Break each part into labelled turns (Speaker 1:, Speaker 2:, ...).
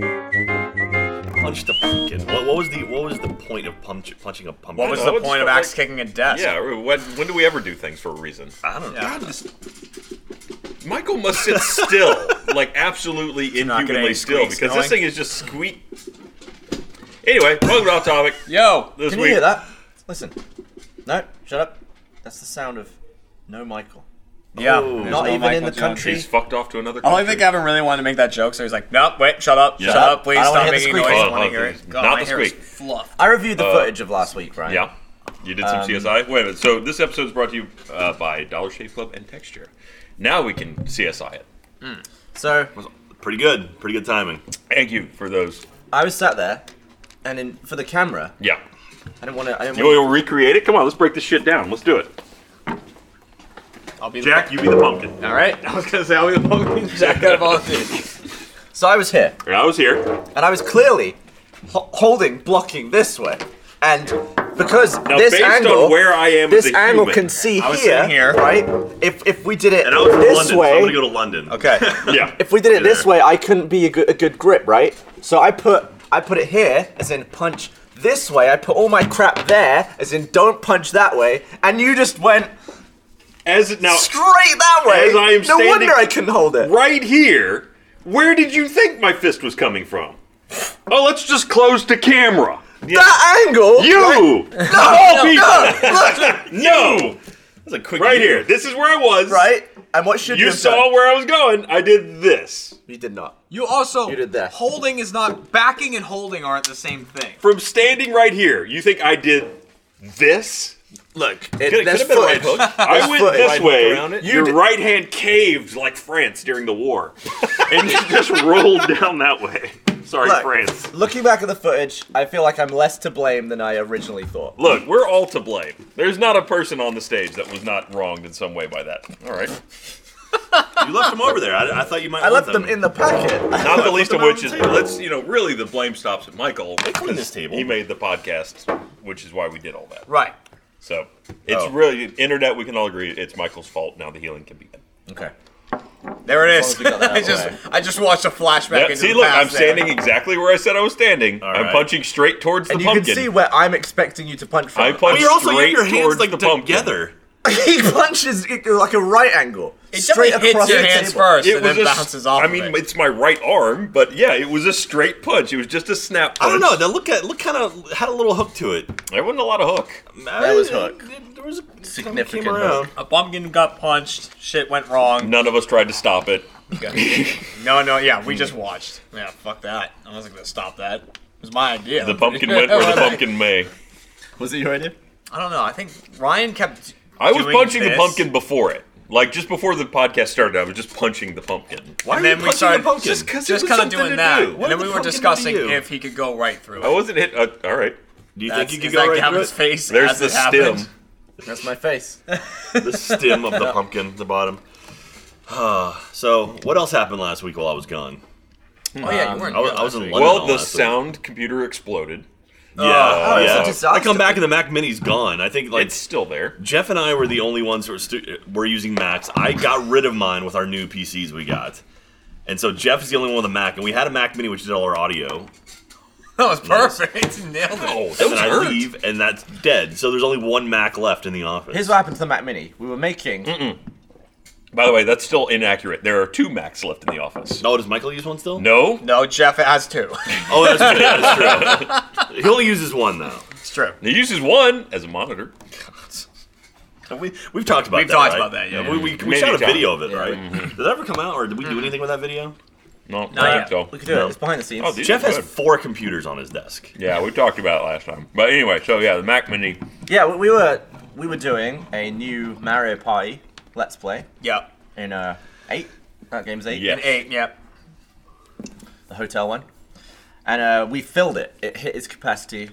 Speaker 1: Punched a pumpkin. What, what was the what was the point of punch, punching a pumpkin?
Speaker 2: What was
Speaker 3: Well,
Speaker 2: the
Speaker 3: it's
Speaker 2: point of
Speaker 3: like-
Speaker 2: axe kicking a desk?
Speaker 3: Yeah, when, when do we ever do things for a reason?
Speaker 1: I don't know.
Speaker 3: God, this- Michael must sit still, like absolutely
Speaker 2: not getting
Speaker 3: inhumanly
Speaker 2: any
Speaker 3: still,
Speaker 2: squeaks eh?
Speaker 3: because
Speaker 2: going.
Speaker 3: this thing is just squeak. Anyway, welcome to off topic.
Speaker 2: Yo,
Speaker 3: This
Speaker 2: can
Speaker 3: week-
Speaker 2: you hear that? Listen. No, shut up. That's the sound of no Michael. Yeah,
Speaker 1: Oh.
Speaker 4: no
Speaker 2: not even in
Speaker 4: Michael
Speaker 2: the
Speaker 4: Johnson.
Speaker 2: country.
Speaker 3: He's fucked off to
Speaker 2: Oh,
Speaker 3: another.
Speaker 4: I
Speaker 3: Country.
Speaker 4: don't think Evan really wanted to make that joke, so he's like, "No, wait, shut up,
Speaker 3: Yeah.
Speaker 4: shut up, please
Speaker 2: I don't wanna
Speaker 4: stop
Speaker 2: hear the
Speaker 4: making
Speaker 2: squeak.
Speaker 4: noise."
Speaker 3: Oh,
Speaker 2: wanna
Speaker 3: oh,
Speaker 2: hear it. God,
Speaker 3: not
Speaker 2: my
Speaker 3: the
Speaker 2: hair is
Speaker 3: squeak.
Speaker 2: fluffed. I reviewed the footage of last week, right?
Speaker 3: Uh, Yeah, you did
Speaker 2: Um,
Speaker 3: some CSI. Wait a minute. So this episode is brought to you uh, by Dollar Shave Club and Texture. Now we can CSI it.
Speaker 2: So
Speaker 1: Pretty good. Pretty good timing.
Speaker 3: Thank you for those.
Speaker 2: I was sat there, and in, for the camera,
Speaker 3: Yeah.
Speaker 2: I didn't want to. I didn't
Speaker 3: You
Speaker 2: wanna,
Speaker 3: want to recreate it? Come on, let's break this shit down. Let's do it.
Speaker 4: I'll be
Speaker 3: Jack, you be the pumpkin.
Speaker 4: All right. I was gonna say I'll be the Pokemon. Jack got volunteer.
Speaker 2: so I was here,
Speaker 3: I was here.
Speaker 2: and I was clearly ho- holding, blocking this way, and because
Speaker 3: Now,
Speaker 2: this
Speaker 3: based
Speaker 2: angle,
Speaker 3: on where I am,
Speaker 2: this
Speaker 3: as a
Speaker 2: angle
Speaker 3: human,
Speaker 2: can see
Speaker 4: I was
Speaker 2: here,
Speaker 4: sitting here.
Speaker 2: right? If if we did it
Speaker 1: And I was in
Speaker 2: this
Speaker 1: London,
Speaker 2: way,
Speaker 1: so I'm gonna go to London.
Speaker 2: Okay.
Speaker 3: Yeah.
Speaker 2: if we did it this
Speaker 1: There.
Speaker 2: way, I couldn't be a good, a good grip, right? So I put I put it here, as in punch this way. I put all my crap there, as in don't punch that way. And you just went
Speaker 3: as now
Speaker 2: straight that way.
Speaker 3: Oh. As I am
Speaker 2: no wonder
Speaker 3: standing-
Speaker 2: I couldn't hold it.
Speaker 3: right here. Where did you think my fist was coming from? Oh, let's just close to camera.
Speaker 2: That angle.
Speaker 3: You!
Speaker 2: No,
Speaker 3: All people!
Speaker 2: no, look,
Speaker 3: No!
Speaker 1: That's a quick
Speaker 3: Right
Speaker 1: view.
Speaker 3: here. This is where I was.
Speaker 2: right. And what should you,
Speaker 3: You
Speaker 2: have done?
Speaker 3: saw where I was going. I did this.
Speaker 2: You did not.
Speaker 4: You also
Speaker 2: You did that.
Speaker 4: Holding is not backing and holding aren't the same thing.
Speaker 3: From standing right here, you think I did this?
Speaker 1: Look.
Speaker 2: It,
Speaker 1: Could-
Speaker 2: there's
Speaker 1: could've been a right
Speaker 2: footage.
Speaker 1: hook.
Speaker 3: I went
Speaker 2: foot
Speaker 3: this
Speaker 2: right
Speaker 3: way.
Speaker 1: around it.
Speaker 3: Your right hand caved like France during the war. and you just rolled down that way. Sorry,
Speaker 2: Look.
Speaker 3: France.
Speaker 2: Looking back at the footage, I feel like I'm less to blame than I originally thought.
Speaker 3: Look, we're all to blame. There's not a person on the stage that was not wronged in some way by that. All right.
Speaker 1: You left them over there. I, I thought you might.
Speaker 2: I
Speaker 1: want
Speaker 2: left them in the packet.
Speaker 3: Not the least of
Speaker 1: them on
Speaker 3: which
Speaker 1: the
Speaker 3: is,
Speaker 1: table.
Speaker 3: let's, you know, really the blame stops at Michael. They
Speaker 1: cleaned this table.
Speaker 3: He made the podcast, which is why we did all that.
Speaker 2: Right.
Speaker 3: So it's
Speaker 2: Oh.
Speaker 3: really, internet, we can all agree it's Michael's fault. Now the healing can begin.
Speaker 2: Okay.
Speaker 4: There it
Speaker 2: long
Speaker 4: is.
Speaker 2: as you got that out
Speaker 4: I
Speaker 2: of
Speaker 4: just
Speaker 2: the way.
Speaker 4: I just watched a flashback.
Speaker 3: Yeah,
Speaker 4: into
Speaker 3: see,
Speaker 4: the
Speaker 3: look,
Speaker 4: past
Speaker 3: I'm
Speaker 4: there.
Speaker 3: standing exactly where I said I was standing.
Speaker 1: All
Speaker 3: I'm
Speaker 1: right.
Speaker 3: punching straight towards
Speaker 2: And
Speaker 3: the
Speaker 2: you
Speaker 3: pumpkin.
Speaker 2: can see where I'm expecting you to punch from.
Speaker 3: I punch
Speaker 1: But you're also you have
Speaker 3: straight
Speaker 1: your hands
Speaker 3: towards
Speaker 1: like
Speaker 3: the pumpkin.
Speaker 1: together.
Speaker 2: he punches it like a right angle,
Speaker 4: It
Speaker 2: straight
Speaker 4: definitely
Speaker 2: across
Speaker 4: hits your
Speaker 2: the
Speaker 4: hands
Speaker 2: table.
Speaker 4: first, and
Speaker 3: a
Speaker 4: then
Speaker 3: s-
Speaker 4: bounces off.
Speaker 3: I
Speaker 4: of
Speaker 3: mean,
Speaker 4: it.
Speaker 3: it's my right arm, but yeah, it was a straight punch. It was just a snap.
Speaker 1: I don't
Speaker 3: Punch.
Speaker 1: know. Now look at look kind of had a little hook to it.
Speaker 3: There wasn't a lot of hook.
Speaker 1: That
Speaker 2: was hook.
Speaker 1: There was a
Speaker 2: Significant
Speaker 1: came around.
Speaker 4: a pumpkin got punched. Shit went wrong.
Speaker 3: None of us tried to stop it.
Speaker 4: No, no, yeah, we just watched. Yeah, fuck that. I wasn't gonna stop that. It was my idea.
Speaker 3: The pumpkin went where the pumpkin may.
Speaker 2: Was it your idea?
Speaker 4: I don't know. I think Ryan kept.
Speaker 3: I was
Speaker 4: doing
Speaker 3: punching the
Speaker 4: this,
Speaker 3: pumpkin before it. Like just before the podcast started, I was just punching the pumpkin.
Speaker 1: Why
Speaker 4: And
Speaker 1: are
Speaker 4: then
Speaker 1: you
Speaker 4: we
Speaker 1: punching
Speaker 4: started-
Speaker 1: the pumpkin?
Speaker 4: just
Speaker 1: because
Speaker 4: just kind of doing that,
Speaker 1: Do. What
Speaker 4: and
Speaker 1: did
Speaker 4: then we
Speaker 1: the
Speaker 4: were
Speaker 1: pumpkin do to
Speaker 4: discussing
Speaker 1: you?
Speaker 4: if he could go right through.
Speaker 3: I
Speaker 4: it.
Speaker 3: wasn't hit. Uh, all right.
Speaker 1: Do you
Speaker 4: That's,
Speaker 1: think you could
Speaker 4: is
Speaker 1: go
Speaker 4: that
Speaker 1: right through
Speaker 4: Gavin's
Speaker 1: it?
Speaker 4: face?
Speaker 3: There's
Speaker 4: as
Speaker 3: the
Speaker 4: it happened?
Speaker 3: stem.
Speaker 2: That's my face.
Speaker 1: The stem of the pumpkin, the bottom. Ah, so what else happened last week while I was gone?
Speaker 4: Oh yeah, you weren't.
Speaker 1: I was,
Speaker 4: here
Speaker 1: I was in London.
Speaker 4: last week.
Speaker 3: Well,
Speaker 1: all
Speaker 3: the
Speaker 1: last week.
Speaker 3: sound computer exploded.
Speaker 4: Ah,
Speaker 1: Yeah,
Speaker 2: oh, it's a
Speaker 1: yeah.
Speaker 2: disaster.
Speaker 1: I come back and the Mac Mini's gone. I think like
Speaker 3: It's still there.
Speaker 1: Jeff and I were the only ones who were, stu- were using Macs. I got rid of mine with our new PCs we got. And so Jeff is the only one with a Mac, and we had a Mac Mini, which did all our audio.
Speaker 4: That was perfect. Nailed it.
Speaker 3: Oh,
Speaker 1: And then
Speaker 3: those
Speaker 1: I
Speaker 3: hurt.
Speaker 1: leave, and that's dead. So there's only one Mac left in the office.
Speaker 2: Here's what happened to the Mac Mini. We were making.
Speaker 3: By the way, that's still inaccurate. There are two Macs left in the office.
Speaker 1: oh, does Michael use one still?
Speaker 3: No,
Speaker 4: No, Jeff has two.
Speaker 1: Oh, that's true. That's true. he only uses one though.
Speaker 4: it's true.
Speaker 3: he uses one as a monitor.
Speaker 1: And We we've talked about
Speaker 4: We've
Speaker 1: that.
Speaker 4: talked
Speaker 1: right?
Speaker 4: about that, yeah.
Speaker 1: we we, we
Speaker 3: Many
Speaker 1: shot a
Speaker 3: times.
Speaker 1: video of it, right?
Speaker 3: Mm-hmm.
Speaker 1: Did that ever come out, or did we do anything with that video?
Speaker 3: No,
Speaker 4: Not
Speaker 3: I
Speaker 4: yet.
Speaker 3: think
Speaker 2: We
Speaker 3: so.
Speaker 2: could do
Speaker 1: No.
Speaker 2: it. It's behind the scenes.
Speaker 3: Oh, dude.
Speaker 1: Jeff has
Speaker 3: good.
Speaker 1: four computers on his desk.
Speaker 3: Yeah, we talked about it last time. But anyway, so yeah, the Mac Mini.
Speaker 2: Yeah, we, we were we were doing a new Mario Party Let's Play
Speaker 4: Yep.
Speaker 2: in uh eight. That game's eight.
Speaker 3: Yeah.
Speaker 4: And eight. Yep.
Speaker 2: the hotel one, and uh, we filled it. It hit its capacity,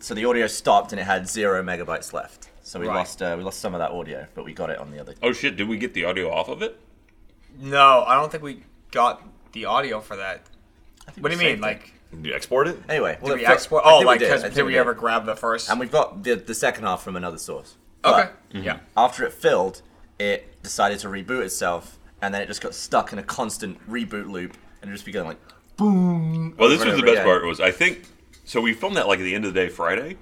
Speaker 2: so the audio stopped, and it had zero megabytes left. So we
Speaker 4: Right.
Speaker 2: lost uh, we lost some of that audio, but we got it on the other.
Speaker 3: Oh shit, did we get the audio off of it?
Speaker 4: No, I don't think we got the audio for that.
Speaker 2: I think
Speaker 4: What do
Speaker 2: we
Speaker 4: you mean?
Speaker 2: saved it.
Speaker 4: Like
Speaker 1: Did you export it?
Speaker 2: Anyway, well,
Speaker 4: Did we
Speaker 2: fir-
Speaker 4: export?
Speaker 2: I
Speaker 4: Oh,
Speaker 2: think
Speaker 4: like,
Speaker 2: we did.
Speaker 4: 'cause
Speaker 2: I think
Speaker 4: did we ever grab the first?
Speaker 2: And we've got the, the second half from another source.
Speaker 4: okay.
Speaker 2: But
Speaker 4: Yeah.
Speaker 2: after it filled, it decided to reboot itself, and then it just got stuck in a constant reboot loop, and it just began like,
Speaker 3: Well, this was the
Speaker 2: Whatever,
Speaker 3: best
Speaker 2: yeah.
Speaker 3: part. Was I think so? We filmed that like at the end of the day Friday,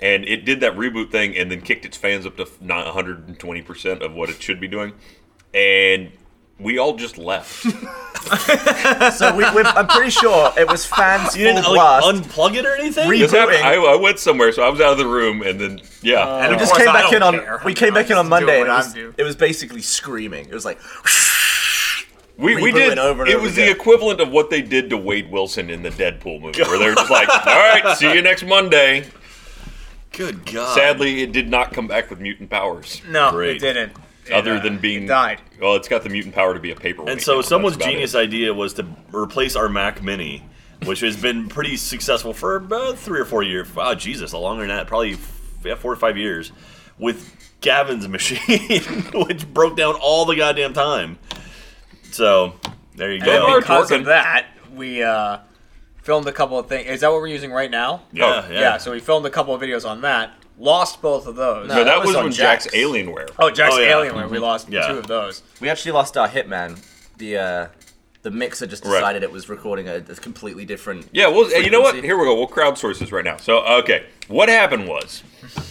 Speaker 3: and it did that reboot thing, and then kicked its fans up to 120 percent of what it should be doing, and we all just left.
Speaker 2: so we, we, I'm pretty sure it was fans
Speaker 1: You didn't
Speaker 2: full
Speaker 1: like,
Speaker 2: blast.
Speaker 1: unplug it or anything?
Speaker 2: Re-
Speaker 3: This happened-
Speaker 2: Rebooting.
Speaker 3: I, I went somewhere, so I was out of the room, and then yeah,
Speaker 4: And
Speaker 2: we
Speaker 4: of
Speaker 2: just
Speaker 4: course,
Speaker 2: came
Speaker 4: I
Speaker 2: back
Speaker 4: don't
Speaker 2: in on
Speaker 4: care.
Speaker 2: we came
Speaker 4: I
Speaker 2: back in on
Speaker 4: just do
Speaker 2: Monday,
Speaker 4: what
Speaker 2: and it
Speaker 4: I
Speaker 2: was,
Speaker 4: do.
Speaker 2: it was basically screaming. It was like,
Speaker 3: we, we
Speaker 2: Reboot
Speaker 3: did.
Speaker 2: it over and
Speaker 3: it
Speaker 2: over
Speaker 3: was the
Speaker 2: again.
Speaker 3: equivalent of what they did to Wade Wilson in the Deadpool movie, where they're just like, "All right, see you next Monday."
Speaker 1: Good
Speaker 2: Um,
Speaker 1: God.
Speaker 3: Sadly, it did not come back with mutant powers.
Speaker 4: No,
Speaker 1: Great.
Speaker 4: it didn't. It,
Speaker 3: Other
Speaker 4: uh,
Speaker 3: than being
Speaker 4: it died.
Speaker 3: well, it's got the mutant power to be a paperweight.
Speaker 1: And
Speaker 3: now,
Speaker 1: so
Speaker 3: that's
Speaker 1: someone's
Speaker 3: about it.
Speaker 1: genius idea was to replace our Mac Mini, which has been pretty successful for about three or four years. Wow, Jesus, a longer than that, probably f- yeah, four to five years, with Gavin's machine, which broke down all the goddamn time. So there you
Speaker 4: And
Speaker 1: go.
Speaker 3: Lord.
Speaker 4: because
Speaker 3: working.
Speaker 4: of that, we uh, filmed a couple of things. Is that what we're using right now?
Speaker 1: Yeah,
Speaker 3: Oh,
Speaker 1: yeah.
Speaker 4: so we filmed a couple of videos on that. Lost both of those.
Speaker 3: No, that,
Speaker 2: that was
Speaker 3: was
Speaker 2: on
Speaker 3: when Jack's
Speaker 2: Jack's.
Speaker 3: Alienware.
Speaker 4: Oh, Jack's
Speaker 1: Oh, yeah.
Speaker 4: Alienware. We lost
Speaker 1: Yeah.
Speaker 4: two of those.
Speaker 2: we actually lost our hitman. The uh, the mixer just
Speaker 3: Right.
Speaker 2: decided it was recording a, a completely different.
Speaker 3: Yeah, well, you know what?
Speaker 2: Frequency.
Speaker 3: Here we go. We'll crowdsource this right now. So, okay, what happened was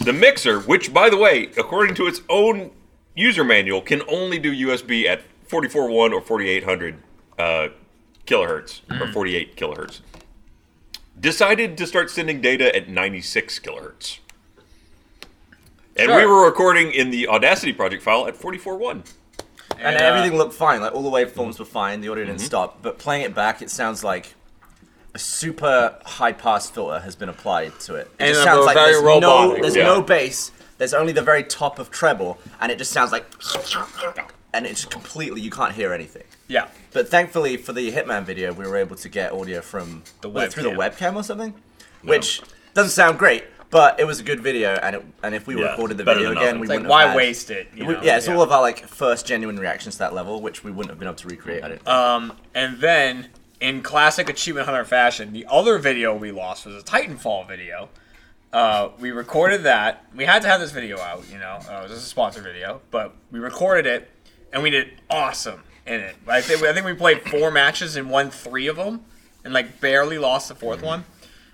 Speaker 3: the mixer, which, by the way, according to its own user manual, can only do USB at 441 or 4800 uh, kilohertz or 48 kilohertz, decided to start sending data at 96 kilohertz. And we
Speaker 4: Sure.
Speaker 3: were recording in the Audacity project file at 441.
Speaker 2: and
Speaker 4: uh,
Speaker 2: everything looked fine. Like all the waveforms were fine. The audio didn't stop. But playing it back, it sounds like a super high pass filter has been applied to it. It
Speaker 4: And
Speaker 2: just
Speaker 4: they
Speaker 2: sounds
Speaker 4: were
Speaker 2: like
Speaker 4: very
Speaker 2: there's no
Speaker 4: robotic.
Speaker 2: there's
Speaker 3: Yeah.
Speaker 2: no bass. There's only the very top of treble, and it just sounds like, and it's completely you can't hear anything.
Speaker 4: Yeah.
Speaker 2: But thankfully for the Hitman video, we were able to get audio from
Speaker 4: The
Speaker 2: was it through the
Speaker 4: webcam.
Speaker 2: webcam or something, which doesn't sound great. But it was a good video, and it, and if we
Speaker 1: Yeah,
Speaker 2: recorded the
Speaker 1: better
Speaker 2: video
Speaker 1: than
Speaker 2: again,
Speaker 1: nothing.
Speaker 2: we
Speaker 1: It's
Speaker 4: Like,
Speaker 2: wouldn't
Speaker 4: why
Speaker 2: have had-
Speaker 4: waste it? You
Speaker 2: we-
Speaker 4: know?
Speaker 2: yeah, it's all of our like first genuine reactions to that level, which we wouldn't have been able to recreate. I don't think.
Speaker 4: Uh, And then, in classic Achievement Hunter fashion, the other video we lost was a Titanfall video. Uh, we recorded that. We had to have this video out, you know. Uh, it was just a sponsor video, but we recorded it, and we did awesome in it. I think I think we played four matches and won three of them, and like barely lost the 4th one.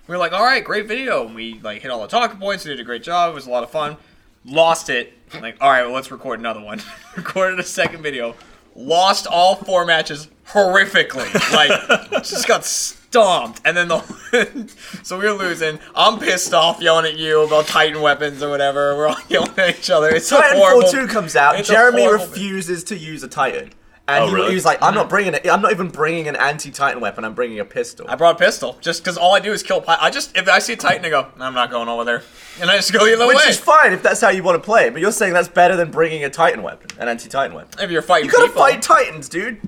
Speaker 4: We were like, "All right, great video." And we like hit all the talking points. We did a great job. It was a lot of fun. Lost it. Like, all right, well, let's record another one. Recorded a second video. Lost all four matches horrifically. Like, just got stomped. And then the so we were losing. I'm pissed off, yelling at you about Titan weapons or whatever. We're all yelling at each other. It's a horrible.
Speaker 2: Titanfall 2 comes out.
Speaker 4: it's a
Speaker 2: Jeremy
Speaker 4: horrible- Mm-hmm.
Speaker 2: refuses to use a Titan, and
Speaker 1: Oh,
Speaker 2: he,
Speaker 1: really?
Speaker 2: he was like, "I'm not bringing it. I'm not even bringing an anti-Titan weapon. I'm bringing a pistol."
Speaker 4: I brought a pistol just because all I do is kill. Pi- I just if I see a Titan, I go, I'm not going over there, and I just go the other
Speaker 2: which
Speaker 4: way.
Speaker 2: is fine if that's how you want to play it, but you're saying that's better than bringing a Titan weapon, an anti-Titan weapon.
Speaker 4: if you're fighting,
Speaker 2: You gotta
Speaker 4: people,
Speaker 2: fight Titans, dude.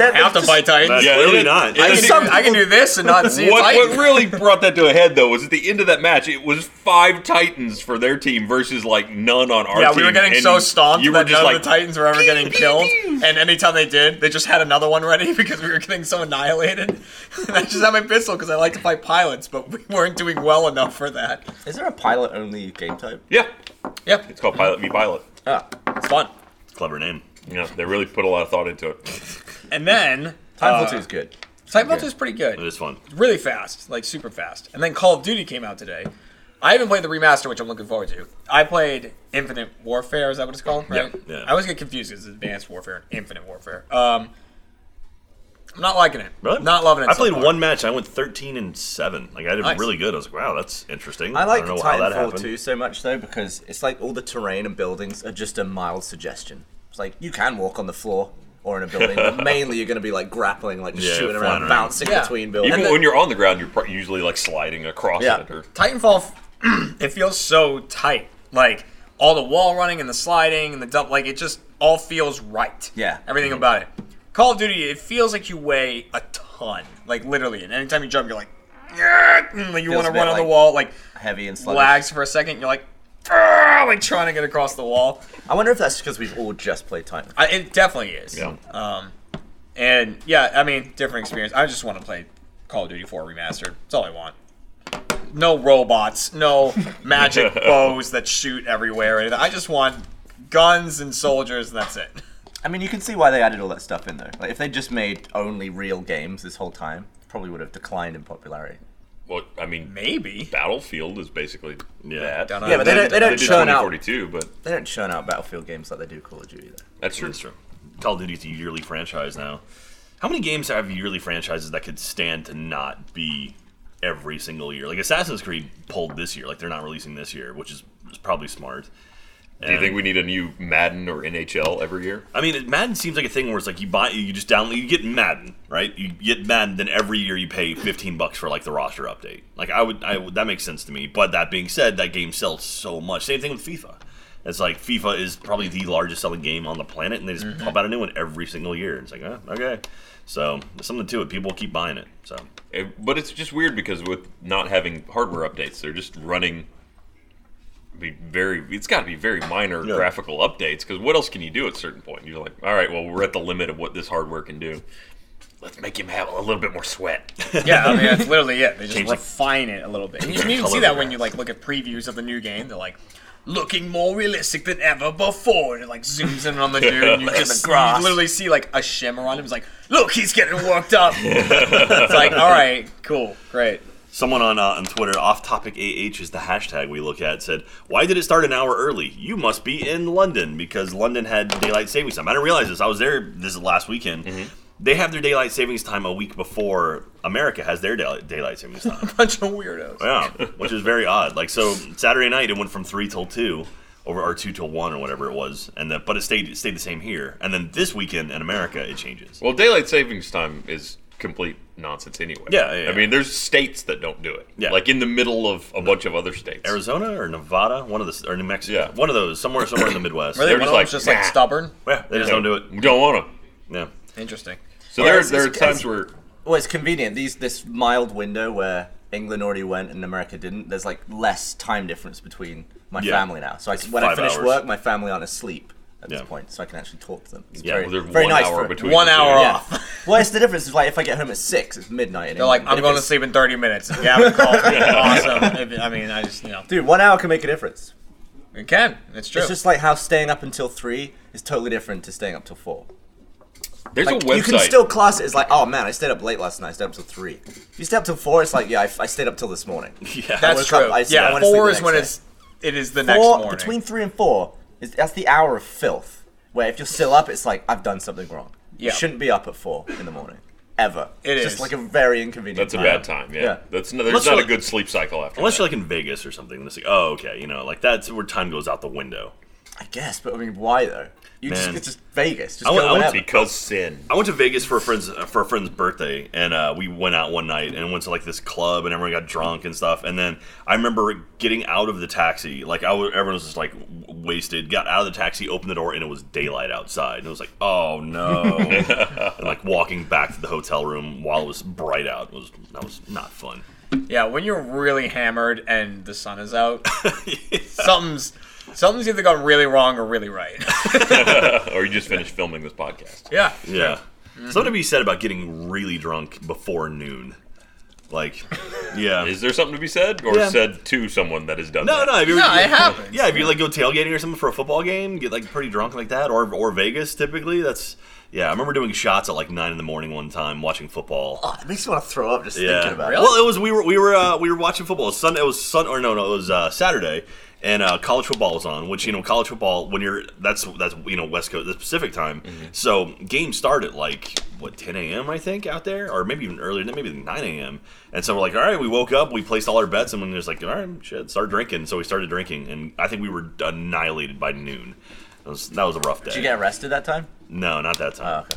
Speaker 4: I have to fight Titans.
Speaker 1: That's
Speaker 3: Yeah,
Speaker 1: clearly
Speaker 3: it-
Speaker 1: not.
Speaker 3: it-
Speaker 4: I can,
Speaker 2: It's
Speaker 4: do,
Speaker 2: some
Speaker 4: I can do this and not see
Speaker 3: What,
Speaker 4: Titan.
Speaker 3: what really brought that to a head, though, was at the end of that match, it was five Titans for their team versus like none on our
Speaker 4: yeah,
Speaker 3: team.
Speaker 4: we were getting
Speaker 3: and
Speaker 4: so stomped
Speaker 3: You were
Speaker 4: that
Speaker 3: just
Speaker 4: none
Speaker 3: like,
Speaker 4: of the Titans were ever getting killed. And anytime they did, they just had another one ready because we were getting so annihilated. And I just had my pistol because I like to fight pilots, but we weren't doing well enough for that.
Speaker 2: Is there a pilot-only game type?
Speaker 3: yeah,
Speaker 4: Yeah,
Speaker 3: it's called Pilot Me Pilot.
Speaker 2: Ah,
Speaker 4: it's fun.
Speaker 1: Clever name.
Speaker 3: Yeah, they really put a lot of thought into it.
Speaker 4: And then
Speaker 2: Titanfall
Speaker 4: uh,
Speaker 2: 2 is good.
Speaker 4: Titanfall 2 is pretty good.
Speaker 1: It is fun.
Speaker 4: really fast, like super fast. And then Call of Duty came out today. I haven't played the remaster, which I'm looking forward to. I played Infinite Warfare. Is that what it's called? Right?
Speaker 1: yeah.
Speaker 4: I always get confused because it's Advanced Warfare and Infinite Warfare. Um, I'm not liking it.
Speaker 1: Really?
Speaker 4: Not loving it.
Speaker 1: I
Speaker 4: so
Speaker 1: played
Speaker 4: far.
Speaker 1: one match. I went 13 and 7. Like, I did
Speaker 4: Nice.
Speaker 1: really good. I was like, wow, that's interesting.
Speaker 2: I like
Speaker 1: don't know how that
Speaker 2: Titanfall
Speaker 1: happened.
Speaker 2: 2 so much though because it's like all the terrain and buildings are just a mild suggestion. It's like you can walk on the floor or in a building, but mainly you're going to be like grappling, like just
Speaker 1: Yeah,
Speaker 2: shooting
Speaker 1: flying
Speaker 2: around,
Speaker 1: around.
Speaker 2: bouncing
Speaker 4: Yeah.
Speaker 2: between
Speaker 3: Even
Speaker 2: buildings.
Speaker 4: the-
Speaker 3: when you're on the ground, you're pro- usually like sliding across
Speaker 2: Yeah.
Speaker 3: it. Or,
Speaker 4: Titanfall, it feels so tight. Like all the wall running and the sliding and the dump, like it just all feels right.
Speaker 2: Yeah. Mm-hmm.
Speaker 4: everything about it. Call of Duty, it feels like you weigh a ton, like literally. And anytime you jump, you're like, "Yeah," and, like, you
Speaker 2: Feels
Speaker 4: want
Speaker 2: a
Speaker 4: to
Speaker 2: bit
Speaker 4: run on the
Speaker 2: like-
Speaker 4: wall, like
Speaker 2: Heavy and sluggish.
Speaker 4: lags for a second. You're like, "Ah," like trying to get across the wall.
Speaker 2: I wonder if that's because we've all just played Titanfall.
Speaker 4: I, it definitely is.
Speaker 3: yeah.
Speaker 4: Um, and yeah, I mean, different experience. I just want to play Call of Duty 4 remastered. That's all I want. No robots, no magic bows that shoot everywhere. and I just want guns and soldiers, and that's it.
Speaker 2: I mean, you can see why they added all that stuff in though. Like, if they just made only real games this whole time, it probably would have declined in popularity.
Speaker 3: Well, I mean,
Speaker 4: Maybe.
Speaker 3: Battlefield is basically
Speaker 1: Yeah.
Speaker 3: that.
Speaker 4: Don't know.
Speaker 2: Yeah, but they don't, they don't
Speaker 3: did
Speaker 2: churn out
Speaker 3: 2042, but
Speaker 2: they don't churn out Battlefield games like they do Call of Duty though.
Speaker 3: that's true.
Speaker 1: That's true. Call of Duty's a yearly franchise now. How many games have yearly franchises that could stand to not be every single year? Like Assassin's Creed pulled this year. Like they're not releasing this year, which is, is probably smart.
Speaker 3: Do you think we need a new Madden or NHL every year?
Speaker 1: I mean, it- Madden seems like a thing where it's like you buy, you just download, you get Madden, right? You get Madden, then every year you pay fifteen bucks for like the roster update. Like I would, I would, that makes sense to me. But that being said, that game sells so much. Same thing with FIFA. It's like FIFA is probably the largest selling game on the planet, and they just pump out a new one every single year. It's like, oh, okay, so there's something to it. People keep buying it. So
Speaker 3: Eh, But it's just weird because with not having hardware updates, they're just running. Be very. It's got to be very minor
Speaker 1: Yeah.
Speaker 3: graphical updates because what else can you do at a certain point? You're like, all right, well, we're at the limit of what this hardware can do. Let's make him have a little bit more sweat.
Speaker 4: Yeah, I mean, that's literally it. They just
Speaker 1: Change the-
Speaker 4: refine it a little bit. And you can even
Speaker 1: color
Speaker 4: see
Speaker 1: of
Speaker 4: that
Speaker 1: the
Speaker 4: when you like look at previews of the new game. They're like, looking more realistic than ever before. And it like zooms in on the dude, and you just you
Speaker 2: grass.
Speaker 4: literally see like a shimmer on him. It's like, look, he's getting worked up. it's like, all right, cool, great.
Speaker 1: someone on uh, on Twitter, off topic AH is the hashtag we look at, said, Why did it start an hour early? You must be in London because London had daylight savings time. I didn't realize this. I was there this last weekend. They have their daylight savings time a week before America has their daylight, daylight savings time.
Speaker 4: Bunch of weirdos.
Speaker 1: yeah, which is very odd. Like so, Saturday night it went from three till two, over or two till one or whatever it was, and the, but it stayed it stayed the same here. And then this weekend in America it changes.
Speaker 3: Well, daylight savings time is complete nonsense anyway.
Speaker 1: Yeah, yeah, yeah.
Speaker 3: I mean, there's states that don't do it.
Speaker 1: Yeah.
Speaker 3: Like in the middle of a bunch of other states.
Speaker 1: Arizona or Nevada, one of the or New Mexico,
Speaker 3: Yeah.
Speaker 1: one of those somewhere somewhere in the Midwest.
Speaker 4: Were they
Speaker 3: They're
Speaker 4: one
Speaker 3: just
Speaker 4: of them's just
Speaker 3: like,
Speaker 4: like
Speaker 3: "Nah."
Speaker 4: stubborn?
Speaker 1: Yeah, they just don't do it.
Speaker 3: We don't want to.
Speaker 1: Yeah.
Speaker 4: Interesting.
Speaker 3: So
Speaker 2: Yeah,
Speaker 3: there,
Speaker 2: it's-
Speaker 3: there are
Speaker 2: it's- it's-
Speaker 3: times where
Speaker 2: Well, it's convenient. These this mild window where England already went and America didn't. There's like less time difference between my
Speaker 1: Yeah.
Speaker 2: family now. So I, when I
Speaker 1: five
Speaker 2: finish
Speaker 1: hours.
Speaker 2: work, my family aren't asleep at
Speaker 1: Yeah.
Speaker 2: this point, so I can actually talk to them. It's
Speaker 1: Yeah,
Speaker 2: very,
Speaker 3: well, there's
Speaker 2: very
Speaker 3: one
Speaker 2: nice
Speaker 3: hour
Speaker 2: for-
Speaker 3: between
Speaker 4: One
Speaker 3: the two.
Speaker 4: hour
Speaker 3: Yeah.
Speaker 2: Yeah.
Speaker 4: off.
Speaker 2: well, it's the difference. Is like if I get home at six, it's midnight.
Speaker 4: They're like, I'm going to sleep in 30 minutes. And Gavin calls me. awesome. If- I mean, I just, you know,
Speaker 2: Dude, one hour can make a difference.
Speaker 4: it can. It's true.
Speaker 2: It's just like how staying up until three is totally different to staying up till four.
Speaker 3: there's
Speaker 2: Like,
Speaker 3: a website.
Speaker 2: you can still class it as like, oh man, I stayed up late last night. I stayed up till three. If you stay up till four, it's like, yeah, I, I stayed up till this morning.
Speaker 1: Yeah.
Speaker 4: That's
Speaker 2: woke up,
Speaker 4: true.
Speaker 2: I said, I
Speaker 4: yeah,
Speaker 2: wanna sleep
Speaker 4: four
Speaker 2: the
Speaker 4: is
Speaker 2: next
Speaker 4: when
Speaker 2: day.
Speaker 4: it's it is the next
Speaker 2: Four
Speaker 4: morning.
Speaker 2: between three and four is that's the hour of filth. Where if you're still up, it's like I've done something wrong.
Speaker 4: Yeah.
Speaker 2: You shouldn't be up at four in the morning ever.
Speaker 4: It
Speaker 2: It's
Speaker 4: is.
Speaker 2: just like a very inconvenient.
Speaker 3: That's a
Speaker 2: time.
Speaker 3: bad time. Yeah,
Speaker 2: Yeah.
Speaker 3: that's no, there's
Speaker 1: Unless
Speaker 3: not
Speaker 1: you're
Speaker 3: a
Speaker 1: like-
Speaker 3: good sleep cycle after.
Speaker 1: Unless
Speaker 3: that.
Speaker 1: you're like in Vegas or something, it's like, oh, okay, you know, like that's where time goes out the window.
Speaker 2: I guess, but I mean, why though? You just
Speaker 1: Man.
Speaker 2: it's just Vegas. Just
Speaker 1: I want-
Speaker 2: go
Speaker 1: I want to
Speaker 2: whenever.
Speaker 3: because sin.
Speaker 1: I went to Vegas for a friend's uh, for a friend's birthday, and uh, we went out one night and went to like this club, and everyone got drunk and stuff. And then I remember getting out of the taxi, like I was, everyone was just like w- wasted. Got out of the taxi, opened the door, and it was daylight outside, and it was like, oh no! and like walking back to the hotel room while it was bright out was that was not fun.
Speaker 4: yeah, when you're really hammered and the sun is out, something's something's either gone really wrong or really right.
Speaker 3: Or you just finished filming this podcast.
Speaker 4: yeah.
Speaker 1: Yeah. Something to be said about getting really drunk before noon. Like, yeah.
Speaker 3: Is there something to be said, or
Speaker 1: Yeah.
Speaker 3: said to someone that has done
Speaker 1: no,
Speaker 3: that?
Speaker 1: no. If you're,
Speaker 4: No, it happens.
Speaker 1: Yeah, if you like go tailgating or something for a football game, get like pretty drunk like that, or or Vegas typically. That's yeah. I remember doing shots at like nine in the morning one time watching football.
Speaker 2: Oh, it makes me want to throw up just
Speaker 1: Yeah.
Speaker 2: thinking about it.
Speaker 1: Well, it was we were we were uh, we were watching football. It was Sun. It was Sun or no no it was uh, Saturday, and uh, college football was on. Which you know college football when you're that's that's you know West Coast the Pacific time.
Speaker 2: Mm-hmm.
Speaker 1: So game started like what 10 a.m. I think out there, or maybe even earlier, maybe 9 a.m. And so we're like, all right, we woke up, we placed all our bets, and when there's like, all right, shit, start drinking. So we started drinking, and I think we were annihilated by noon. That was, that was a rough day.
Speaker 2: Did you get arrested that time?
Speaker 1: no, not that
Speaker 2: Oh,
Speaker 1: time.
Speaker 2: okay.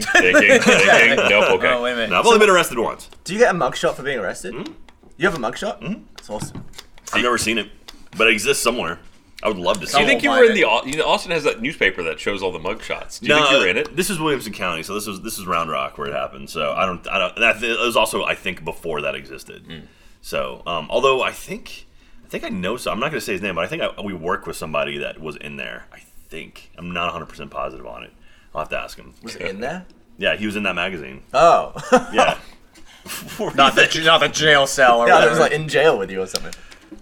Speaker 3: thinking, thinking. Nope. Okay.
Speaker 4: Oh, wait a minute.
Speaker 1: no, I've only been arrested once.
Speaker 2: Do you get a mugshot for being arrested?
Speaker 1: Hmm?
Speaker 2: You have a mugshot? Mm-hmm. That's awesome.
Speaker 1: I've never seen it, but it exists somewhere. I would love to see
Speaker 3: Do you
Speaker 1: it.
Speaker 3: think you
Speaker 4: Oh,
Speaker 3: were in
Speaker 4: my
Speaker 3: the? Au- You know, Austin has that newspaper that shows all the mugshots. Do you think you were in it?
Speaker 1: This is Williamson County, so this was this is Round Rock where it happened. So I don't, I don't. That it was also, I think, before that existed.
Speaker 3: Hmm.
Speaker 1: So, um, although I think, I think I know. So I'm not going to say his name, but I think I, we work with somebody that was in there. I think I'm not 100 percent positive on it. I'll have to ask him.
Speaker 2: Was it in there?
Speaker 1: Yeah, he was in that magazine.
Speaker 2: Oh.
Speaker 1: Yeah.
Speaker 4: Not the not the jail cell or
Speaker 2: yeah,
Speaker 4: whatever.
Speaker 2: that was like in jail with you or something.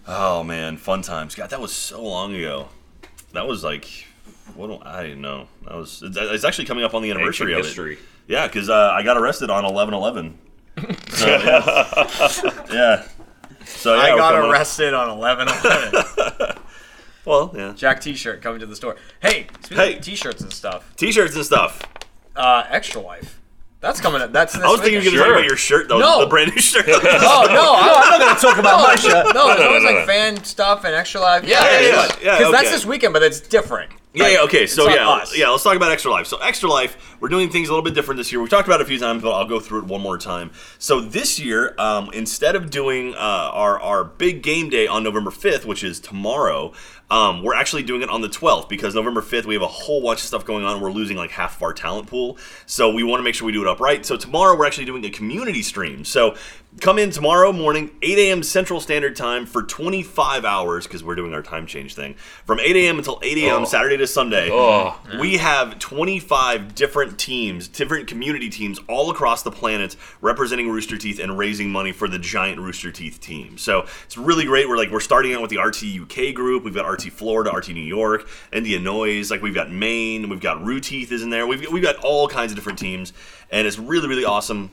Speaker 1: Oh man, fun times. God, that was so long ago. That was like, what do I didn't know? That was. It's, it's actually coming up on the anniversary
Speaker 3: Ancient
Speaker 1: of
Speaker 3: history.
Speaker 1: it. Yeah, because uh, I got arrested on 11-11. So, yeah. yeah. So yeah,
Speaker 4: I
Speaker 1: we're
Speaker 4: got
Speaker 1: coming up-
Speaker 4: arrested on 11 11.
Speaker 1: Well, yeah.
Speaker 4: Jack t shirt coming to the store. Hey, speaking
Speaker 1: Hey.
Speaker 4: of t shirts and stuff,
Speaker 1: T-shirts and stuff.
Speaker 4: uh, Extra Life. That's coming up. That's this
Speaker 1: I was thinking you were going to
Speaker 4: weekend.
Speaker 1: talk
Speaker 3: Sure.
Speaker 1: about your shirt though.
Speaker 4: No.
Speaker 1: The brand new shirt.
Speaker 4: Oh, no, I'm not going to talk about
Speaker 2: my shirt.
Speaker 4: No, it's
Speaker 3: no,
Speaker 4: always
Speaker 3: no,
Speaker 4: like
Speaker 3: no.
Speaker 4: fan stuff and Extra Life. Yeah,
Speaker 1: yeah, yeah, yeah,
Speaker 4: Because that's
Speaker 1: okay.
Speaker 4: this weekend, but it's different.
Speaker 1: Yeah, yeah, okay. So
Speaker 4: not
Speaker 1: yeah,
Speaker 4: us.
Speaker 1: yeah, let's talk about Extra Life. So Extra Life, we're doing things a little bit different this year. We talked about it a few times, but I'll go through it one more time. So this year, um, instead of doing uh, our our big game day on November fifth, which is tomorrow, um, we're actually doing it on the twelfth because November fifth we have a whole bunch of stuff going on. We're losing like half of our talent pool, so we want to make sure we do it upright. So tomorrow we're actually doing a community stream. So come in tomorrow morning, 8 a.m. Central Standard Time for 25 hours because we're doing our time change thing from 8 a.m. until 8 a.m. Saturday to Sunday.
Speaker 3: Oh.
Speaker 1: We have 25 different teams, different community teams all across the planet representing Rooster Teeth and raising money for the giant Rooster Teeth team. So it's really great. We're like we're starting out with the RT UK group. We've got RT Florida, RT New York, Indianois. Like we've got Maine. We've got Roo Teeth is in there. We've we've got all kinds of different teams, and it's really really awesome.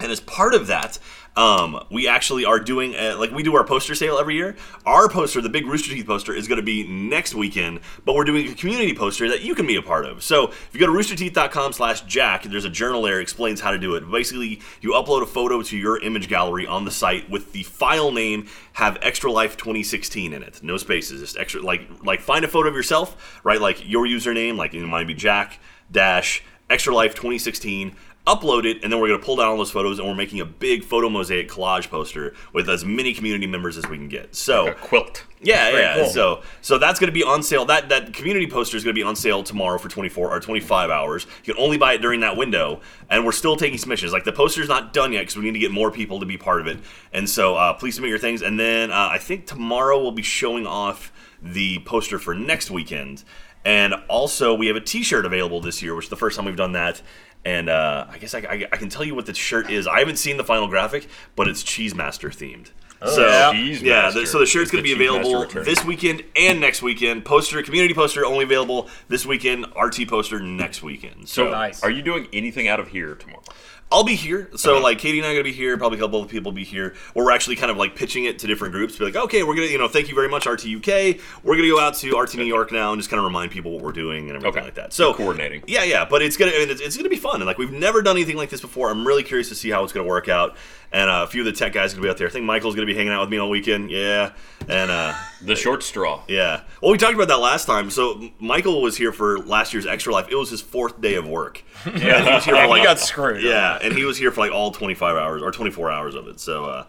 Speaker 1: And as part of that, um, we actually are doing a, like we do our poster sale every year. Our poster, the big Rooster Teeth poster, is going to be next weekend, but we're doing a community poster that you can be a part of. So if you go to roosterteeth.com/jack, there's a journal there that explains how to do it. Basically, you upload a photo to your image gallery on the site with the file name have extra life 2016 in it, no spaces, just extra like like find a photo of yourself, right? Like your username, like it might be Jack dash extra life 2016 upload it, and then we're going to pull down all those photos, and we're making a big photo mosaic collage poster with as many community members as we can get. So,
Speaker 3: A quilt.
Speaker 1: yeah, yeah.
Speaker 4: cool.
Speaker 1: So, so that's going to be on sale. That that community poster is going to be on sale tomorrow for 24 or 25 hours. You can only buy it during that window, and we're still taking submissions. Like the poster's not done yet because we need to get more people to be part of it. And so, uh, please submit your things. And then uh, I think tomorrow we'll be showing off the poster for next weekend. And also, we have a T-shirt available this year, which is the first time we've done that. And uh, I guess I, I, I can tell you what the shirt is. I haven't seen the final graphic, but it's Cheese Master themed. so
Speaker 4: yeah.
Speaker 3: Cheese
Speaker 1: yeah,
Speaker 3: Master.
Speaker 1: the, so the shirt's
Speaker 3: Is
Speaker 1: going to
Speaker 3: the
Speaker 1: be
Speaker 3: Cheese Master
Speaker 1: available
Speaker 3: returning?
Speaker 1: this weekend and next weekend. Poster, community poster, only available this weekend. RT poster next weekend. So
Speaker 3: So,
Speaker 4: Nice.
Speaker 3: are you doing anything out of here tomorrow?
Speaker 1: I'll be here. So like Katie and I are gonna be here. Probably a couple of people will be here. Where we're actually kind of like pitching it to different groups. Be like, okay, we're gonna you know thank you very much RT UK. We're gonna go out to RT New York now and just kind of remind people what we're doing and everything
Speaker 3: Okay.
Speaker 1: like that. So
Speaker 3: Coordinating.
Speaker 1: Yeah, yeah. But it's gonna I mean, it's, it's gonna be fun and like we've never done anything like this before. I'm really curious to see how it's gonna work out. And uh, a few of the tech guys are gonna be out there. I think Michael's gonna be hanging out with me all weekend. Yeah. And uh,
Speaker 3: The short straw.
Speaker 1: Yeah. Well, we talked about that last time. So M- Michael was here for last year's Extra Life. It was his fourth day of work. Yeah, he was here
Speaker 4: We got screwed.
Speaker 1: Yeah, and he was here for like all 25 hours or 24 hours of it. So uh,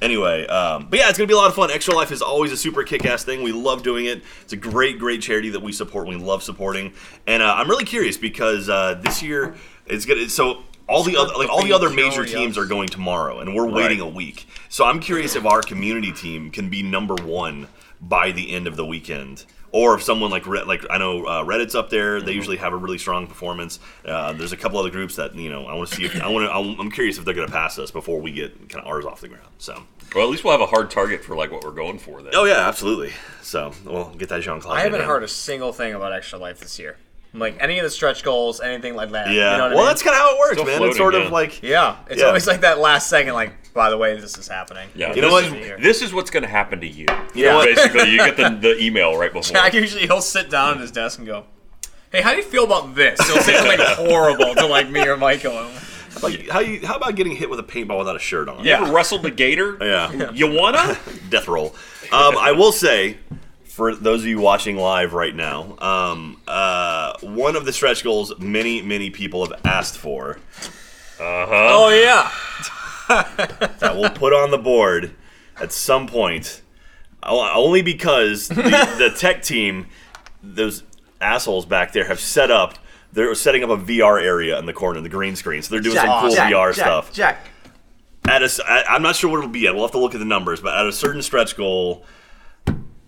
Speaker 1: anyway, um, but yeah, it's gonna be a lot of fun. Extra Life is always a super kick-ass thing. We love doing it. It's a great, great charity that we support. and We love supporting. And uh, I'm really curious because uh, this year it's gonna so. All the other, like all the other major teams, are going tomorrow, and we're waiting a week. So I'm curious if our community team can be number one by the end of the weekend, or if someone like Red, like I know uh, Reddit's up there. They usually have a really strong performance. Uh, there's a couple other groups that you know I want to see. If, I want to. I'm curious if they're going to pass us before we get kind of ours off the ground. So.
Speaker 3: Well, at least we'll have a hard target for like what we're going for then.
Speaker 1: Oh yeah, absolutely. So we'll get that Jean Claude.
Speaker 4: I haven't heard a single thing about Extra Life this year. Like any of the stretch goals, anything like that.
Speaker 1: Yeah.
Speaker 4: You know
Speaker 1: well,
Speaker 4: what I mean?
Speaker 1: that's kind of how it works,
Speaker 3: Still
Speaker 1: man. it's
Speaker 3: floating,
Speaker 1: sort
Speaker 3: yeah.
Speaker 1: of like
Speaker 4: Yeah, it's
Speaker 1: Yeah.
Speaker 4: always like that last second, like, by the way, this is happening.
Speaker 3: Yeah,
Speaker 1: know
Speaker 3: this
Speaker 1: what?
Speaker 3: is- this is what's going to happen to you.
Speaker 1: You know what?
Speaker 3: Basically, you get the, the email right before.
Speaker 4: Jack usually he'll sit down at his desk and go, "Hey, how do you feel about this?" He'll say something horrible to like me or Michael.
Speaker 1: like how you how about getting hit with a paintball without a shirt on?
Speaker 3: You ever wrestled a gator?
Speaker 1: Yeah.
Speaker 3: You wanna?
Speaker 1: death roll. Um, I will say, for those of you watching live right now, um, uh, one of the stretch goals many, many people have asked for
Speaker 4: Oh yeah,
Speaker 1: that we'll put on the board at some point, o- only because the, the tech team, those assholes back there, have set up. They're setting up a VR area in the corner, the green screen. So they're doing some cool
Speaker 5: Jack,
Speaker 1: VR stuff.
Speaker 5: Jack,
Speaker 1: at a, s- I, I'm not sure what it'll be at. We'll have to look at the numbers, but at a certain stretch goal,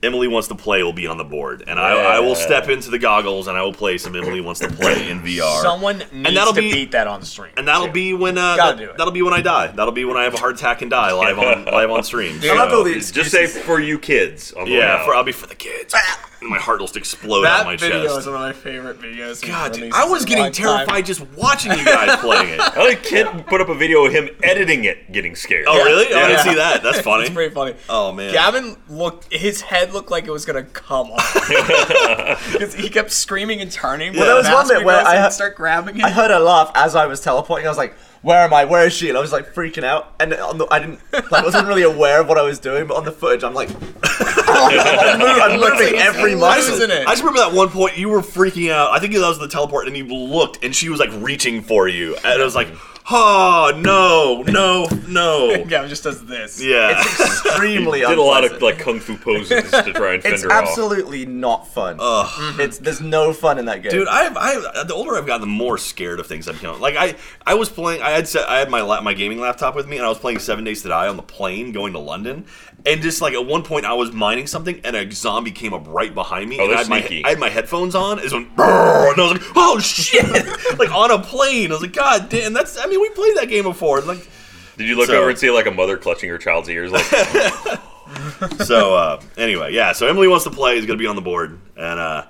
Speaker 1: Emily Wants to Play will be on the board, and I, I
Speaker 3: Yeah.
Speaker 1: will step into the goggles and I will play some Emily Wants to Play in VR.
Speaker 4: Someone needs
Speaker 1: that'll
Speaker 4: to
Speaker 1: be-
Speaker 4: beat that on stream.
Speaker 1: and that'll
Speaker 4: too.
Speaker 1: be when uh,
Speaker 4: Gotta do
Speaker 1: that,
Speaker 4: it.
Speaker 1: will be when I die. That'll be when I have a heart attack and die live on live on stream.
Speaker 4: I love
Speaker 1: So,
Speaker 4: all
Speaker 3: Just say for you kids. On the way
Speaker 1: yeah,
Speaker 3: out.
Speaker 1: for, I'll be for the kids. And my heart will just explode out of
Speaker 4: Ah. That
Speaker 1: my
Speaker 4: video is
Speaker 1: chest.
Speaker 4: one of my favorite videos. we've
Speaker 1: God, dude,
Speaker 4: released
Speaker 1: I
Speaker 4: in
Speaker 1: was
Speaker 4: a
Speaker 1: getting
Speaker 4: long time.
Speaker 1: terrified just watching you guys playing it.
Speaker 3: I like Kid put up a video of him editing it, getting scared.
Speaker 1: Oh really? Oh, I
Speaker 4: Yeah.
Speaker 1: didn't see that. That's funny.
Speaker 4: It's pretty funny.
Speaker 1: Oh, man.
Speaker 4: Gavin looked. His head looked like it was gonna come off. 'Cause he kept screaming and turning. Well,
Speaker 5: there was one bit where I-
Speaker 4: start grabbing it.
Speaker 5: I heard her laugh as I was teleporting. I was like, "Where am I? Where is she?" And I was like freaking out. And on the, I didn't, I wasn't really aware of what I was doing. But on the footage, I'm like, I'm moving, I'm moving every
Speaker 1: I just,
Speaker 4: Losing
Speaker 5: muscle.
Speaker 4: it.
Speaker 1: I just remember that one point you were freaking out. I think that was the teleport, and you looked, and she was like reaching for you, and I was like, "Oh no, no, no!"
Speaker 4: Gavin just does this.
Speaker 1: Yeah,
Speaker 5: Extremely
Speaker 3: Did a lot of
Speaker 5: unpleasant.
Speaker 3: like kung fu poses to try and fend
Speaker 5: It's
Speaker 3: her off.
Speaker 5: absolutely not fun.
Speaker 4: Uh,
Speaker 5: Mm-hmm. It's there's no fun in that game.
Speaker 1: dude. I've, I the older I've gotten, the more scared of things I've become. Like I, I was playing. I had set, I had my la- my gaming laptop with me, and I was playing Seven Days to Die on the plane going to London, and just like at one point I was mining something, and a zombie came up right behind me,
Speaker 3: Oh,
Speaker 1: and I
Speaker 3: they're
Speaker 1: had, my,
Speaker 3: sneaky.
Speaker 1: I had my headphones on, is went "Brrr," and I was like, oh shit, like on a plane. I was like, god damn, that's. I mean, we played that game before, like.
Speaker 3: Did you look
Speaker 1: So-
Speaker 3: over and see like a mother clutching her child's ears? Like,
Speaker 1: so uh, anyway, yeah. So Emily wants to play is going to be on the board, and uh,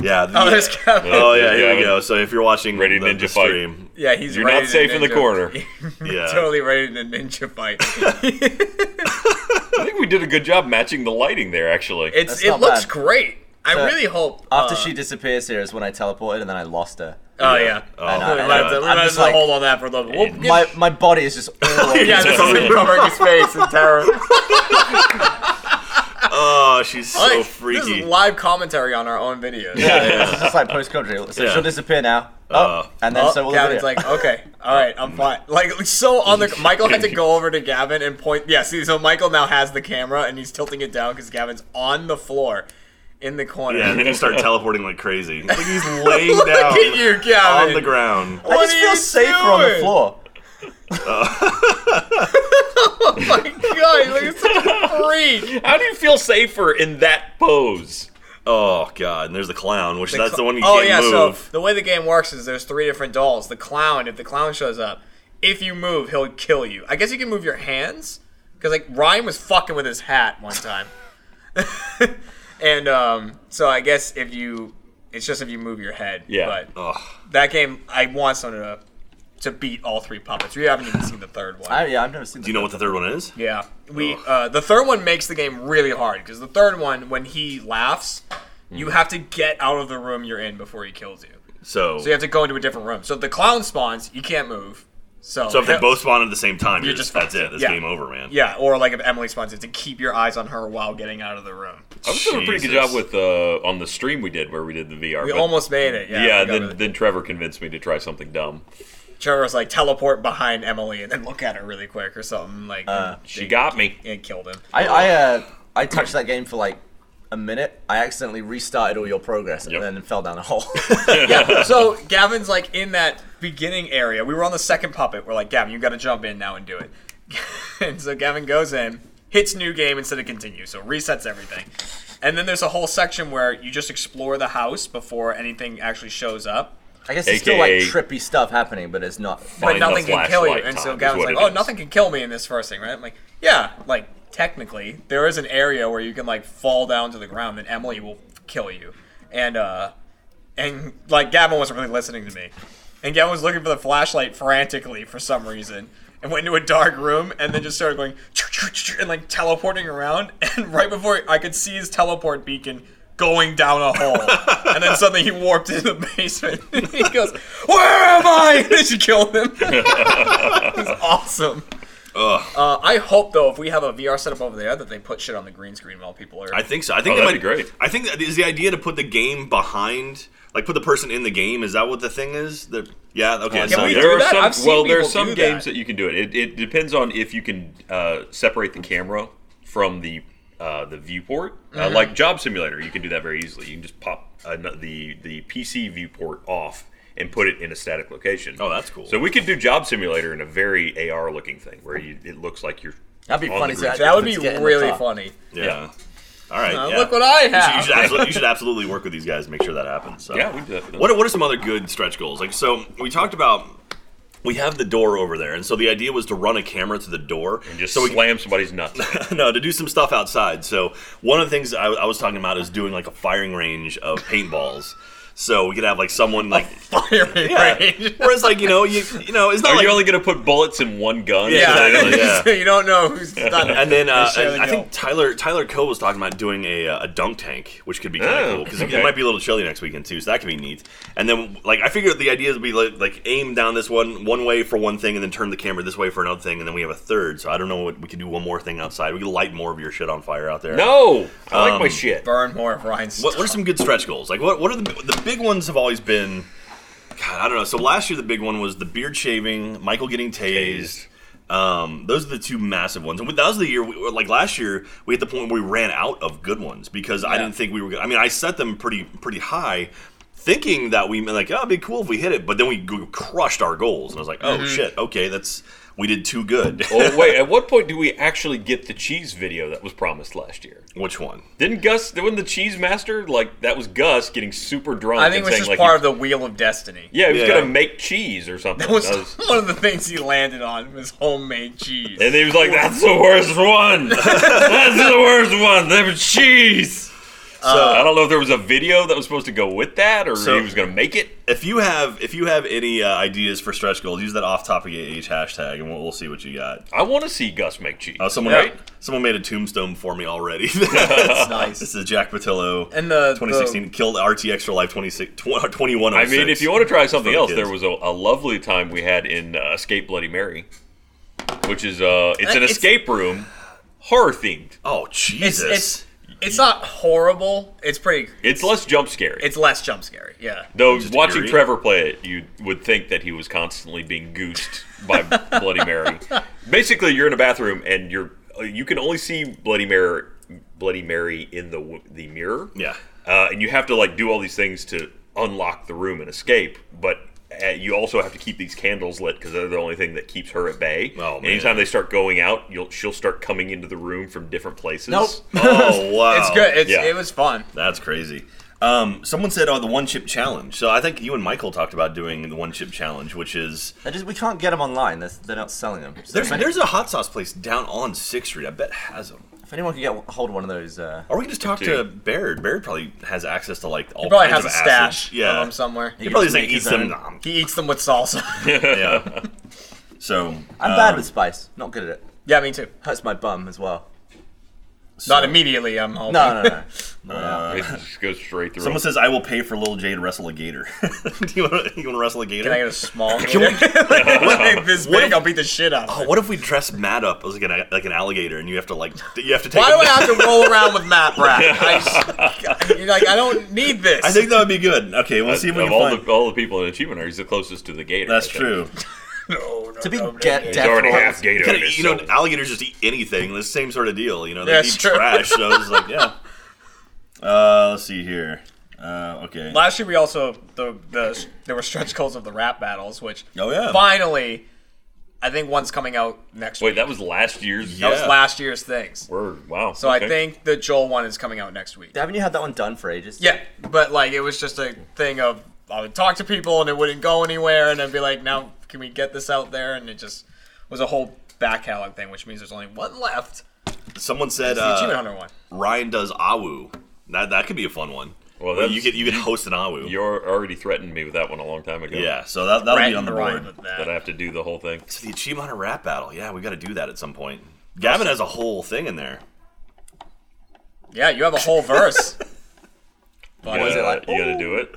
Speaker 1: yeah. the-
Speaker 4: Oh, there's Gavin.
Speaker 1: Oh, yeah, here we
Speaker 3: Gavin.
Speaker 1: go. So if you're watching
Speaker 3: Ready
Speaker 1: the,
Speaker 3: ninja
Speaker 1: the
Speaker 3: fight.
Speaker 1: stream,
Speaker 4: Yeah, he's
Speaker 3: You're
Speaker 4: ready
Speaker 3: not
Speaker 4: to
Speaker 3: safe in the
Speaker 4: ninja-
Speaker 3: corner.
Speaker 1: yeah,
Speaker 4: totally ready to ninja fight.
Speaker 3: I think we did a good job matching the lighting there. Actually,
Speaker 4: It's
Speaker 5: That's
Speaker 4: it
Speaker 5: not
Speaker 4: looks
Speaker 5: bad.
Speaker 4: great. I
Speaker 5: So,
Speaker 4: really hope
Speaker 5: After
Speaker 4: uh,
Speaker 5: she disappears here is when I teleported and then I lost her.
Speaker 4: Oh yeah.
Speaker 1: Oh,
Speaker 5: I know,
Speaker 4: We
Speaker 5: I know.
Speaker 4: might have to, we
Speaker 5: I'm
Speaker 4: might have
Speaker 5: just
Speaker 4: to
Speaker 5: like-
Speaker 4: hold on that for a little bit. We'll
Speaker 5: My my body is just all over
Speaker 4: yeah,
Speaker 5: the
Speaker 4: this
Speaker 5: place.
Speaker 4: is covering his face in terror.
Speaker 1: Oh, she's so
Speaker 4: Like, This
Speaker 1: freaky.
Speaker 4: is live commentary on our own videos.
Speaker 5: It's just like post country. So
Speaker 1: Yeah.
Speaker 5: she'll disappear now. Oh,
Speaker 1: Uh,
Speaker 5: and then
Speaker 4: Oh,
Speaker 5: so will the
Speaker 4: Gavin's
Speaker 5: video.
Speaker 4: like, okay, all right, I'm fine. Like, so on the Michael had to go over to Gavin and point. Yeah, see, so Michael now has the camera and he's tilting it down because Gavin's on the floor, in the corner.
Speaker 1: yeah, and then you start teleporting like crazy. Like he's laying
Speaker 4: Look
Speaker 1: down
Speaker 4: at you, Gavin.
Speaker 1: on the ground.
Speaker 5: I
Speaker 4: What
Speaker 5: just
Speaker 4: are
Speaker 5: feel
Speaker 4: you
Speaker 5: safer on the
Speaker 4: doing?
Speaker 5: floor.
Speaker 4: Oh my god, like it's such a freak.
Speaker 3: how do you feel safer in that pose?
Speaker 1: Oh god, and there's the clown, which that's the one you
Speaker 4: oh
Speaker 1: can't
Speaker 4: yeah,
Speaker 1: move.
Speaker 4: so the way the game works is there's three different dolls. The clown, if the clown shows up, if you move, he'll kill you. I guess you can move your hands because like Ryan was fucking with his hat one time, and um, so I guess if you, it's just if you move your head.
Speaker 3: Yeah.
Speaker 4: But
Speaker 1: Ugh.
Speaker 4: that game, I want someone to to beat all three puppets. We haven't even seen the third one.
Speaker 5: I, yeah, I've never seen.
Speaker 1: Do you know what the third one is?
Speaker 4: Yeah, we uh, the third one makes the game really hard because the third one, when he laughs,
Speaker 1: Hmm.
Speaker 4: you have to get out of the room you're in before he kills you.
Speaker 1: So,
Speaker 4: So you have to go into a different room. So if the clown spawns, you can't move. So,
Speaker 1: so if they both spawn at the same time, you're,
Speaker 4: You're
Speaker 1: just
Speaker 4: just
Speaker 1: that's it. That's
Speaker 4: yeah.
Speaker 1: game over, man.
Speaker 4: yeah, or like if Emily spawns, you have to keep your eyes on her while getting out of the room.
Speaker 3: I was doing a pretty good
Speaker 1: Jesus.
Speaker 3: job with uh, on the stream we did where we did the VR.
Speaker 4: We
Speaker 3: but-
Speaker 4: almost made it. Yeah.
Speaker 3: Yeah,
Speaker 4: we got
Speaker 3: then,
Speaker 4: really-
Speaker 3: then Trevor convinced me to try something dumb.
Speaker 4: Trevor was like teleport behind Emily and then look at her really quick or something like
Speaker 3: She got me.
Speaker 4: and killed him.
Speaker 5: I I uh I touched that game for like a minute. I accidentally restarted all your progress and
Speaker 3: Yep.
Speaker 5: then fell down a hole.
Speaker 4: yeah. So Gavin's like in that beginning area. We were on the second puppet. We're like, Gavin, you got to jump in now and do it. and so Gavin goes in, hits new game instead of continue, so resets everything. And then there's a whole section where you just explore the house before anything actually shows up.
Speaker 5: I guess it's still like
Speaker 3: AKA
Speaker 5: trippy stuff happening, but it's not. Fun.
Speaker 4: But
Speaker 3: Find the
Speaker 4: nothing can kill you.
Speaker 3: flashlight
Speaker 4: And
Speaker 3: time
Speaker 4: so
Speaker 3: is
Speaker 4: Gavin's
Speaker 3: what
Speaker 4: like,
Speaker 3: it
Speaker 4: oh,
Speaker 3: is.
Speaker 4: nothing can kill me in this first thing, right? I'm like, yeah, like technically, there is an area where you can like fall down to the ground and Emily will kill you. And, uh, and like Gavin wasn't really listening to me. And Gavin was looking for the flashlight frantically for some reason and went into a dark room and then just started going and like teleporting around. And right before I could see his teleport beacon going down a hole. and then suddenly he warped into the basement. he goes, Where am I? And she killed him. it was awesome. Uh, I hope though, if we have a VR setup over there, that they put shit on the green screen while people are.
Speaker 1: I think so. I think
Speaker 3: Oh,
Speaker 1: they
Speaker 3: that'd
Speaker 1: might-
Speaker 3: be great.
Speaker 1: I think that is the idea to put the game behind, like put the person in the game. Is that what the thing is? The, yeah. Okay.
Speaker 4: Oh, Can
Speaker 1: so-
Speaker 4: we do
Speaker 3: There are
Speaker 4: that?
Speaker 3: some
Speaker 4: I've seen
Speaker 3: well, there are
Speaker 4: people
Speaker 3: some
Speaker 4: do
Speaker 3: games
Speaker 4: that.
Speaker 3: that. you can do it. It, it depends on if you can uh, separate the camera from the uh, the viewport. Uh, like Job Simulator, you can do that very easily. You can just pop uh, the the PC viewport off and put it in a static location.
Speaker 1: Oh, that's cool.
Speaker 3: So we could do Job Simulator in a very AR looking thing where you, it looks like you're.
Speaker 5: That'd be
Speaker 3: on
Speaker 5: funny
Speaker 3: the
Speaker 5: to
Speaker 3: green
Speaker 5: actually
Speaker 3: screen.
Speaker 4: that would be
Speaker 5: Let's get in the
Speaker 4: really
Speaker 5: car.
Speaker 4: funny.
Speaker 1: yeah. All right.
Speaker 4: Uh,
Speaker 1: yeah.
Speaker 4: Look what
Speaker 1: You
Speaker 4: I
Speaker 1: should, you
Speaker 4: have.
Speaker 1: should absolutely, you should absolutely work with these guys to make sure that happens. So.
Speaker 3: Yeah, we do that.
Speaker 1: What are- What are some other good stretch goals? Like so, we talked about we have the door over there, and so the idea was to run a camera to the door
Speaker 3: And just
Speaker 1: so we
Speaker 3: slam somebody's nuts.
Speaker 1: no, to do some stuff outside. So one of the things I, I was talking about is doing like a firing range of paintballs. So we could have like someone like
Speaker 4: Firing
Speaker 1: yeah.
Speaker 4: range.
Speaker 1: Whereas like you know you you know it's not
Speaker 3: Oh, Are
Speaker 1: like
Speaker 3: you only gonna put bullets in one gun?
Speaker 4: Yeah,
Speaker 1: Exactly, yeah.
Speaker 4: So you don't know who's done it.
Speaker 1: and then uh,
Speaker 4: Share the
Speaker 1: and I
Speaker 4: guilt.
Speaker 1: think Tyler Tyler Coe was talking about doing a, uh, a dunk tank, which could be kind of
Speaker 3: Oh,
Speaker 1: cool because
Speaker 3: okay.
Speaker 1: it might be a little chilly next weekend too, so that could be neat. And then like I figured the idea would be like, like aim down this one one way for one thing, and then turn the camera this way for another thing, and then we have a third. So I don't know what we could do one more thing outside. We could light more of your shit on fire out there.
Speaker 3: No, I like my
Speaker 1: Um,
Speaker 3: shit.
Speaker 4: Burn more of Ryan's.
Speaker 1: What, what are some good stretch goals? Like what what are the the big ones have always been? God, I don't know. So last year the big one was the beard shaving, Michael getting tased. Um, those are the two massive ones. And that was the year, we, like last year, we hit the point where we ran out of good ones because I didn't think we were. gonna I mean, I set them pretty pretty high, thinking that we like, oh, it'd be cool if we hit it. But then we g- crushed our goals, and I was like, oh shit, okay, that's we did too good.
Speaker 3: oh wait, at what point do we actually get the cheese video that was promised last year?
Speaker 1: Which one?
Speaker 3: Didn't Gus? Wasn't the cheese master like that? Was Gus getting super drunk?
Speaker 4: I think it
Speaker 3: and
Speaker 4: was
Speaker 3: saying,
Speaker 4: just
Speaker 3: like,
Speaker 4: part
Speaker 3: he-
Speaker 4: of the Wheel of Destiny.
Speaker 3: Yeah, he was
Speaker 1: Yeah.
Speaker 3: gonna make cheese or something.
Speaker 4: That was
Speaker 3: That was-
Speaker 4: one of the things he landed on was homemade cheese.
Speaker 3: and he was like, "That's the worst one. That's the worst one. That was cheese." So
Speaker 4: Uh,
Speaker 3: I don't know if there was a video that was supposed to go with that, or
Speaker 1: So-
Speaker 3: he was gonna make it.
Speaker 1: if you have if you have any uh, ideas for stretch goals, use that off topic age hashtag, and we'll, we'll see what you got.
Speaker 3: I want to see Gus make cheese.
Speaker 1: Uh, someone
Speaker 3: Right?
Speaker 1: someone made a tombstone for me already. That's
Speaker 4: nice.
Speaker 1: This is Jack Patillo.
Speaker 4: And the-
Speaker 1: 2016 killed RT Extra Life 26 tw- uh, oh 21.
Speaker 3: I mean, if you want to try
Speaker 1: For
Speaker 3: something
Speaker 1: the
Speaker 3: else,
Speaker 1: kids.
Speaker 3: there was a, a lovely time we had in uh, Escape Bloody Mary, which is uh, it's an
Speaker 4: It's-
Speaker 3: escape room, horror themed.
Speaker 1: oh
Speaker 4: it's
Speaker 1: Jesus,
Speaker 4: it's it's not horrible. It's pretty.
Speaker 3: It's less jump scary.
Speaker 4: It's less jump scary. Yeah.
Speaker 3: Though
Speaker 1: Just
Speaker 3: watching
Speaker 1: eerie.
Speaker 3: Trevor play it, you would think that he was constantly being goosed by Bloody Mary. Basically, you're in a bathroom and you're uh, you can only see Bloody Mary Bloody Mary in the w- the mirror.
Speaker 1: yeah.
Speaker 3: uh, and you have to like do all these things to unlock the room and escape, but. Uh, you also have to keep these candles lit because they're the only thing that keeps her at bay.
Speaker 1: Oh, man.
Speaker 3: Anytime they start going out, you'll she'll start coming into the room from different places.
Speaker 1: Oh wow,
Speaker 4: It's good. It's,
Speaker 3: yeah.
Speaker 4: It was fun.
Speaker 1: That's crazy. Um, someone said, "Oh, the one chip challenge." So I think you and Michael talked about doing the one chip challenge, which is
Speaker 2: I just, we can't get them online. They're, they're not selling them. So
Speaker 1: there's
Speaker 2: if, any-
Speaker 1: there's a hot sauce place down on Sixth Street. I bet has them.
Speaker 2: if anyone could get hold of one of those, uh,
Speaker 1: Or we can just talk
Speaker 3: Dude.
Speaker 1: to Baird. Baird probably has access to like all
Speaker 4: He probably
Speaker 1: kinds
Speaker 4: has a
Speaker 1: of
Speaker 4: stash
Speaker 1: acid. Yeah,
Speaker 4: of them somewhere.
Speaker 1: He probably just like
Speaker 2: Make
Speaker 1: eats
Speaker 2: his
Speaker 1: them.
Speaker 2: own.
Speaker 1: Nom.
Speaker 4: He eats them with salsa.
Speaker 1: Yeah. So
Speaker 2: I'm
Speaker 1: uh,
Speaker 2: bad with spice. Not good at it.
Speaker 4: yeah, me too.
Speaker 2: Hurts my bum as well.
Speaker 4: Not immediately. I'm hoping.
Speaker 2: No, no, no.
Speaker 3: it just goes straight through.
Speaker 1: uh, Someone says I will pay for Little J to wrestle a gator. Do you want to wrestle a gator?
Speaker 4: Can I get a small? Like, this
Speaker 1: What
Speaker 4: big,
Speaker 1: if-
Speaker 4: I'll beat the shit out of
Speaker 1: Oh,
Speaker 4: it.
Speaker 1: what if we dress Matt up as like an, like an alligator, and you have to like you have to take.
Speaker 4: Why
Speaker 1: him-
Speaker 4: do I have to roll around with Matt Brat? I just, you're like, I don't need this.
Speaker 1: I think that would be good. Okay, we'll see if
Speaker 3: of
Speaker 1: we can
Speaker 3: all
Speaker 1: find.
Speaker 3: the all the people in achievement, are he's the closest to the gator. I
Speaker 1: That's
Speaker 3: think.
Speaker 1: true.
Speaker 4: no, no,
Speaker 2: To be
Speaker 4: no, no.
Speaker 2: get
Speaker 3: He's already half
Speaker 2: death
Speaker 3: gator.
Speaker 1: Kinda-
Speaker 3: in his
Speaker 1: you know,
Speaker 3: soul.
Speaker 1: alligators just eat anything. It's the same sort of deal. You know, they
Speaker 4: That's
Speaker 1: eat
Speaker 4: true.
Speaker 1: trash. So it's like, yeah. Uh, let's see here. Uh, okay.
Speaker 4: Last year we also the the there were stretch goals of the rap battles, which
Speaker 1: Oh, yeah.
Speaker 4: finally, I think one's coming out next
Speaker 3: Wait,
Speaker 4: week.
Speaker 3: that was last year's.
Speaker 1: Yeah.
Speaker 4: That was last year's things.
Speaker 3: Word. Wow.
Speaker 4: So
Speaker 3: Okay.
Speaker 4: I think the Joel one is coming out next week.
Speaker 2: Haven't you had that one done for ages?
Speaker 4: Yeah, but like it was just a thing of I would talk to people and it wouldn't go anywhere, and I'd be like, now can we get this out there? And it just was a whole back catalog thing, which means there's only one left.
Speaker 1: Someone said
Speaker 4: The Achievement
Speaker 1: uh,
Speaker 4: Hunter one.
Speaker 1: Ryan does awu. That that could be a fun one.
Speaker 3: Well,
Speaker 1: Well,
Speaker 3: that's,
Speaker 1: you could you could host an awu.
Speaker 3: you already threatened me with that one a long time ago.
Speaker 1: Yeah, so that that'll be
Speaker 4: Brandon
Speaker 1: on the
Speaker 4: Ryan
Speaker 1: board.
Speaker 4: with that.
Speaker 3: That I have to do the whole thing.
Speaker 1: So the achievement hunter rap battle. Yeah, we got to do that at some point. Gavin has a whole thing in there.
Speaker 4: Yeah, you have a whole verse.
Speaker 3: You
Speaker 2: was it
Speaker 3: gotta-
Speaker 2: like,
Speaker 3: You got to do it.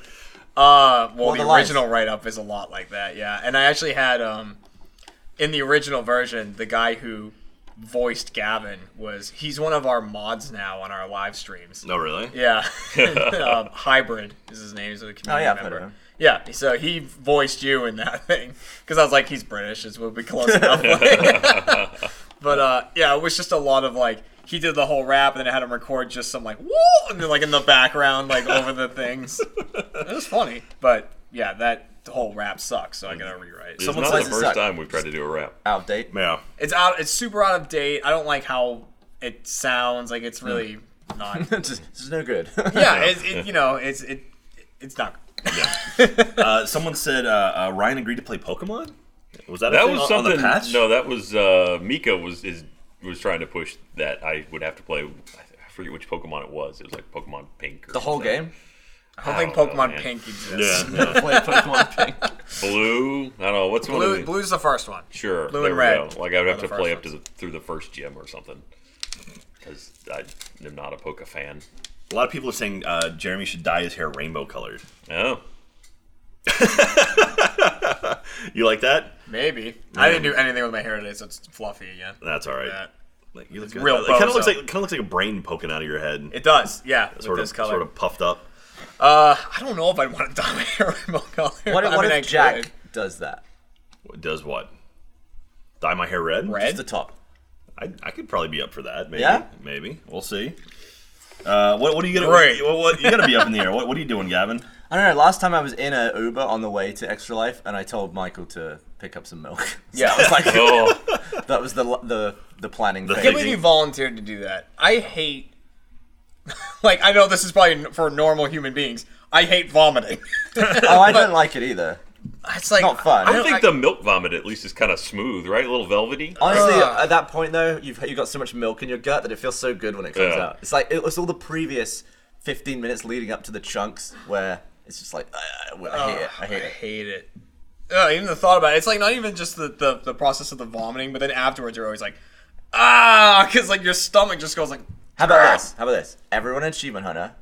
Speaker 4: Uh, well,
Speaker 2: the
Speaker 4: the
Speaker 2: lines.
Speaker 4: original write up is a lot like that, yeah. And I actually had um, in the original version, the guy who voiced Gavin was he's one of our mods now on our live streams.
Speaker 3: Oh,
Speaker 1: No, really?
Speaker 4: Yeah, um, hybrid is his name. He's a community
Speaker 2: Oh, yeah, I've heard
Speaker 4: member.
Speaker 2: of him.
Speaker 4: Yeah, so he voiced you in that thing because I was like, he's British, it's will be close enough. like. but uh, yeah, it was just a lot of like he did the whole rap and then I had him record just some like whoa and then like in the background like over the things. It was funny, but yeah, that whole rap sucks, so I gotta rewrite.
Speaker 3: It's
Speaker 4: So
Speaker 3: not
Speaker 2: says
Speaker 3: the
Speaker 2: it
Speaker 3: first
Speaker 2: sucked.
Speaker 3: time we've tried to do a rap.
Speaker 2: Out of date.
Speaker 1: Yeah.
Speaker 4: it's out. It's super out of date. I don't like how it sounds. Like it's really just not.
Speaker 2: This is no good.
Speaker 4: yeah, it's, it, you know, it's it, it's not.
Speaker 1: Uh, someone said uh, uh, Ryan agreed to play Pokemon. Was that a
Speaker 3: That
Speaker 1: thing
Speaker 3: was
Speaker 1: on-
Speaker 3: something.
Speaker 1: on the patch?
Speaker 3: No, that was uh, Mika was is was trying to push that I would have to play. I forget which Pokemon it was. It was like Pokemon Pink. Or
Speaker 2: The whole
Speaker 3: something.
Speaker 2: game.
Speaker 4: I don't think
Speaker 3: don't know,
Speaker 4: Pokemon
Speaker 3: man.
Speaker 4: Pink exists.
Speaker 1: Yeah, yeah.
Speaker 2: Play Pokemon Pink.
Speaker 3: Blue. I don't know what's one
Speaker 4: Blue,
Speaker 3: of the
Speaker 4: blue's the first one.
Speaker 3: sure.
Speaker 4: blue
Speaker 3: there
Speaker 4: and
Speaker 3: we
Speaker 4: red
Speaker 3: Go. Like I would have
Speaker 4: are
Speaker 3: to
Speaker 4: the
Speaker 3: play
Speaker 4: first
Speaker 3: up to the through the first gym or something because I am not a Poke fan.
Speaker 1: a lot of people are saying uh, Jeremy should dye his hair rainbow colored.
Speaker 3: Oh,
Speaker 1: You like that?
Speaker 4: Maybe I didn't do anything with my hair today, so it's fluffy again.
Speaker 1: That's all right.
Speaker 4: Yeah.
Speaker 1: Like, you look
Speaker 4: real
Speaker 1: It kind
Speaker 4: bozo.
Speaker 1: of looks like kind of looks like a brain poking out of your head.
Speaker 4: It does, yeah. With
Speaker 1: sort
Speaker 4: this
Speaker 1: of
Speaker 4: color,
Speaker 1: sort of puffed up.
Speaker 4: Uh, I don't know if I'd want to dye my hair rainbow color.
Speaker 2: What,
Speaker 4: I
Speaker 2: if- what
Speaker 4: mean, I
Speaker 2: if Jack
Speaker 4: could.
Speaker 2: does that?
Speaker 1: Does what? Dye my hair red.
Speaker 4: Red?
Speaker 2: Just the top.
Speaker 1: I, I could probably be up for that. Maybe.
Speaker 2: Yeah?
Speaker 1: Maybe. We'll see. Uh, what, what are you gonna?
Speaker 4: Great.
Speaker 1: What, what, you gotta be up in the air. What, what are you doing, Gavin?
Speaker 2: I don't know. Last time I was in a Uber on the way to Extra Life, and I told Michael to pick up some milk. So
Speaker 4: Yeah.
Speaker 2: that was, like,
Speaker 3: oh,
Speaker 2: that was the the the planning
Speaker 1: The
Speaker 2: phase.
Speaker 4: Can't
Speaker 1: thing.
Speaker 4: believe you volunteered to do that. I hate. Like I know this is probably n- for normal human beings. I hate vomiting.
Speaker 2: Oh, I don't like it either.
Speaker 4: It's like
Speaker 2: Not fun.
Speaker 3: I
Speaker 2: I
Speaker 4: don't-
Speaker 3: think the milk vomit at least is kind of smooth, right? A little velvety.
Speaker 2: Honestly,
Speaker 4: Ugh.
Speaker 2: at that point though, you've you got so much milk in your gut that it feels so good when it comes
Speaker 3: Yeah.
Speaker 2: out. It's like it was all the previous 15 minutes leading up to the chunks where it's just like "Ah, well, I hate it. I hate
Speaker 4: I
Speaker 2: it.
Speaker 4: hate it. Ugh, even the thought about it, it's like not even just the, the, the process of the vomiting, but then afterwards you're always like, ah, because like your stomach just goes like
Speaker 2: How about this? How about this? Everyone in Achievement Hunter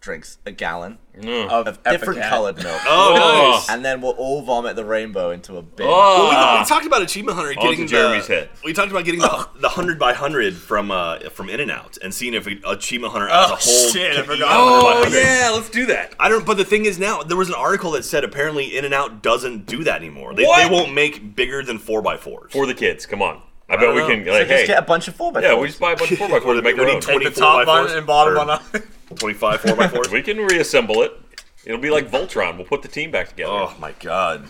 Speaker 2: drinks a gallon
Speaker 4: of,
Speaker 2: different
Speaker 4: Epicat.
Speaker 2: colored milk,
Speaker 3: Oh, nice.
Speaker 2: and then we'll all vomit the rainbow into a big.
Speaker 1: Well, we, we
Speaker 3: Oh,
Speaker 1: talked about achievement hunter
Speaker 3: Onto
Speaker 1: getting
Speaker 3: Jeremy's
Speaker 1: the,
Speaker 3: head.
Speaker 1: We talked about getting the, the hundred by hundred from uh, from In and Out and seeing if we- achievement hunter as a
Speaker 4: Oh,
Speaker 1: whole.
Speaker 4: shit, I
Speaker 1: can eat
Speaker 4: forgot.
Speaker 1: 100 by
Speaker 3: Oh,
Speaker 1: 100.
Speaker 3: yeah, let's do that.
Speaker 1: I don't. But the thing is, now there was an article that said apparently In and Out doesn't do that anymore. They, they
Speaker 3: What?
Speaker 1: won't make bigger than four by fours.
Speaker 3: For the kids, come on. I, bet we
Speaker 1: know.
Speaker 3: can like,
Speaker 2: Just
Speaker 3: hey,
Speaker 2: get a bunch of four by
Speaker 3: yeah,
Speaker 2: fours.
Speaker 3: we just buy a bunch of four by
Speaker 1: Or
Speaker 3: fours
Speaker 1: the
Speaker 3: and make our
Speaker 1: big
Speaker 3: own.
Speaker 1: one.
Speaker 4: Take the
Speaker 1: 24 by
Speaker 4: top one
Speaker 1: fours
Speaker 4: and bottom
Speaker 1: or-
Speaker 4: one up.
Speaker 1: Twenty-five four by fours.
Speaker 3: We can reassemble it. It'll be like Voltron. We'll put the team back together.
Speaker 1: Oh my god!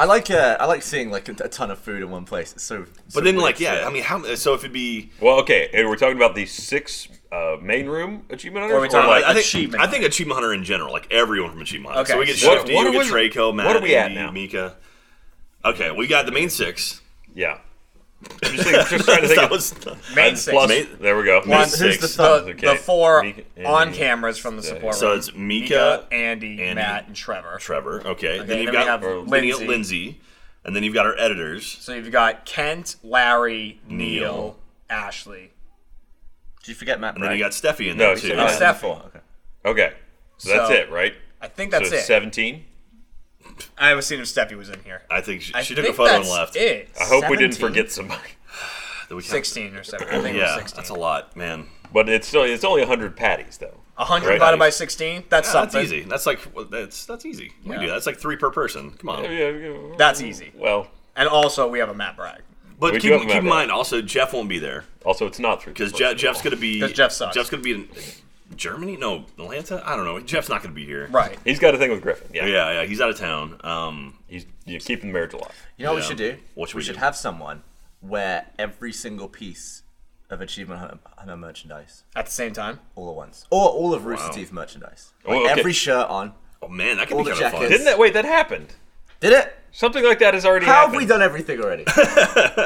Speaker 2: I like uh, I like seeing like a, a ton of food in one place. It's so. so
Speaker 1: But then,
Speaker 2: weird.
Speaker 1: like, yeah, I mean, how? So if it'd be,
Speaker 3: Well, okay, and we're talking about the six uh, main room achievement hunters.
Speaker 4: Or are we talking
Speaker 3: like,
Speaker 1: I think,
Speaker 4: Achievement
Speaker 1: I think achievement hunter in general, like everyone from achievement hunter.
Speaker 4: Okay.
Speaker 1: So we get
Speaker 3: What-
Speaker 1: Shifty,
Speaker 3: what
Speaker 1: we get
Speaker 3: was-
Speaker 1: Traco, Matt,
Speaker 3: what are we at
Speaker 1: Andy,
Speaker 3: now?
Speaker 1: Mika. Okay, we got the main six.
Speaker 3: yeah. I'm just, think, just trying to think.
Speaker 1: that
Speaker 3: of-
Speaker 1: was
Speaker 4: Main
Speaker 3: plus-
Speaker 4: six.
Speaker 1: main-
Speaker 3: there we go.
Speaker 1: Main
Speaker 4: One,
Speaker 1: Who's
Speaker 4: who's
Speaker 1: six.
Speaker 4: the, the,
Speaker 3: Okay.
Speaker 4: the four
Speaker 3: Mika, Andy,
Speaker 4: on cameras from the support
Speaker 1: so
Speaker 4: room.
Speaker 1: it's Mika,
Speaker 4: Andy,
Speaker 1: Andy,
Speaker 4: Matt, and Trevor.
Speaker 1: Trevor. Okay,
Speaker 4: then
Speaker 1: then you've
Speaker 4: we
Speaker 1: got
Speaker 4: have
Speaker 1: then you got
Speaker 4: Lindsay.
Speaker 1: Lindsay, and then you've got our editors.
Speaker 4: so you've got Kent, Larry, Neil,
Speaker 1: Neil.
Speaker 4: Ashley.
Speaker 2: Did you forget Matt?
Speaker 1: And then you got Steffi in
Speaker 3: No,
Speaker 1: there
Speaker 3: he
Speaker 1: too.
Speaker 3: said
Speaker 4: Oh,
Speaker 3: Yeah.
Speaker 4: Steffi.
Speaker 2: Okay.
Speaker 3: Okay, so that's
Speaker 4: So-
Speaker 3: it, right?
Speaker 4: I think that's
Speaker 3: so
Speaker 4: it.
Speaker 3: it's 17.
Speaker 4: I was seeing if Steffi was in here.
Speaker 1: I think she,
Speaker 4: I
Speaker 1: she
Speaker 4: think
Speaker 1: took a photo and
Speaker 4: that's
Speaker 1: left.
Speaker 4: It.
Speaker 3: I hope we didn't
Speaker 2: 17?
Speaker 3: forget somebody.
Speaker 1: That we can't-
Speaker 4: 16 or 17. I think it was
Speaker 1: Yeah,
Speaker 4: 16.
Speaker 1: that's a lot, man.
Speaker 3: But it's still it's only 100 patties though.
Speaker 4: 100
Speaker 3: Right.
Speaker 4: divided by 16? That's
Speaker 1: Yeah,
Speaker 4: something.
Speaker 1: that's easy. That's like well, that's that's easy. We
Speaker 4: Yeah.
Speaker 1: do that. That's like three per person. Come on.
Speaker 3: Yeah, yeah, yeah.
Speaker 4: That's easy.
Speaker 3: Well,
Speaker 4: And also, we have a Matt Bragg.
Speaker 1: But
Speaker 3: We do
Speaker 1: keep,
Speaker 3: have a
Speaker 1: keep in
Speaker 3: member.
Speaker 1: mind also Jeff won't be there
Speaker 3: also it's not three
Speaker 1: because
Speaker 3: per
Speaker 1: Je-
Speaker 3: person.
Speaker 1: Jeff's gonna be
Speaker 4: 'Cause Jeff sucks.
Speaker 1: Jeff's gonna be in Germany? No, Atlanta. I don't know. Jeff's not gonna be here.
Speaker 4: Right.
Speaker 3: He's got a thing with Griffin. Yeah,
Speaker 1: Yeah, yeah. He's out of town. Um,
Speaker 3: he's you know, keeping the marriage alive.
Speaker 2: You know what
Speaker 1: Yeah.
Speaker 2: we should do?
Speaker 1: What should
Speaker 2: we
Speaker 1: we
Speaker 2: should
Speaker 1: do?
Speaker 2: have someone wear every single piece of Achievement Hunter- Hunter merchandise
Speaker 4: At the same time.
Speaker 2: all at once, or all of Rooster
Speaker 1: Wow.
Speaker 2: Teeth merchandise.
Speaker 3: Oh,
Speaker 2: Like,
Speaker 3: okay.
Speaker 2: Every shirt on.
Speaker 1: oh man, that could
Speaker 2: All
Speaker 1: be
Speaker 2: the
Speaker 1: kind of fun.
Speaker 2: jackets.
Speaker 3: Didn't that wait? That happened.
Speaker 2: Did it?
Speaker 3: Something like that has already
Speaker 2: How
Speaker 3: happened.
Speaker 2: have we done everything already?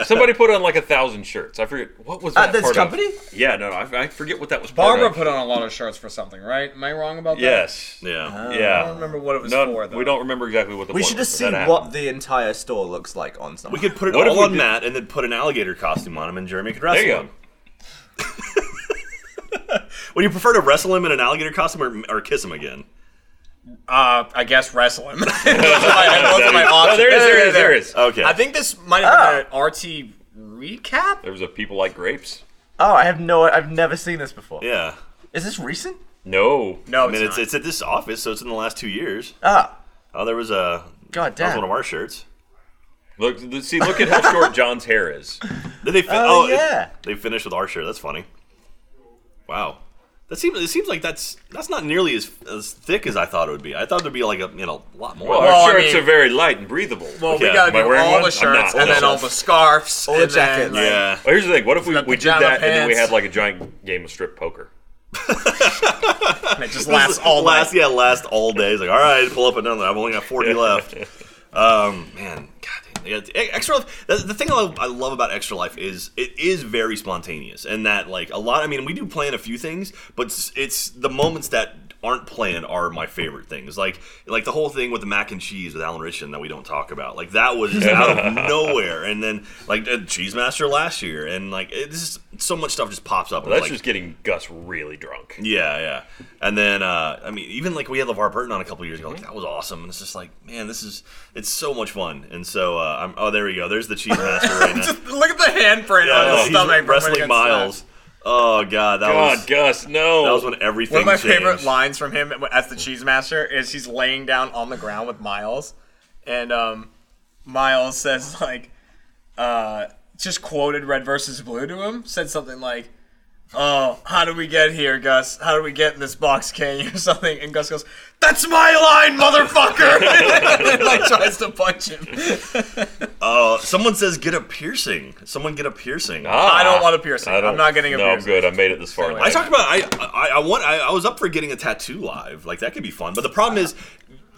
Speaker 3: Somebody put on like a thousand shirts. I forget what was that
Speaker 2: At this
Speaker 3: part
Speaker 2: company?
Speaker 3: Of? Yeah, no, no, I, I forget what that was. part
Speaker 4: Uh, Barbara
Speaker 3: of.
Speaker 4: put on a lot of shirts for something, right? Am I wrong about that?
Speaker 3: Yes.
Speaker 1: Yeah.
Speaker 2: Uh,
Speaker 3: yeah.
Speaker 4: I don't remember what it was
Speaker 3: No,
Speaker 4: for, though.
Speaker 3: we don't remember exactly what the.
Speaker 2: We
Speaker 3: point
Speaker 2: should
Speaker 3: was,
Speaker 2: just
Speaker 3: but
Speaker 2: see
Speaker 3: that
Speaker 2: what
Speaker 3: happened.
Speaker 2: the entire store looks like on
Speaker 1: We
Speaker 2: something.
Speaker 1: could put it
Speaker 3: What if
Speaker 1: all
Speaker 3: we
Speaker 1: on
Speaker 3: did-
Speaker 1: Matt and then put an alligator costume on him and Jeremy could wrestle
Speaker 3: There you go.
Speaker 1: him. Would you prefer to wrestle him in an alligator costume or, or kiss him again?
Speaker 4: Uh, I guess wrestling. those are my, those are my
Speaker 3: Oh,
Speaker 4: options.
Speaker 3: there it is. There it is. There it is.
Speaker 1: Okay.
Speaker 4: I think this might have been an RT recap?
Speaker 3: There was a people like grapes.
Speaker 2: Oh, I have no. I've never seen this before.
Speaker 1: yeah.
Speaker 2: Is this recent?
Speaker 3: No.
Speaker 4: No,
Speaker 1: I mean, it's,
Speaker 4: not.
Speaker 1: it's at this office, so it's in the last two years.
Speaker 2: Ah,
Speaker 1: Oh, there was a
Speaker 2: god
Speaker 1: that was one of
Speaker 2: damn.
Speaker 1: our shirts.
Speaker 3: Look, th- see, look at how short John's hair is.
Speaker 1: Did they? Fin-
Speaker 2: Oh,
Speaker 1: it-
Speaker 2: yeah.
Speaker 1: they finished with our shirt. That's funny. Wow. That seems. It seems like that's that's not nearly as as thick as I thought it would be. I thought there'd be like a you know a lot more.
Speaker 3: Well,
Speaker 4: Well, I
Speaker 3: our shirts
Speaker 4: mean-
Speaker 3: are very light and breathable.
Speaker 4: well, we
Speaker 1: yeah,
Speaker 4: gotta
Speaker 3: am I
Speaker 4: do
Speaker 3: wearing
Speaker 4: all
Speaker 3: one?
Speaker 4: the
Speaker 3: I'm
Speaker 4: shirts,
Speaker 3: not.
Speaker 4: and then all the scarves,
Speaker 2: All the
Speaker 4: and then,
Speaker 2: jackets.
Speaker 4: like,
Speaker 1: yeah.
Speaker 3: Well, here's the thing. What if we,
Speaker 4: Got
Speaker 3: we did
Speaker 4: pajama
Speaker 3: that and then we
Speaker 4: pants.
Speaker 3: had like a giant game of strip poker?
Speaker 4: And it just lasts all
Speaker 1: last,
Speaker 4: night.
Speaker 1: Yeah, last all day. It's like, all right, pull up another. I've only got 40 left. Um, man, God, damn, yeah, it's- e-, extra life. The, the thing I love, I love about extra life is it is very spontaneous, and that like a lot. I mean, we do plan a few things, but it's, it's the moments that aren't planned are my favorite things. Like like the whole thing with the mac and cheese with Alan Richardson that we don't talk about. Like that was just out of nowhere, and then like uh, Cheese Master last year, and like it, this is so much stuff just pops up. and,
Speaker 3: That's
Speaker 1: like,
Speaker 3: just getting Gus really drunk.
Speaker 1: yeah, yeah. And then uh, I mean, even like we had LeVar Burton on a couple years ago, like
Speaker 4: Mm-hmm.
Speaker 1: that was awesome. And it's just like, man, this is it's so much fun. And so uh, I'm oh there we go. There's the cheese master right now.
Speaker 4: Just look at the handprint
Speaker 1: Yeah,
Speaker 4: on
Speaker 1: he's
Speaker 4: his stomach.
Speaker 1: wrestling Miles. Oh god, that
Speaker 3: God,
Speaker 1: was
Speaker 3: Gus, no.
Speaker 1: that was when everything.
Speaker 4: One of my
Speaker 1: changed.
Speaker 4: favorite lines from him as the cheese master is he's laying down on the ground with Miles, and um, Miles says like, uh, just quoted Red versus Blue to him, said something like, "Oh, how did we get here, Gus? How did we get in this box, King?" or something, and Gus goes, "That's my line, motherfucker!" and like tries to punch him.
Speaker 1: Uh, someone says get a piercing. Someone get a piercing.
Speaker 3: Ah,
Speaker 4: I don't want a piercing.
Speaker 3: I don't-
Speaker 4: I'm not getting a
Speaker 3: no,
Speaker 4: piercing.
Speaker 3: I'm good. I made it this far. in
Speaker 4: I
Speaker 1: I
Speaker 3: life.
Speaker 1: talked about I I, I want I, I was up for getting a tattoo live. Like that could be fun. But the problem is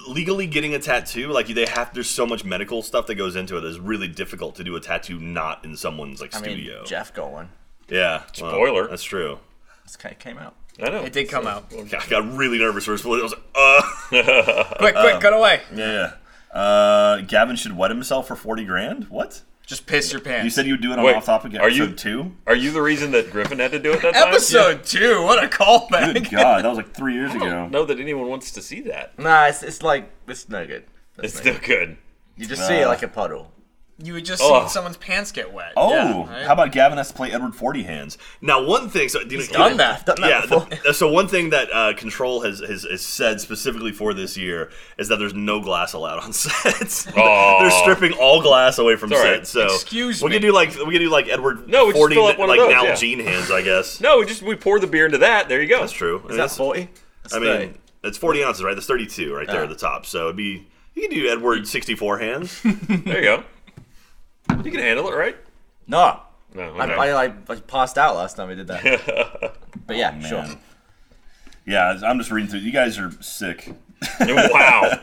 Speaker 1: legally getting a tattoo, like they have there's so much medical stuff that goes into it. It's really difficult to do a tattoo not in someone's like
Speaker 2: I mean,
Speaker 1: studio.
Speaker 2: Jeff got one.
Speaker 1: Yeah. well,
Speaker 3: Spoiler.
Speaker 1: that's true.
Speaker 2: This kind of came out.
Speaker 3: I know.
Speaker 4: It did come out. Quick,
Speaker 1: Yeah, I got really nervous for a split. I was like, uh
Speaker 4: quick, cut away.
Speaker 1: Yeah, yeah. Uh Gavin should wet himself for forty grand? What?
Speaker 4: Just piss your pants.
Speaker 1: You said you would do it on
Speaker 3: Wait,
Speaker 1: off topic
Speaker 3: are you-
Speaker 1: episode two?
Speaker 3: Are you the reason that Griffin had to do it that time?
Speaker 4: Episode two, what a
Speaker 1: Good
Speaker 4: callback!
Speaker 1: God, that was like three years
Speaker 3: I don't
Speaker 1: ago.
Speaker 3: know that anyone wants to see that.
Speaker 2: Nah, it's, it's like it's no good. That's
Speaker 3: It's
Speaker 2: no
Speaker 3: still
Speaker 2: good.
Speaker 3: good.
Speaker 2: You just see it like a puddle.
Speaker 4: You would just
Speaker 3: Oh.
Speaker 4: see someone's pants get wet.
Speaker 1: Oh,
Speaker 4: Yeah, right?
Speaker 1: how about Gavin has to play Edward Forty Hands? Now, one thing. So, you know,
Speaker 4: done that?
Speaker 2: Done that
Speaker 1: yeah.
Speaker 2: before.
Speaker 1: the- so one thing that uh, Control has, has has said specifically for this year is that there's no glass allowed on sets.
Speaker 3: Aw.
Speaker 1: They're stripping all glass away from
Speaker 3: It's all
Speaker 1: sets.
Speaker 3: right.
Speaker 1: So
Speaker 4: Excuse
Speaker 1: we
Speaker 4: me.
Speaker 1: can do like we can do like Edward
Speaker 3: No, we just
Speaker 1: Forty
Speaker 3: fill up one of
Speaker 1: like
Speaker 3: those,
Speaker 1: now
Speaker 3: yeah.
Speaker 1: Gene hands. I guess
Speaker 3: No, we just we pour the beer into that. There you go.
Speaker 1: that's true. I mean,
Speaker 2: That's
Speaker 1: that's-
Speaker 2: forty.
Speaker 1: I mean, it's 40 ounces, right? That's 32 right there
Speaker 2: Yeah.
Speaker 1: at the top. So it'd be you can do Edward 64 hands.
Speaker 3: There you go. You can handle it, right?
Speaker 2: no.
Speaker 3: No.
Speaker 2: I,
Speaker 3: okay.
Speaker 2: I, like, I passed out last time we did that. but yeah, sure.
Speaker 1: Oh, man. Yeah, I'm just reading through. You guys are sick. Um,
Speaker 3: wow.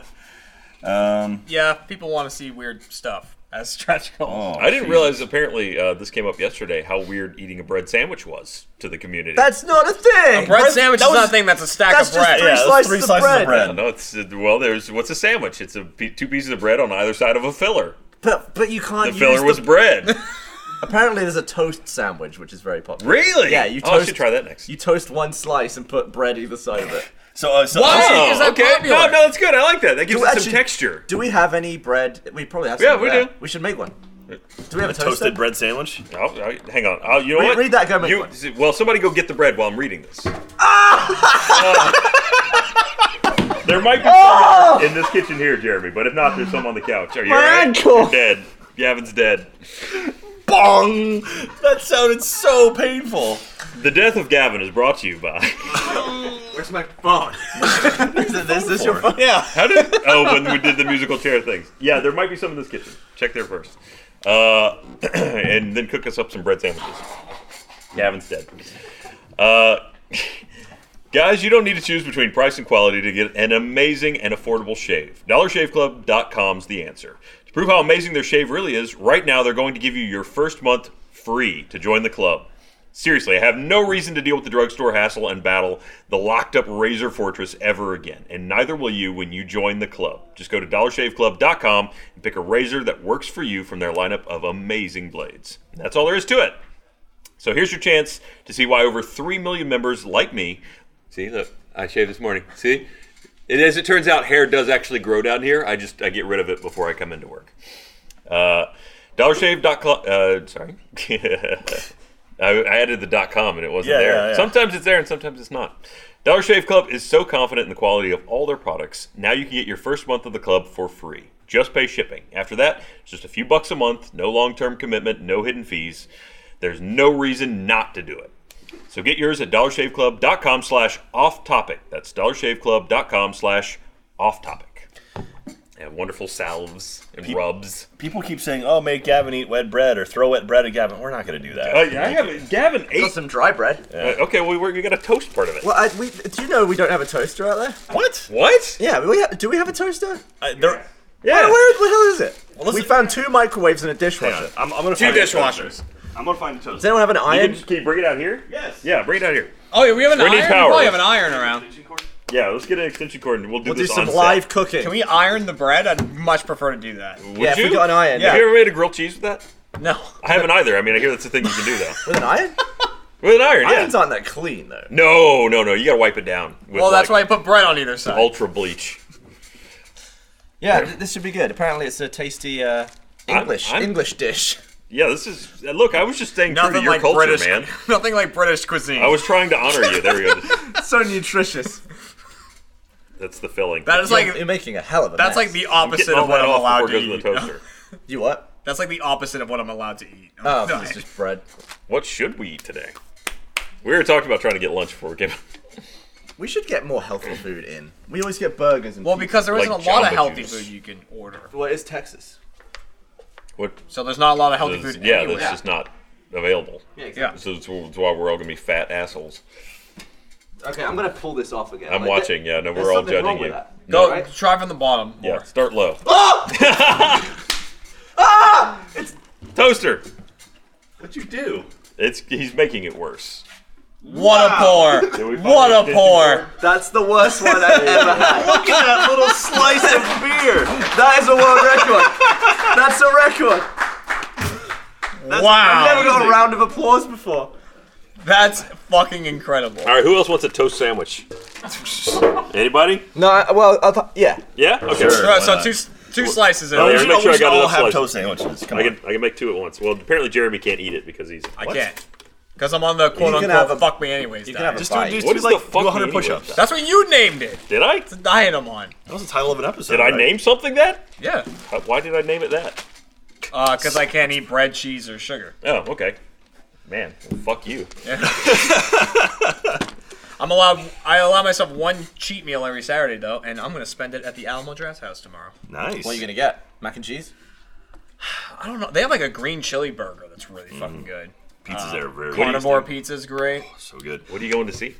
Speaker 4: Yeah, people want to see weird stuff as stretch goals.
Speaker 1: oh.
Speaker 3: I didn't realize apparently uh, this came up yesterday how weird eating a bread sandwich was to the community.
Speaker 2: That's not a
Speaker 3: Oh.
Speaker 2: thing.
Speaker 4: bread
Speaker 2: Bread-
Speaker 4: sandwich
Speaker 2: that
Speaker 4: is not
Speaker 2: was-
Speaker 4: a thing. That's a stack
Speaker 2: that's
Speaker 4: of
Speaker 2: just
Speaker 4: bread.
Speaker 2: three
Speaker 1: Yeah, that's
Speaker 2: slices
Speaker 1: three
Speaker 2: of
Speaker 1: slices of
Speaker 2: bread.
Speaker 1: bread.
Speaker 3: no, it's it- well. There's what's a sandwich? It's a pe- two pieces of bread on either side of a filler.
Speaker 2: But but you
Speaker 3: The
Speaker 2: can't use.
Speaker 3: filler was bread.
Speaker 2: apparently, there's a toast sandwich which is very popular.
Speaker 3: really?
Speaker 2: Yeah, you
Speaker 3: Oh, I should
Speaker 2: toast-
Speaker 3: try that next.
Speaker 2: You toast one slice and put bread either side of it.
Speaker 1: So, uh, so
Speaker 4: Why?
Speaker 3: oh,
Speaker 4: Is that
Speaker 3: okay.
Speaker 4: popular?
Speaker 3: No, no, that's good. I like that. That gives
Speaker 2: Do-
Speaker 3: it some
Speaker 2: actually-
Speaker 3: texture.
Speaker 2: Do we have any bread? We probably have. Some
Speaker 3: Yeah, we
Speaker 2: there.
Speaker 3: do.
Speaker 2: We should make one. Do we have a toaster?
Speaker 1: toasted bread sandwich.
Speaker 3: Oh, oh, hang on. Oh, you know
Speaker 2: Read-
Speaker 3: what?
Speaker 2: read that, go make
Speaker 3: You-
Speaker 2: one.
Speaker 3: s- Well, somebody go get the bread while I'm reading this.
Speaker 1: Ah!
Speaker 3: Uh, there might be
Speaker 1: Oh!
Speaker 3: some in this kitchen here, Jeremy, but if not, there's some on the couch. Are you
Speaker 2: My
Speaker 3: alright?
Speaker 2: ankle.
Speaker 3: You're dead. Gavin's dead.
Speaker 1: Bong! That sounded so painful.
Speaker 3: The death of Gavin is brought to you by.
Speaker 2: Where's my phone? is it this, this your phone?
Speaker 1: Yeah.
Speaker 3: How did? Oh, when we did the musical chair things. Yeah, there might be some in this kitchen. Check there first, uh, and then cook us up some bread sandwiches. Gavin's dead. Uh, guys, you don't need to choose between price and quality to get an amazing and affordable shave. DollarShaveClub.com's the answer. To prove how amazing their shave really is, right now they're going to give you your first month free to join the club. Seriously, I have no reason to deal with the drugstore hassle and battle the locked up Razor Fortress ever again, and neither will you when you join the club. Just go to dollarshaveclub.com and pick a razor that works for you from their lineup of amazing blades. And that's all there is to it. So here's your chance to see why over 3 million members like me. See, look, I shaved this morning. See? And as it turns out, hair does actually grow down here. I just I get rid of it before I come into work. Uh, DollarShave.club. Uh, sorry. I, I added the dot .com and it wasn't
Speaker 1: Yeah,
Speaker 3: there.
Speaker 1: yeah, yeah.
Speaker 3: Sometimes it's there and sometimes it's not. Dollar Shave Club is so confident in the quality of all their products. Now you can get your first month of the club for free. Just pay shipping. After that, it's just a few bucks a month, no long-term commitment, no hidden fees. There's no reason not to do it. So get yours at dollarshaveclub.com slash off topic. That's dollarshaveclub.com slash off topic. and wonderful salves and rubs.
Speaker 1: People keep saying, "Oh, make Gavin eat wet bread or throw wet bread at Gavin." We're not going to do that.
Speaker 3: Uh, yeah, I have Gavin
Speaker 2: Got
Speaker 3: ate.
Speaker 2: some dry bread.
Speaker 3: Uh, okay, well we're, we got to toast part of it.
Speaker 2: Well, I, we, do you know we don't have a toaster out there?
Speaker 1: What?
Speaker 3: What?
Speaker 2: Yeah, we ha- do we have a toaster?
Speaker 1: I, there,
Speaker 3: Yeah.
Speaker 2: Where, where the hell is it?
Speaker 1: listen-
Speaker 2: we found two microwaves and a
Speaker 1: hang on.
Speaker 2: dishwasher.
Speaker 1: I'm, I'm going to
Speaker 4: Two
Speaker 1: find a
Speaker 4: dishwashers.
Speaker 1: toaster. I'm going to find a toast.
Speaker 2: Does anyone have an
Speaker 3: You
Speaker 2: iron?
Speaker 3: can, can you bring it out here?
Speaker 1: Yes.
Speaker 3: Yeah, bring it out here.
Speaker 4: Oh yeah, we have an
Speaker 3: We need
Speaker 4: iron.
Speaker 3: power.
Speaker 4: We probably have an iron around.
Speaker 3: Yeah, let's get an extension cord and we'll do
Speaker 2: We'll do
Speaker 3: this
Speaker 2: some
Speaker 3: on
Speaker 2: live
Speaker 3: set.
Speaker 2: cooking.
Speaker 4: Can we iron the bread? I'd much prefer to do that.
Speaker 3: Would
Speaker 2: Yeah, if
Speaker 3: you?
Speaker 2: we got an iron.
Speaker 4: Yeah.
Speaker 3: Have you ever made a grilled cheese with that?
Speaker 4: No.
Speaker 3: I haven't either. I mean, I hear that's a thing you can do though.
Speaker 2: With an iron?
Speaker 3: With an iron, yeah.
Speaker 2: Irons aren't that clean though.
Speaker 3: No, no, no. You gotta wipe it down. With
Speaker 4: Well, that's why I
Speaker 3: like,
Speaker 4: put bread on either side.
Speaker 3: ultra bleach.
Speaker 2: Yeah, th- this should be good. Apparently, it's a tasty uh, English
Speaker 3: I'm-
Speaker 2: English dish.
Speaker 3: Yeah, this is. uh, Look, I was just staying true to
Speaker 4: Nothing
Speaker 3: your
Speaker 4: like
Speaker 3: culture,
Speaker 4: British.
Speaker 3: man.
Speaker 4: Nothing like British cuisine.
Speaker 3: I was trying to honor you. There we go.
Speaker 2: so nutritious.
Speaker 3: That's the filling.
Speaker 4: that is
Speaker 2: Like
Speaker 4: like
Speaker 2: you're making a hell of a.
Speaker 4: that's
Speaker 2: mess.
Speaker 4: like the
Speaker 3: I'm getting
Speaker 4: opposite
Speaker 3: all
Speaker 4: of what
Speaker 3: that
Speaker 4: I'm
Speaker 3: off
Speaker 4: allowed
Speaker 3: before
Speaker 4: to
Speaker 3: it goes in the
Speaker 4: eat.
Speaker 3: toaster.
Speaker 2: you what?
Speaker 4: That's like the opposite of what I'm allowed to eat.
Speaker 2: Oh,
Speaker 4: No.
Speaker 2: it's just bread.
Speaker 3: What should we eat today? We were talking about trying to get lunch before we came.
Speaker 2: We should get more healthy food in. We always get burgers and.
Speaker 4: well, because there isn't
Speaker 3: Like
Speaker 4: a lot of
Speaker 3: Jamba
Speaker 4: healthy
Speaker 3: Juice.
Speaker 4: food you can order,
Speaker 2: what is Texas?
Speaker 3: What?
Speaker 4: so there's not a lot of healthy
Speaker 3: Is,
Speaker 4: food.
Speaker 3: yeah,
Speaker 4: anyway.
Speaker 3: that's just not available.
Speaker 4: yeah.
Speaker 3: So that's, that's why we're all gonna be fat assholes.
Speaker 2: Okay, I'm gonna pull this off again.
Speaker 3: I'm
Speaker 2: Like,
Speaker 3: watching. Yeah, no,
Speaker 2: there's
Speaker 3: we're all
Speaker 2: something wrong
Speaker 3: judging
Speaker 2: with
Speaker 3: you.
Speaker 2: that.
Speaker 4: Go
Speaker 2: Alright.
Speaker 4: try from the bottom.
Speaker 3: Yeah,
Speaker 4: More.
Speaker 3: start low. Toaster.
Speaker 1: What'd you do?
Speaker 3: It's he's making it worse.
Speaker 4: What a pour!
Speaker 3: Did we find
Speaker 4: What
Speaker 3: the
Speaker 4: a
Speaker 3: extension
Speaker 4: pour!
Speaker 2: That's the worst one I've ever had.
Speaker 1: Look at that little slice of beer.
Speaker 2: That is a world record. That's a record. Never
Speaker 4: Wow,
Speaker 2: got a round of applause before.
Speaker 4: that's fucking incredible.
Speaker 3: All right, who else wants a toast sandwich? Anybody?
Speaker 2: No, I- well, I th- yeah.
Speaker 3: Yeah. Okay.
Speaker 1: Sure. Why
Speaker 4: Right, so
Speaker 1: not?
Speaker 4: two two slices in.
Speaker 3: Oh,
Speaker 1: We
Speaker 3: yeah,
Speaker 1: should,
Speaker 3: make sure I
Speaker 1: we should
Speaker 3: got
Speaker 1: all
Speaker 3: enough
Speaker 1: have
Speaker 3: slices.
Speaker 1: toast sandwiches. Come
Speaker 3: I
Speaker 1: on.
Speaker 3: can I can make two at once. Well, apparently Jeremy can't eat it because he's.
Speaker 4: I
Speaker 3: What?
Speaker 4: can't. Because I'm on the quote
Speaker 2: can have
Speaker 4: unquote
Speaker 2: a-
Speaker 4: fuck me anyways
Speaker 2: You can
Speaker 4: diet.
Speaker 2: have a
Speaker 1: Just do,
Speaker 2: bite.
Speaker 1: just
Speaker 3: What
Speaker 1: do
Speaker 3: is
Speaker 1: like
Speaker 3: the fucking
Speaker 1: do 100
Speaker 3: anyway?
Speaker 1: push-ups. That
Speaker 4: That's what you named it.
Speaker 3: Did I?
Speaker 4: The diet I'm on.
Speaker 1: was the title of an episode.
Speaker 3: Did I
Speaker 1: right?
Speaker 3: name something that?
Speaker 4: Yeah.
Speaker 3: Uh, Why did I name it that?
Speaker 4: Uh, cause I can't eat bread, cheese, or sugar.
Speaker 3: Oh, okay. Man, well, fuck you.
Speaker 4: I'm allowed. I allow myself one cheat meal every Saturday though, and I'm gonna spend it at the Alamo Draft House tomorrow.
Speaker 1: Nice.
Speaker 2: What are you gonna get? Mac and cheese?
Speaker 4: I don't know. They have like a green chili burger that's really
Speaker 3: Mm.
Speaker 4: fucking good.
Speaker 1: Pizzas there are very
Speaker 4: Carnivore pizza's great.
Speaker 1: So good.
Speaker 3: What are you going to see?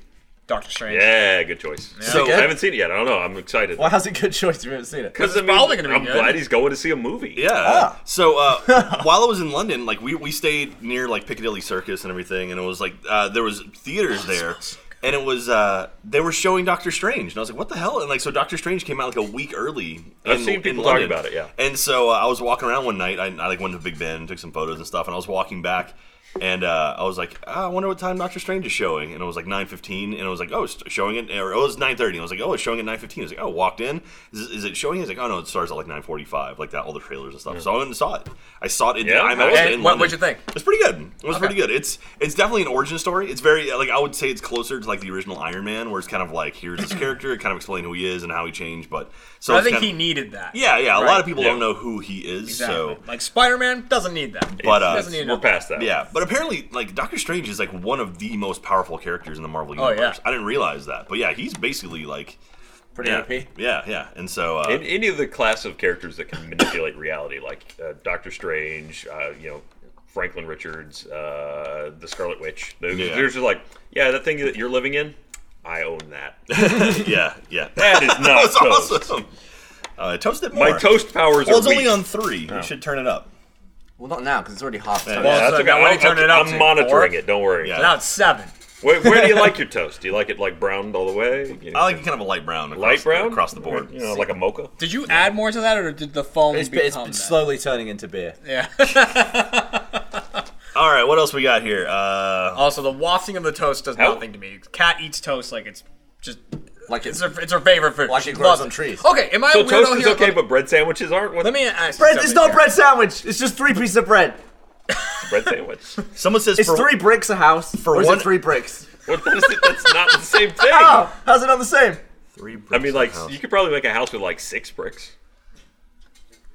Speaker 4: Doctor Strange.
Speaker 3: Yeah, good choice.
Speaker 1: So
Speaker 3: I haven't seen it yet. I don't know. I'm excited.
Speaker 2: Well, how's it good choice? if You haven't seen it.
Speaker 3: Because
Speaker 4: It's probably gonna be
Speaker 3: I'm
Speaker 4: good.
Speaker 3: glad he's going to see a movie.
Speaker 1: Yeah. So uh, while I was in London, like we, we stayed near like Piccadilly Circus and everything, and it was like uh, there was theaters there, and it was uh, they were showing Doctor Strange, and I was like, what the hell? And like so Doctor Strange came out like a week early.
Speaker 3: I've
Speaker 1: in-
Speaker 3: seen
Speaker 1: in
Speaker 3: people talk
Speaker 1: London.
Speaker 3: about it, yeah.
Speaker 1: And so uh, I was walking around one night. I, I like went to Big Ben, took some photos and stuff, and I was walking back. And uh, I was like, ah, I wonder what time Doctor Strange is showing. And it was like 9:15, and I was like, oh, it's showing it. Or it was 9:30. And I was like, oh, it's showing at 9:15. I was like, oh, walked in. Is, is it showing? He's like, oh no, it starts at like 9:45, like that. All the trailers and stuff. So I went and saw it. I saw it in
Speaker 3: Yeah?
Speaker 1: the IMAX.
Speaker 3: And
Speaker 1: in
Speaker 4: what-
Speaker 1: London.
Speaker 4: what'd you think?
Speaker 1: It's pretty good. It was pretty good. It's it's definitely an origin story. It's very like I would say it's closer to like the original Iron Man, where it's kind of like here's this character, kind of explain who he is and how he changed. But so
Speaker 4: I
Speaker 1: it's
Speaker 4: think
Speaker 1: kind
Speaker 4: he
Speaker 1: of-
Speaker 4: needed that.
Speaker 1: yeah, yeah. A
Speaker 4: Right.
Speaker 1: lot of people
Speaker 3: Yeah.
Speaker 1: don't know who he is,
Speaker 4: Exactly.
Speaker 1: so
Speaker 4: like Spider-Man doesn't need that.
Speaker 1: But, uh,
Speaker 4: doesn't need
Speaker 3: We're
Speaker 4: that.
Speaker 3: past that.
Speaker 1: yeah. But apparently, like Doctor Strange is like one of the most powerful characters in the Marvel
Speaker 4: Oh,
Speaker 1: universe.
Speaker 4: yeah.
Speaker 1: I didn't realize that, but yeah, he's basically like
Speaker 2: Pretty
Speaker 1: yeah,
Speaker 2: happy.
Speaker 1: yeah, yeah. And so uh,
Speaker 3: And any of the class of characters that can manipulate reality, like uh, Doctor Strange, uh, you know, Franklin Richards, uh, the Scarlet Witch. Those- They're,
Speaker 1: Yeah.
Speaker 3: just like, yeah, that thing that you're living in, I own that.
Speaker 1: yeah, yeah.
Speaker 3: That is not
Speaker 1: That's
Speaker 3: toast.
Speaker 1: awesome. Uh, toast it more.
Speaker 3: My toast powers
Speaker 1: Well,
Speaker 3: are
Speaker 1: it's only
Speaker 3: weak. Oh.
Speaker 1: on three. You should turn it up.
Speaker 2: Well, not now because it's already half time.
Speaker 4: Well,
Speaker 3: Yeah, that's
Speaker 4: so
Speaker 3: okay.
Speaker 4: now what
Speaker 3: I'm,
Speaker 4: do you turn it up
Speaker 3: I'm
Speaker 4: to?
Speaker 3: monitoring
Speaker 4: Four?
Speaker 3: it. Don't worry.
Speaker 1: Yeah.
Speaker 4: Now it's seven.
Speaker 3: Where, where do you like your toast? Do you like it like browned all the way? You know,
Speaker 1: I like kind of a light brown. Uh, Across,
Speaker 3: light brown
Speaker 1: across the board.
Speaker 3: You know, like a mocha.
Speaker 4: Did you add more to that, or did the foam
Speaker 2: It's, it's,
Speaker 4: become
Speaker 2: it's
Speaker 4: that?
Speaker 2: slowly turning into beer.
Speaker 4: Yeah.
Speaker 1: All right, what else we got here? Uh,
Speaker 4: also, the wafting of the toast does
Speaker 3: How-
Speaker 4: nothing to me. Cat eats toast like it's just
Speaker 2: Like
Speaker 4: it's
Speaker 2: it's
Speaker 4: her, it's her favorite food.
Speaker 2: Like
Speaker 4: She
Speaker 2: it grows
Speaker 4: loves
Speaker 2: on trees.
Speaker 4: Okay, am I
Speaker 3: So
Speaker 4: a
Speaker 3: toast
Speaker 4: weirdo
Speaker 3: is
Speaker 4: here?
Speaker 3: okay,
Speaker 4: let, me,
Speaker 3: but bread sandwiches aren't. What
Speaker 4: let me ask.
Speaker 2: bread.
Speaker 4: you
Speaker 2: It's
Speaker 4: something
Speaker 2: not
Speaker 4: here.
Speaker 2: bread sandwich. It's just three pieces of bread.
Speaker 3: bread sandwich?
Speaker 1: someone says
Speaker 2: It's
Speaker 1: for,
Speaker 2: three bricks a house. For
Speaker 1: one-
Speaker 2: it three bricks.
Speaker 3: What- that is- that's not the same thing.
Speaker 2: Oh, how's it not the same?
Speaker 1: three bricks
Speaker 3: I mean,
Speaker 1: in
Speaker 3: like
Speaker 1: the house.
Speaker 3: you could probably make a house with like six bricks.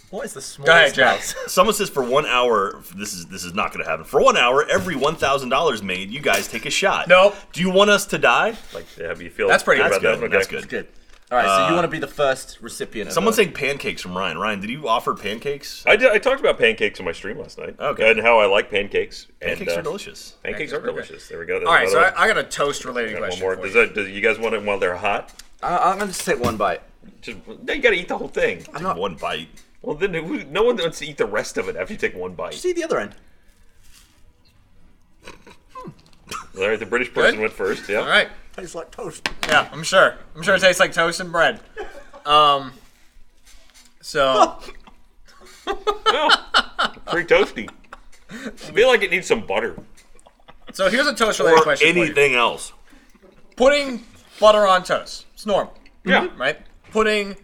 Speaker 2: What is the
Speaker 4: Go ahead,
Speaker 2: smallest
Speaker 4: Jack.
Speaker 2: house?
Speaker 1: Someone says for one hour, this is this is not going to happen. For one hour, every one thousand dollars made, you guys take a shot.
Speaker 4: Nope.
Speaker 1: Do you want us to die?
Speaker 3: Like, yeah, you feel
Speaker 4: That's pretty
Speaker 3: good
Speaker 1: That's
Speaker 3: about
Speaker 1: good.
Speaker 3: that. Okay.
Speaker 1: That's good.
Speaker 2: Good. All right,
Speaker 4: Uh,
Speaker 2: so you want to be the first recipient?
Speaker 1: Someone's
Speaker 2: of
Speaker 1: saying pancakes from Ryan. Ryan, did you offer pancakes?
Speaker 3: I, did, I talked about pancakes on my stream last night.
Speaker 1: Okay.
Speaker 3: And how I like pancakes. and,
Speaker 1: Pancakes
Speaker 3: uh,
Speaker 1: are delicious.
Speaker 3: Pancakes
Speaker 4: Pancakes
Speaker 3: are
Speaker 4: are good.
Speaker 3: delicious. There we go.
Speaker 4: All right, so I, I got a toast related
Speaker 3: one
Speaker 4: question.
Speaker 3: more.
Speaker 4: for
Speaker 3: Does
Speaker 4: you.
Speaker 3: that, does you guys want it while they're hot?
Speaker 2: I, I'm gonna just take one bite.
Speaker 3: Just no, you got to eat the whole thing.
Speaker 1: Take one bite.
Speaker 3: Well, then who, no one wants to eat the rest of it after you take one bite.
Speaker 2: See the other end.
Speaker 3: All right, the British person
Speaker 4: Good.
Speaker 3: went first. Yeah.
Speaker 4: All right.
Speaker 2: Tastes like toast.
Speaker 4: Yeah, I'm sure. I'm sure it tastes like toast and bread. Um, so
Speaker 3: Pretty toasty. I feel like it needs some butter.
Speaker 4: so here's a toast related
Speaker 1: Or
Speaker 4: question. for you.
Speaker 1: anything else.
Speaker 4: Putting butter on toast. It's normal,
Speaker 3: Yeah.
Speaker 4: right? Putting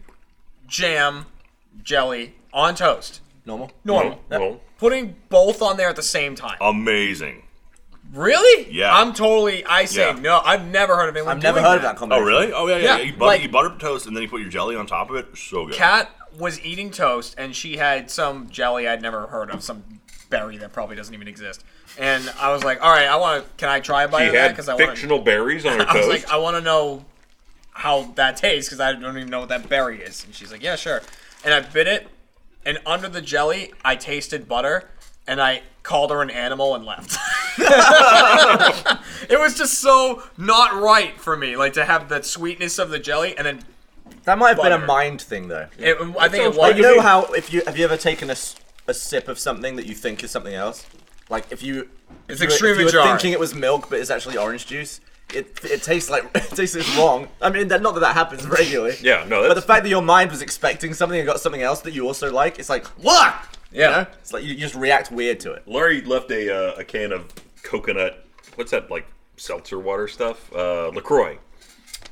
Speaker 4: jam, jelly on toast.
Speaker 2: Normal.
Speaker 4: Normal.
Speaker 3: Well,
Speaker 4: Putting both on there at the same time.
Speaker 1: Amazing.
Speaker 4: really?
Speaker 1: Yeah.
Speaker 4: I'm totally. I say
Speaker 1: Yeah.
Speaker 4: no. I've never heard of anyone.
Speaker 2: I've never heard of that
Speaker 1: Oh,
Speaker 2: combination.
Speaker 1: really? Oh, yeah, yeah.
Speaker 4: Yeah,
Speaker 1: yeah. You, butter,
Speaker 4: like-
Speaker 1: you butter up toast and then you put your jelly on top of it. So good.
Speaker 4: Kat was eating toast and she had some jelly I'd never heard of, some berry that probably doesn't even exist. And I was like, all right, I want to. Can I try a bite
Speaker 3: she
Speaker 4: of that?
Speaker 3: had
Speaker 4: Because I want.
Speaker 3: fictional berries on her
Speaker 4: I was
Speaker 3: toast.
Speaker 4: like, I want to know how that tastes because I don't even know what that berry is. And she's like, yeah, sure. And I bit it, and under the jelly, I tasted butter, and I called her an animal and left. it was just so not right for me, like to have the sweetness of the jelly, and then
Speaker 2: That might have been
Speaker 4: Butter.
Speaker 2: a mind thing, though.
Speaker 4: it, I think it was.
Speaker 3: sounds
Speaker 2: Like, you know how if you have you ever taken a, s- a sip of something that you think is something else? Like if you
Speaker 4: It's
Speaker 2: you were-
Speaker 4: extremely
Speaker 2: if you were
Speaker 4: jarring.
Speaker 2: thinking it was milk, but it's actually orange juice. It, it tastes like it tastes it's wrong. I mean, that, not that that happens regularly.
Speaker 3: Yeah, no,
Speaker 2: But the
Speaker 3: that's-
Speaker 2: fact that your mind was expecting something and got something else that you also like, it's like what?
Speaker 4: Yeah.
Speaker 2: You know? It's like you, you just react weird to it.
Speaker 3: Larry left a uh, a can of coconut. What's that like? Seltzer water stuff. Uh, Lacroix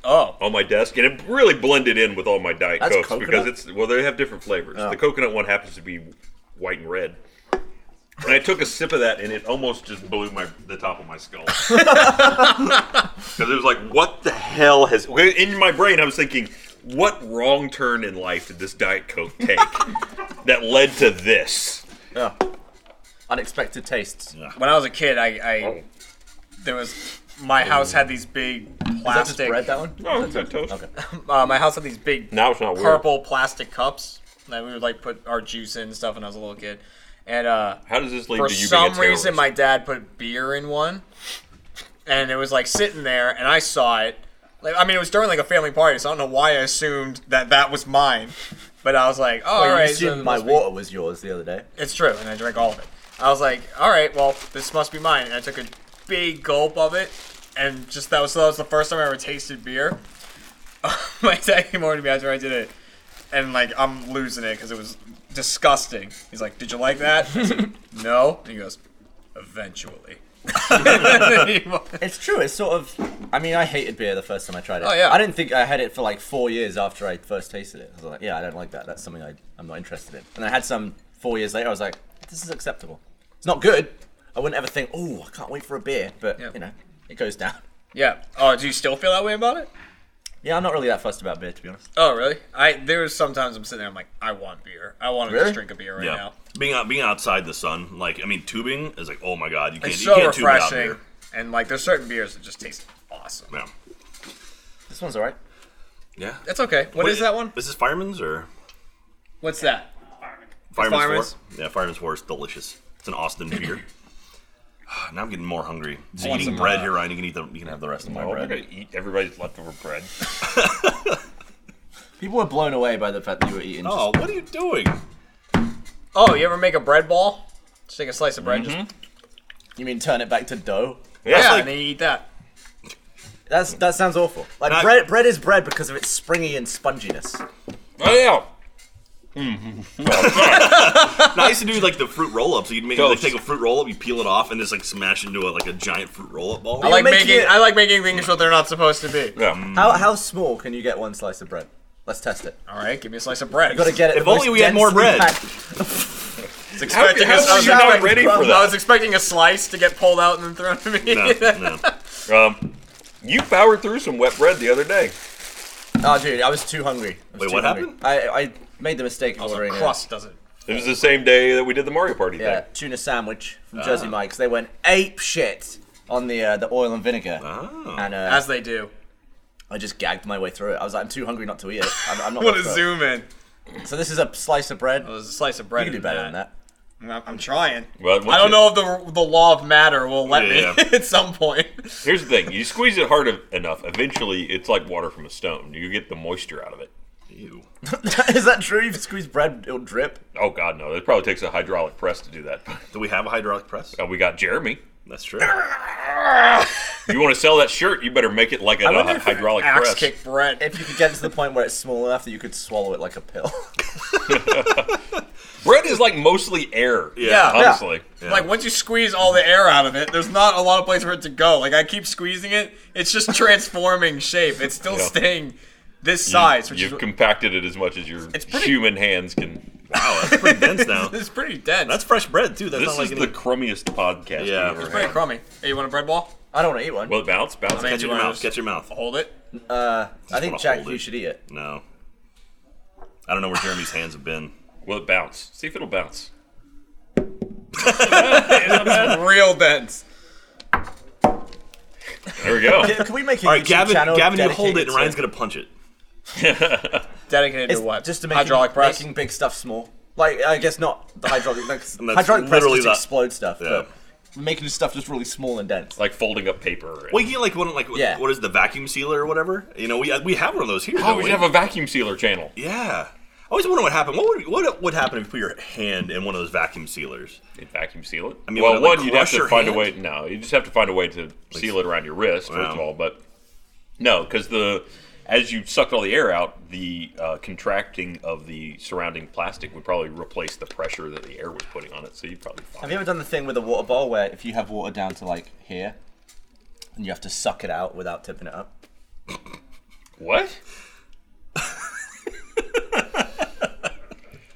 Speaker 4: Oh,
Speaker 3: on my desk, and it really blended in with all my diet
Speaker 2: That's
Speaker 3: cokes because
Speaker 2: coconut?
Speaker 3: it's well, they have different flavors. The coconut one happens to be white and red. And I took a sip of that, and it almost just blew my the top of my skull because it was like, what the hell has in my brain? I was thinking, what wrong turn in life did this diet coke take that led to this?
Speaker 2: Yeah. Unexpected tastes.
Speaker 4: when I was a kid, I,
Speaker 2: Oh.
Speaker 4: I there was my house had these big
Speaker 2: Is that just
Speaker 4: plastic.
Speaker 2: bread? That one?
Speaker 3: No, it's not toast.
Speaker 4: Uh, my house had these big
Speaker 3: Now it's not weird.
Speaker 4: purple plastic cups that we would like put our juice in and stuff when I was a little kid. And uh,
Speaker 3: How does this lead
Speaker 4: for
Speaker 3: to you
Speaker 4: some
Speaker 3: being a
Speaker 4: reason,
Speaker 3: terrorist?
Speaker 4: my dad put beer in one, and it was like sitting there, and I saw it. Like, I mean, it was during like a family party, so I don't know why I assumed that that was mine. But I was like, oh, all
Speaker 2: you
Speaker 4: right, so
Speaker 2: assumed
Speaker 4: it
Speaker 2: my
Speaker 4: must be-
Speaker 2: water was yours the other day.
Speaker 4: It's true, and I drank all of it. I was like, all right, well, this must be mine. And I took a big gulp of it, and just that was so that was the first time I ever tasted beer. My dad came over to me after I did it, and like I'm losing it because it was disgusting. He's like, "Did you like that?" I said, no. And he goes, "Eventually." I
Speaker 2: It's true. It's sort of. I mean, I hated beer the first time I tried it.
Speaker 4: Oh, yeah.
Speaker 2: I didn't think I had it for like four years after I first tasted it. I was like, yeah, I don't like that. That's something I, I'm not interested in. And I had some four years later. I was like, this is acceptable. It's not good. I wouldn't ever think, oh, I can't wait for a beer. But
Speaker 4: Yeah.
Speaker 2: you know, it goes down.
Speaker 4: yeah. Oh, do you still feel that way about it?
Speaker 2: Yeah, I'm not really that fussed about beer to be honest.
Speaker 4: Oh, really? I there's sometimes I'm sitting there, I'm like, I want beer. I want to
Speaker 2: Really?
Speaker 4: just drink a beer right
Speaker 1: yeah.
Speaker 4: now.
Speaker 1: Being out, being outside the sun, like I mean, tubing is like, oh my god, you can't,
Speaker 4: It's
Speaker 1: you
Speaker 4: so
Speaker 1: can't tube without
Speaker 4: refreshing,
Speaker 1: beer.
Speaker 4: and like there's certain beers that just taste awesome.
Speaker 1: Yeah.
Speaker 2: This one's alright.
Speaker 1: Yeah.
Speaker 4: That's okay. What
Speaker 1: Wait,
Speaker 4: is that one?
Speaker 1: This is Fireman's or
Speaker 4: What's that?
Speaker 1: Fireman's,
Speaker 4: Fireman's?
Speaker 1: Four. Yeah, Fireman's Four is delicious. It's an Austin beer. Ah, now I'm getting more hungry. So
Speaker 4: want
Speaker 1: eating
Speaker 4: some,
Speaker 1: bread
Speaker 4: uh,
Speaker 1: here, Ryan. You can eat the, you can have the rest of my
Speaker 3: Oh, I'm
Speaker 1: bread.
Speaker 3: gonna eat everybody's leftover bread.
Speaker 2: People were blown away by the fact that you were eating.
Speaker 1: Oh, what are you doing?
Speaker 4: Oh, you ever make a bread ball? Just take a slice of bread, just
Speaker 2: Just, you mean turn it back to dough?
Speaker 4: yeah,
Speaker 1: like-
Speaker 4: and then you eat that.
Speaker 2: That's that sounds awful. Like
Speaker 1: I-
Speaker 2: bread, bread is bread because of its springy and sponginess.
Speaker 3: Oh yeah.
Speaker 1: No, I used to do like the fruit roll up. So you'd make like,
Speaker 3: Toast.
Speaker 1: take a fruit roll up, you peel it off, and just like smash into a, like a giant fruit roll up ball.
Speaker 4: I like
Speaker 2: making
Speaker 4: making
Speaker 2: it-
Speaker 4: I like making things what they're not supposed to be.
Speaker 3: Yeah.
Speaker 2: How how small can you get one slice of bread? Let's test it.
Speaker 4: All right, give me a slice of bread.
Speaker 2: Got to get it.
Speaker 1: If
Speaker 2: the most
Speaker 1: only we had more
Speaker 2: densely
Speaker 1: bread.
Speaker 2: packed-
Speaker 4: I was expecting
Speaker 3: how
Speaker 4: a- I
Speaker 3: were
Speaker 4: was
Speaker 3: you not
Speaker 4: expecting-
Speaker 3: ready for
Speaker 4: I
Speaker 3: that?
Speaker 4: was expecting a slice to get pulled out and thrown to me.
Speaker 1: No, no.
Speaker 3: Um, you powered through some wet bread the other day.
Speaker 2: Oh, dude, I was too hungry. I was
Speaker 1: Wait,
Speaker 2: too
Speaker 1: what
Speaker 2: hungry.
Speaker 1: happened?
Speaker 2: I, I made the mistake of
Speaker 4: Also,
Speaker 2: ordering a-
Speaker 4: crust doesn't.
Speaker 3: It was the same day that we did the Mario Party
Speaker 2: yeah,
Speaker 3: thing.
Speaker 2: tuna sandwich from Jersey Mike's. They went ape shit on the uh, the oil and vinegar,
Speaker 1: Oh.
Speaker 2: and uh,
Speaker 4: As they do.
Speaker 2: I just gagged my way through it. I was like, I'm too hungry not to eat it. I'm, I'm not.
Speaker 4: What a
Speaker 2: gonna throw it.
Speaker 4: zoom in.
Speaker 2: So this is a slice of bread.
Speaker 4: It
Speaker 2: You
Speaker 4: was a slice of bread.
Speaker 2: can do
Speaker 4: in
Speaker 2: better than that.
Speaker 4: I'm, I'm trying.
Speaker 3: Well,
Speaker 4: I don't know if the the law of matter will let
Speaker 1: Yeah.
Speaker 4: me at some point.
Speaker 3: Here's the thing: you squeeze it hard enough, eventually it's like water from a stone. You get the moisture out of it.
Speaker 1: Ew.
Speaker 2: is that true? If you squeeze bread, it'll drip.
Speaker 3: Oh God, no! It probably takes a hydraulic press to do that.
Speaker 1: Do we have a hydraulic press?
Speaker 3: Uh, we got Jeremy.
Speaker 1: That's true.
Speaker 3: You want to sell that shirt? You better make it like a,
Speaker 4: wonder
Speaker 3: hy-
Speaker 4: if an
Speaker 3: hydraulic
Speaker 4: axe
Speaker 3: press.
Speaker 4: kick bread.
Speaker 2: If you could get it to the point where it's small enough that you could swallow it like a pill.
Speaker 3: Bread is like mostly air.
Speaker 4: Yeah.
Speaker 3: honestly.
Speaker 4: Like once you squeeze all the air out of it, there's not a lot of place for it to go. Like I keep squeezing it, it's just transforming shape. It's still
Speaker 3: Yeah.
Speaker 4: staying this size, which
Speaker 3: You've
Speaker 4: is
Speaker 3: compacted it as much as your
Speaker 4: It's pretty-
Speaker 3: human hands can.
Speaker 1: Wow, that's pretty dense now.
Speaker 4: it's pretty dense.
Speaker 1: That's fresh bread too. That's
Speaker 3: This
Speaker 1: not like
Speaker 3: is
Speaker 1: any.
Speaker 3: the crummiest podcast
Speaker 1: Yeah.
Speaker 3: we've ever
Speaker 1: It's
Speaker 4: pretty
Speaker 3: had.
Speaker 4: crummy. Hey, you want a bread ball?
Speaker 2: I don't want to eat one.
Speaker 3: Well, it bounce, bounce.
Speaker 4: I mean-
Speaker 1: Catch your mouth.
Speaker 4: Andrews.
Speaker 1: Catch your mouth.
Speaker 4: Hold it.
Speaker 2: uh, I think
Speaker 1: wanna
Speaker 2: Jack,
Speaker 1: hold
Speaker 2: you
Speaker 1: it.
Speaker 2: should eat it.
Speaker 1: No. I don't know where Jeremy's hands have been.
Speaker 3: Will it bounce? See if it'll bounce.
Speaker 4: Real dense.
Speaker 3: There we go.
Speaker 2: Can, can we make a
Speaker 1: All
Speaker 2: YouTube
Speaker 1: right, Gavin.
Speaker 2: channel?
Speaker 1: Gavin, you hold
Speaker 2: dedicated
Speaker 1: it, and Ryan's
Speaker 2: to-
Speaker 1: gonna punch it.
Speaker 4: Dedicated
Speaker 2: It's
Speaker 4: to what?
Speaker 2: Just to make
Speaker 4: hydraulic press.
Speaker 2: making big stuff small. Like I guess not the hydraulic. like,
Speaker 1: that's
Speaker 2: hydraulic press
Speaker 1: literally
Speaker 2: just
Speaker 1: that-
Speaker 2: explode stuff.
Speaker 1: Yeah.
Speaker 2: But making stuff just really small and dense.
Speaker 3: like folding up paper.
Speaker 1: Well, you like one like
Speaker 2: Yeah.
Speaker 1: what is the vacuum sealer or whatever? You know, we we have one of those here.
Speaker 3: oh,
Speaker 1: don't
Speaker 3: we
Speaker 1: we?
Speaker 3: should have a vacuum sealer channel.
Speaker 1: yeah. I always wonder what happened. What would what would happen if you put your hand in one of those vacuum sealers?
Speaker 3: You'd vacuum seal it.
Speaker 1: mean,
Speaker 3: well,
Speaker 1: would it, like,
Speaker 3: one you'd have
Speaker 1: crush
Speaker 3: to
Speaker 1: your
Speaker 3: find a
Speaker 1: hand?
Speaker 3: way. No, you just have to find a way to seal it around your wrist first of
Speaker 1: Wow.
Speaker 3: all. But no, because the as you sucked all the air out, the uh, contracting of the surrounding plastic would probably replace the pressure that the air was putting on it. So you'd probably
Speaker 2: Have
Speaker 3: find
Speaker 2: you ever done the thing with a water bottle where if you have water down to like here, and you have to suck it out without tipping it up?
Speaker 3: what?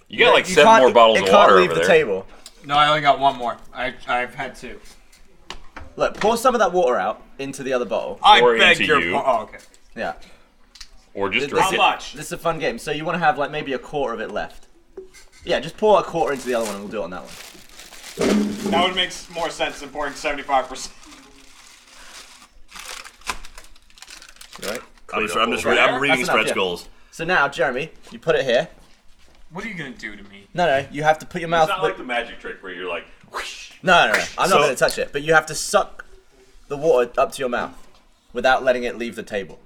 Speaker 3: you got like
Speaker 2: You
Speaker 3: seven
Speaker 2: can't- e-
Speaker 3: more bottles
Speaker 2: it
Speaker 3: of
Speaker 2: can't
Speaker 3: water
Speaker 2: leave
Speaker 3: over
Speaker 2: the
Speaker 3: there.
Speaker 2: table.
Speaker 4: No, I only got one more. I I've had two.
Speaker 2: Look, pour some of that water out into the other bottle.
Speaker 4: I
Speaker 3: Or
Speaker 4: beg
Speaker 3: into
Speaker 4: your
Speaker 3: you.
Speaker 4: par- Oh, okay.
Speaker 2: Yeah.
Speaker 3: Or just
Speaker 2: This
Speaker 3: drink
Speaker 4: How
Speaker 2: is-
Speaker 3: it.
Speaker 4: much?
Speaker 2: This is a fun game. So you want to have like maybe a quarter of it left. Yeah, just pour a quarter into the other one, and we'll do it on that one.
Speaker 4: That would make s- more sense than pouring 75%.
Speaker 2: Right.
Speaker 1: I'm just, I'm just
Speaker 3: Right.
Speaker 1: I'm reading
Speaker 2: That's enough,
Speaker 1: spread
Speaker 2: yeah.
Speaker 1: goals.
Speaker 2: So now, Jeremy, you put it here.
Speaker 4: What are you going to do to me?
Speaker 2: No, no, you have to put your mouth.
Speaker 3: It's not like the magic trick where you're like. whoosh.
Speaker 2: No, no, no. I'm
Speaker 1: So-
Speaker 2: not going to touch it. But you have to suck the water up to your mouth without letting it leave the table.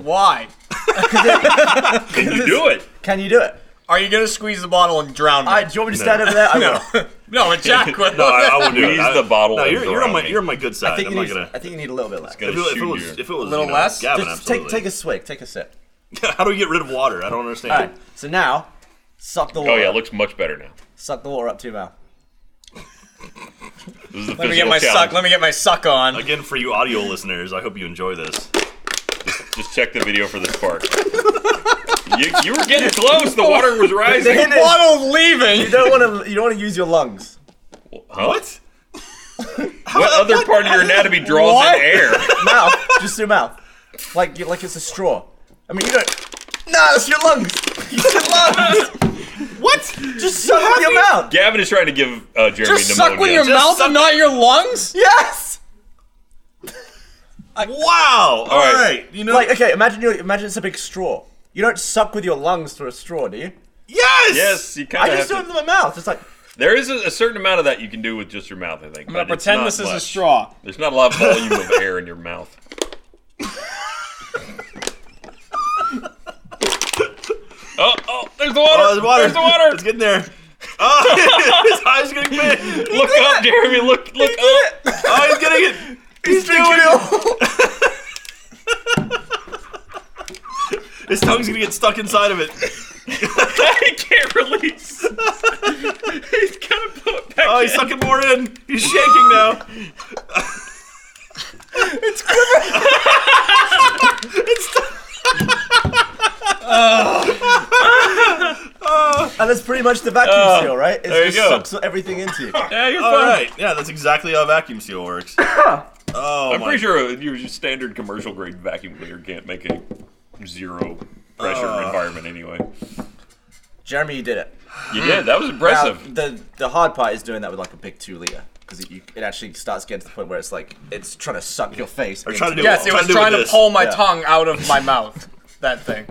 Speaker 4: Why?
Speaker 3: Can you do it?
Speaker 2: Can you do it?
Speaker 4: Are you going to squeeze the bottle and drown me?
Speaker 2: I, do you want me to stand over there? I will.
Speaker 4: no, but Jack would.
Speaker 1: No, I, I wouldn't do it.
Speaker 3: Squeeze
Speaker 1: I-
Speaker 3: the bottle
Speaker 1: No,
Speaker 3: and
Speaker 1: you're,
Speaker 3: throw
Speaker 1: you're
Speaker 3: it
Speaker 1: on my
Speaker 3: at me.
Speaker 1: you're on my good side.
Speaker 2: I think,
Speaker 1: I'm
Speaker 2: you
Speaker 1: not
Speaker 2: need,
Speaker 1: gonna.
Speaker 2: I think you need a little bit left.
Speaker 3: Gonna
Speaker 1: If it, if it
Speaker 3: shoot
Speaker 1: was
Speaker 3: you.
Speaker 1: if it was
Speaker 4: Little
Speaker 1: you know,
Speaker 4: less?
Speaker 1: Gavin,
Speaker 2: Just take, take a swig. Take a sip.
Speaker 1: absolutely. How do we get rid of water? I don't understand.
Speaker 2: All right. So now, suck the water.
Speaker 3: Oh yeah, it looks much better now.
Speaker 2: Suck the water up to your mouth.
Speaker 3: This is the
Speaker 4: Let me get my suck. Let me get my suck on.
Speaker 1: Again, for you audio listeners, I hope you enjoy this.
Speaker 3: Just check the video for this part. you, you were getting close. The water was rising.
Speaker 2: It is-
Speaker 4: Bottle's leaving.
Speaker 2: you don't want to. You don't want to use your lungs.
Speaker 3: Huh?
Speaker 1: What?
Speaker 3: What other part of your anatomy draws
Speaker 4: What?
Speaker 3: in air?
Speaker 2: Mouth, just your mouth, like you- like it's a straw. I mean, you don't. No, it's your lungs. It's your lungs.
Speaker 1: What?
Speaker 2: Just suck with your mouth.
Speaker 3: Gavin is trying to give uh, Jeremy
Speaker 4: Just
Speaker 3: pneumonia.
Speaker 4: suck with your mouth and not your lungs?
Speaker 2: Yes.
Speaker 1: Wow. All
Speaker 3: right.
Speaker 1: right. You know.
Speaker 2: Like okay, imagine you imagine it's a big straw. You don't suck with your lungs through a straw, do you?
Speaker 1: yes.
Speaker 3: Yes, you
Speaker 2: I
Speaker 3: kind of.
Speaker 2: just do it with my mouth. It's like
Speaker 3: There is a, a certain amount of that you can do with just your mouth. I think.
Speaker 4: I'm going to pretend this is a straw.
Speaker 3: There's not a lot of volume of air in your mouth. Oh, oh, there's the water!
Speaker 1: Oh, there's water.
Speaker 3: There's the water!
Speaker 1: It's getting there. Oh, his eyes getting big.
Speaker 3: Look up, Jeremy. Look, look up.
Speaker 1: Oh, he's getting it.
Speaker 2: he's drinking it.
Speaker 1: His tongue's gonna get stuck inside of it.
Speaker 3: I can't release. He's gonna put it back.
Speaker 1: Oh, he's
Speaker 3: in.
Speaker 1: sucking more in. He's shaking now.
Speaker 2: And that's pretty much the vacuum seal, right? It
Speaker 3: there you
Speaker 2: just
Speaker 3: go.
Speaker 2: sucks everything into you.
Speaker 3: Yeah, you're
Speaker 1: All
Speaker 3: fine.
Speaker 1: right. Yeah, that's exactly how a vacuum seal works. Oh
Speaker 3: I'm
Speaker 1: my.
Speaker 3: pretty sure a- your your standard commercial grade vacuum cleaner can't make a zero pressure
Speaker 1: Uh.
Speaker 3: environment anyway.
Speaker 2: Jeremy, you did it.
Speaker 3: You did. That was
Speaker 2: Now,
Speaker 3: impressive.
Speaker 2: the the hard part is doing that with like a big two liter. because it, you- it actually starts getting to the point where it's like it's trying to suck your face.
Speaker 1: They're trying to do
Speaker 4: Yes, it
Speaker 1: I'm
Speaker 4: was
Speaker 1: do
Speaker 4: trying to
Speaker 1: this.
Speaker 4: pull my
Speaker 2: Yeah.
Speaker 4: tongue out of my mouth. That thing.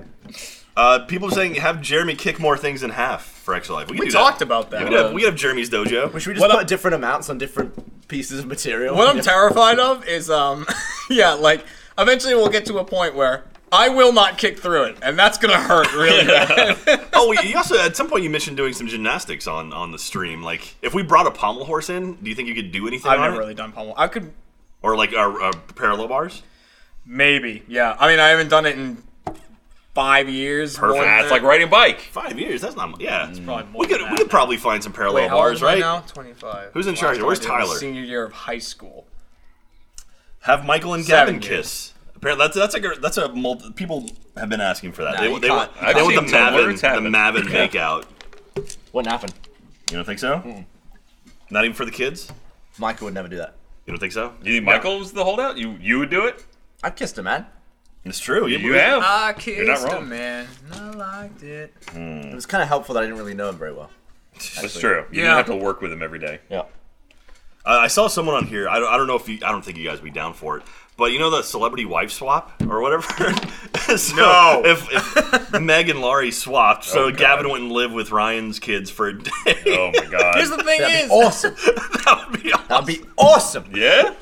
Speaker 1: Uh, people are saying have Jeremy kick more things in half for Extra Life. We, can
Speaker 4: We
Speaker 1: do
Speaker 4: talked
Speaker 1: that.
Speaker 4: about that.
Speaker 1: We could have, we could have Jeremy's dojo.
Speaker 2: Should we just
Speaker 4: What
Speaker 2: put
Speaker 4: I'm-
Speaker 2: different amounts on different pieces of material?
Speaker 4: What I'm terrified of is, um, yeah, like eventually we'll get to a point where I will not kick through it, and that's gonna hurt really bad.
Speaker 1: oh, you also at some point you mentioned doing some gymnastics on on the stream. Like, if we brought a pommel horse in, do you think you could do anything?
Speaker 4: I've
Speaker 1: on
Speaker 4: never
Speaker 1: it?
Speaker 4: really done pommel. I could
Speaker 1: Or like uh, uh, parallel bars.
Speaker 4: maybe, yeah. I mean, I haven't done it in five years. more
Speaker 1: Perfect.
Speaker 4: than
Speaker 3: That's
Speaker 4: that.
Speaker 3: Ah, like riding a bike.
Speaker 1: Five years. That's not. Yeah,
Speaker 4: probably more
Speaker 1: we could
Speaker 4: than
Speaker 1: we
Speaker 4: that
Speaker 1: could probably find some parallel
Speaker 4: Wait, how old
Speaker 1: bars,
Speaker 4: am I
Speaker 1: right?
Speaker 4: now? 25.
Speaker 1: Who's in
Speaker 4: Last
Speaker 1: charge?
Speaker 4: time I
Speaker 1: Where's
Speaker 4: did it was
Speaker 1: Tyler?
Speaker 4: Senior year of high school.
Speaker 1: Have Michael and
Speaker 4: Seven
Speaker 1: Gavin
Speaker 4: years.
Speaker 1: kiss. Apparently, that's that's a gr- that's a multi, people have been asking for that.
Speaker 2: Nah,
Speaker 1: they
Speaker 2: you
Speaker 1: they,
Speaker 2: can't-
Speaker 1: want-
Speaker 2: I've
Speaker 1: they want the
Speaker 3: seen some
Speaker 1: Mavin
Speaker 3: words happen.
Speaker 1: the Mavin makeout.
Speaker 2: Wouldn't happen.
Speaker 1: You don't think so? Not even for the kids.
Speaker 2: Michael would never do that.
Speaker 1: You don't think so?
Speaker 3: You think Michael was the holdout? You you would do it?
Speaker 2: I've kissed a man.
Speaker 1: It's true.
Speaker 3: You have.
Speaker 4: I
Speaker 3: You're not
Speaker 4: kissed a
Speaker 3: wrong.
Speaker 4: man. I liked it.
Speaker 2: It was kind of helpful that I didn't really know him very well.
Speaker 3: That's true. You
Speaker 4: Yeah.
Speaker 3: don't have to work with him every day.
Speaker 2: Yeah.
Speaker 1: Uh, I saw someone on here. I don't, I don't know if you. I don't think you guys would be down for it. But you know the celebrity wife swap or whatever. so
Speaker 4: No.
Speaker 1: If, if Meg and Laurie swapped, so
Speaker 3: Oh, God.
Speaker 1: Gavin went and lived with Ryan's kids for a day.
Speaker 3: Oh my god.
Speaker 4: Here's the thing
Speaker 2: That'd
Speaker 4: is,
Speaker 2: be awesome.
Speaker 1: that would be. Awesome.
Speaker 2: That'd be awesome.
Speaker 3: yeah?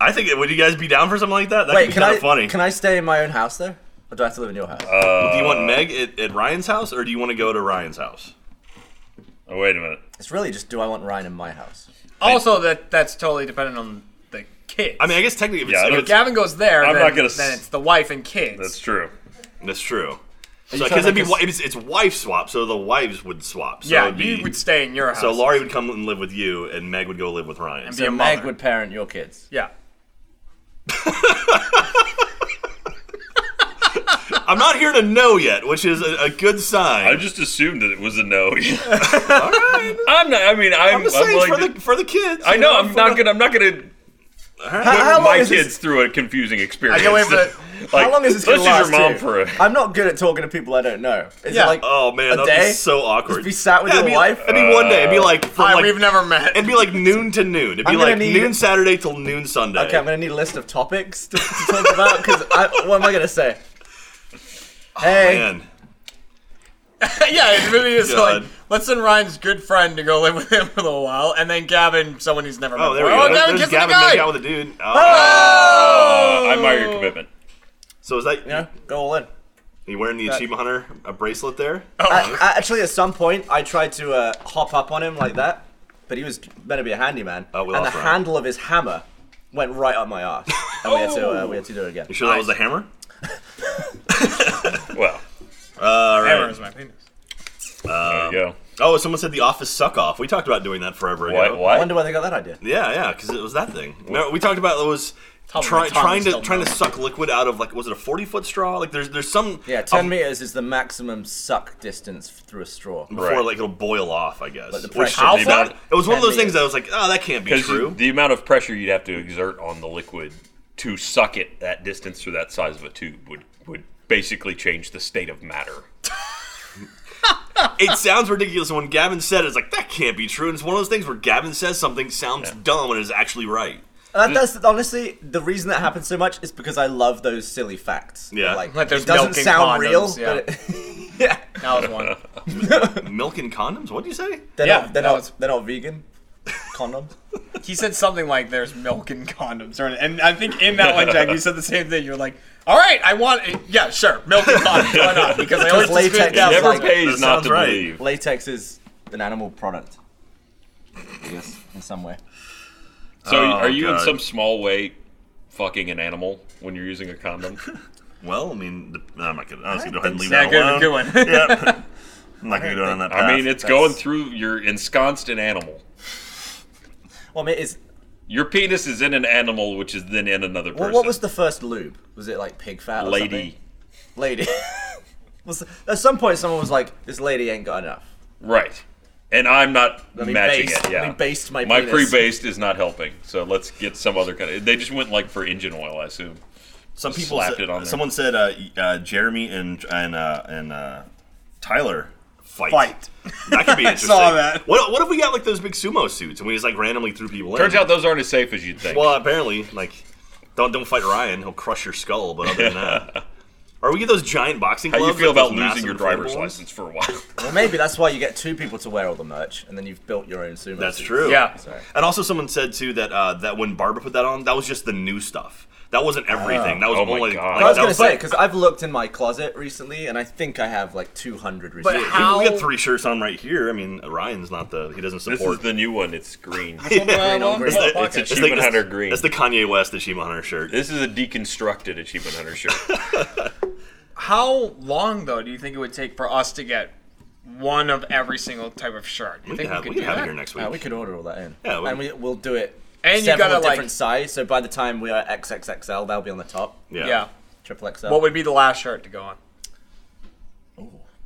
Speaker 1: I think. Would you guys be down for something like that? That
Speaker 2: Wait,
Speaker 1: could be
Speaker 2: can
Speaker 1: kind
Speaker 2: I
Speaker 1: of funny.
Speaker 2: can I stay in my own house though, or do I have to live in your house?
Speaker 3: Uh,
Speaker 1: do you want Meg at, at Ryan's house or do you want to go to Ryan's house?
Speaker 3: Oh wait a minute.
Speaker 2: it's really just do I want Ryan in my house?
Speaker 4: also that that's totally dependent on the kids.
Speaker 1: I mean, I guess technically, if it's,
Speaker 3: Yeah, I
Speaker 1: if
Speaker 3: would-
Speaker 1: it's-
Speaker 4: Gavin goes there.
Speaker 3: I'm
Speaker 4: then,
Speaker 3: not gonna s-
Speaker 4: Then it's the wife and kids.
Speaker 3: That's true.
Speaker 1: that's true.
Speaker 2: you
Speaker 1: Because
Speaker 2: trying to
Speaker 1: it'd be
Speaker 2: make
Speaker 1: wi-
Speaker 2: us-
Speaker 1: it's, it's wife swap, so the wives would swap. So
Speaker 4: yeah,
Speaker 1: it'd be,
Speaker 4: you would stay in your house.
Speaker 1: So Laurie would come and live with you, and Meg would go live with Ryan.
Speaker 4: and be
Speaker 2: So
Speaker 4: a
Speaker 2: Meg
Speaker 4: mother.
Speaker 2: would parent your kids.
Speaker 4: Yeah.
Speaker 1: I'm not here to know yet, which is a, a good sign.
Speaker 3: I just assumed that it was a no. I'm not. I mean, I'm.
Speaker 1: I'm just
Speaker 3: I'm
Speaker 1: saying
Speaker 3: willing
Speaker 1: for
Speaker 3: to-
Speaker 1: the for the kids.
Speaker 3: I
Speaker 1: you
Speaker 3: know. I'm
Speaker 1: for
Speaker 3: not
Speaker 1: the-
Speaker 3: gonna. I'm not gonna
Speaker 2: How, how
Speaker 3: put
Speaker 2: long
Speaker 3: my
Speaker 2: is
Speaker 3: kids
Speaker 2: this-
Speaker 3: through a confusing experience.
Speaker 4: I can't wait for the-
Speaker 3: Like,
Speaker 2: How long is this
Speaker 3: Let's
Speaker 2: gonna last?
Speaker 3: use your mom
Speaker 2: too?
Speaker 3: for a.
Speaker 2: I'm not good at talking to people I don't know. Is
Speaker 4: Yeah.
Speaker 2: it like
Speaker 1: Oh man,
Speaker 2: a
Speaker 1: that'd
Speaker 2: day?
Speaker 1: be so awkward.
Speaker 2: Just be sat with
Speaker 1: Yeah,
Speaker 2: your
Speaker 1: it'd be-
Speaker 2: wife?
Speaker 1: It'd be one day.
Speaker 3: Uh,
Speaker 1: It'd be like from
Speaker 4: Hi,
Speaker 1: like
Speaker 4: we've never met.
Speaker 1: It'd be like noon to noon. It'd be
Speaker 2: I'm gonna
Speaker 1: like
Speaker 2: need-
Speaker 1: noon Saturday till noon Sunday.
Speaker 2: okay, I'm gonna need a list of topics to, to talk about because what am I gonna say? Hey,
Speaker 1: man.
Speaker 4: yeah, it really is
Speaker 1: God.
Speaker 4: like let's send Ryan's good friend to go live with him for a little while, and then Gavin, someone he's never met.
Speaker 1: Oh, there we
Speaker 4: before.
Speaker 1: go.
Speaker 4: Oh, Gavin
Speaker 1: There's
Speaker 4: kissing a
Speaker 1: Gavin
Speaker 4: guy.
Speaker 1: making out with a dude.
Speaker 2: Ah!
Speaker 1: Oh.
Speaker 3: Uh, I admire your commitment.
Speaker 1: So is that
Speaker 2: you know, go all in.
Speaker 1: you wearing the Achievement Hunter a bracelet there?
Speaker 2: I, I- actually, at some point, I tried to uh, hop up on him like that, but he was meant to be a handyman,
Speaker 1: Oh, we
Speaker 2: and the
Speaker 1: lost Ryan.
Speaker 2: handle of his hammer went right up my ass, and we had to uh, we had to do it again.
Speaker 1: You sure that was a hammer?
Speaker 3: Well,
Speaker 1: All
Speaker 4: Hammer
Speaker 1: right.
Speaker 4: is my penis.
Speaker 3: there you go.
Speaker 1: Oh, someone said the office suck off. We talked about doing that forever ago.
Speaker 3: What?
Speaker 2: I
Speaker 3: What?
Speaker 2: wonder where they got that idea.
Speaker 1: Yeah, yeah, because it was that thing. Remember, we talked about it was
Speaker 4: Tell them
Speaker 1: try,
Speaker 4: my tongue
Speaker 1: trying
Speaker 4: is
Speaker 1: to
Speaker 4: still
Speaker 1: trying to
Speaker 4: numb.
Speaker 1: suck liquid out of like was it a forty foot straw? Like there's there's some
Speaker 2: Yeah, ten
Speaker 1: uh,
Speaker 2: meters is the maximum suck distance through a straw.
Speaker 1: before
Speaker 3: Right.
Speaker 1: like it'll boil off. I guess.
Speaker 2: the
Speaker 1: Which-
Speaker 2: pressure- How
Speaker 1: you know,
Speaker 4: far?
Speaker 1: It was one of
Speaker 2: 10
Speaker 1: those things
Speaker 2: meters.
Speaker 1: that I was like, oh, that can't be
Speaker 3: Because
Speaker 1: true.
Speaker 3: the amount of pressure you'd have to exert on the liquid to suck it that distance through that size of a tube would would basically change the state of matter.
Speaker 1: it sounds ridiculous and when Gavin said it. It's like that can't be true. And it's one of those things where Gavin says something sounds dumb and is actually right.
Speaker 2: Uh, that's honestly the reason that happens so much is because I love those silly facts.
Speaker 1: Yeah.
Speaker 2: like,
Speaker 4: Like there's
Speaker 2: it doesn't
Speaker 4: milking
Speaker 2: sound
Speaker 4: condoms,
Speaker 2: real,
Speaker 4: yeah.
Speaker 2: but it, yeah,
Speaker 4: That was one.
Speaker 1: Milk and condoms? What do you say?
Speaker 2: they're
Speaker 4: Yeah,
Speaker 2: not they're
Speaker 4: that
Speaker 2: not
Speaker 4: was-
Speaker 2: they're not vegan condoms.
Speaker 4: he said something like "There's milk in condoms," or, and I think in that one, Jack, you said the same thing. You're like, "All right, I want, it. yeah, sure, milk and condoms, why not?" Because I always
Speaker 2: Latex
Speaker 4: latex.
Speaker 2: is Yeah,
Speaker 3: Never
Speaker 2: like-
Speaker 3: pays
Speaker 1: that
Speaker 3: not
Speaker 1: sounds
Speaker 3: to
Speaker 1: right.
Speaker 3: believe.
Speaker 2: Latex is an animal product, I guess, in some way.
Speaker 3: So
Speaker 1: Oh,
Speaker 3: are you in
Speaker 1: God.
Speaker 3: some small way fucking an animal when you're using a condom?
Speaker 1: Well, I mean, the, I'm not gonna. I'm just gonna go ahead and leave
Speaker 4: Yeah,
Speaker 1: that alone.
Speaker 4: good, good one.
Speaker 1: Yeah. I'm not gonna go down that path.
Speaker 3: I mean, it's
Speaker 2: that's-
Speaker 3: going through your ensconced an animal.
Speaker 2: Well, I mean, is
Speaker 3: Your penis is in an animal, which is then in another person.
Speaker 2: well, what was the first lube? Was it like pig fat? Or
Speaker 3: lady?
Speaker 2: something? lady. Was- at some point, someone was like, "This lady ain't got enough."
Speaker 3: Right. And I'm not
Speaker 2: Let me
Speaker 3: matching
Speaker 2: baste-
Speaker 3: it. Yeah,
Speaker 2: let me baste my
Speaker 3: my
Speaker 2: penis.
Speaker 3: pre-based is not helping. So let's get some other kind of. They just went like for engine oil, I assume.
Speaker 1: Some people
Speaker 3: slapped
Speaker 1: said-
Speaker 3: it on there.
Speaker 1: Someone said uh, y- uh, Jeremy and and uh, and uh, Tyler fight.
Speaker 4: Fight.
Speaker 1: That could be
Speaker 4: I
Speaker 1: interesting.
Speaker 4: saw that.
Speaker 1: What, what if we got like those big sumo suits and we just like randomly threw people
Speaker 3: Turns
Speaker 1: in?
Speaker 3: out those aren't as safe as you'd think.
Speaker 1: Well, apparently, like, don't don't fight Ryan; he'll crush your skull. But other than that, or we get those giant boxing
Speaker 3: How
Speaker 1: gloves.
Speaker 3: you feel
Speaker 1: like, those
Speaker 3: about losing
Speaker 1: massive
Speaker 3: your driver's
Speaker 1: inflatable ones?
Speaker 3: license for a while?
Speaker 2: Well, maybe that's why you get two people to wear all the merch, and then you've built your own sumo.
Speaker 1: That's
Speaker 2: suit.
Speaker 1: true.
Speaker 4: Yeah.
Speaker 1: And also, someone said too that uh, that when Barbara put that on, that was just the new stuff. That wasn't everything. that was
Speaker 3: Oh my
Speaker 1: only.
Speaker 3: God.
Speaker 1: like,
Speaker 2: I was
Speaker 1: that
Speaker 2: gonna say
Speaker 1: like-
Speaker 2: because I've looked in my closet recently, and I think I have like 200
Speaker 4: But
Speaker 2: receipts.
Speaker 4: how?
Speaker 1: we got three shirts on right here. I mean, Ryan's not the. He doesn't
Speaker 3: this
Speaker 1: support.
Speaker 3: is the new one. It's green.
Speaker 4: Green on green.
Speaker 2: It's the-
Speaker 4: Oh,
Speaker 3: it's a
Speaker 4: pocket.
Speaker 3: cheap- Achievement
Speaker 1: that's-
Speaker 3: Hunter green.
Speaker 1: That's the Kanye West Achievement Hunter shirt.
Speaker 3: This is a deconstructed achievement hunter shirt.
Speaker 4: How long though do you think it would take for us to get one of every single type of shirt? You
Speaker 1: we
Speaker 4: think
Speaker 1: can have,
Speaker 4: we
Speaker 1: we can
Speaker 4: could do
Speaker 1: have
Speaker 4: that?
Speaker 1: it here next week.
Speaker 2: Uh, we could order all that in,
Speaker 1: Yeah, we-
Speaker 2: and we, we'll do it.
Speaker 4: And you
Speaker 2: several
Speaker 4: gotta, like-
Speaker 2: different size, so by the time we are XXXL, they'll be on the top,
Speaker 1: yeah.
Speaker 4: yeah.
Speaker 2: triple XL.
Speaker 4: What would be the last shirt to go on?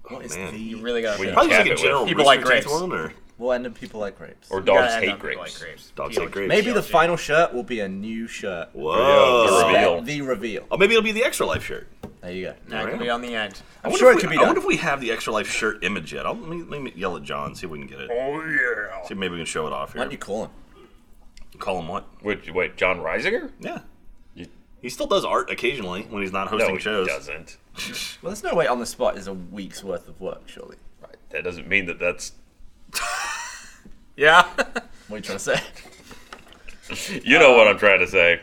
Speaker 2: what is
Speaker 1: Oh, man.
Speaker 2: the?
Speaker 4: You really gotta.
Speaker 3: We-
Speaker 4: think.
Speaker 1: Probably just like
Speaker 3: Cap
Speaker 1: a
Speaker 3: it with.
Speaker 1: general
Speaker 4: People like
Speaker 1: Rooster Teeth
Speaker 4: grapes.
Speaker 1: one, or
Speaker 2: We'll end up people like grapes.
Speaker 3: Or
Speaker 4: You gotta
Speaker 3: dogs
Speaker 4: end
Speaker 3: hate
Speaker 4: up with, like,
Speaker 3: grapes.
Speaker 4: grapes.
Speaker 1: dogs
Speaker 4: PLG.
Speaker 1: like grapes.
Speaker 2: Maybe the
Speaker 4: PLG.
Speaker 2: final shirt will be a new shirt.
Speaker 1: Whoa.
Speaker 3: The reveal.
Speaker 2: Expect The reveal.
Speaker 1: Oh, maybe it'll be the extra life shirt.
Speaker 2: There you go.
Speaker 4: That
Speaker 3: Oh,
Speaker 4: could be on the end.
Speaker 2: I'm
Speaker 1: wonder
Speaker 2: sure
Speaker 1: if
Speaker 2: it
Speaker 1: we-
Speaker 2: could be
Speaker 1: I wonder
Speaker 2: done.
Speaker 1: if we have the extra life shirt image yet. I'll, let, me, let me yell at John see if we can get it.
Speaker 4: Oh yeah.
Speaker 1: See if maybe we can show it off
Speaker 2: Why
Speaker 1: here.
Speaker 2: don't you call him?
Speaker 1: Call him what?
Speaker 3: Wait, wait, John Reisinger?
Speaker 1: Yeah. He still does art occasionally when he's not hosting
Speaker 3: No, he
Speaker 1: shows.
Speaker 3: doesn't.
Speaker 2: Well, there's no way on the spot is a week's worth of work, surely.
Speaker 3: That doesn't mean that that's.
Speaker 4: Yeah.
Speaker 2: What are you trying to say?
Speaker 3: You know what I'm trying to say.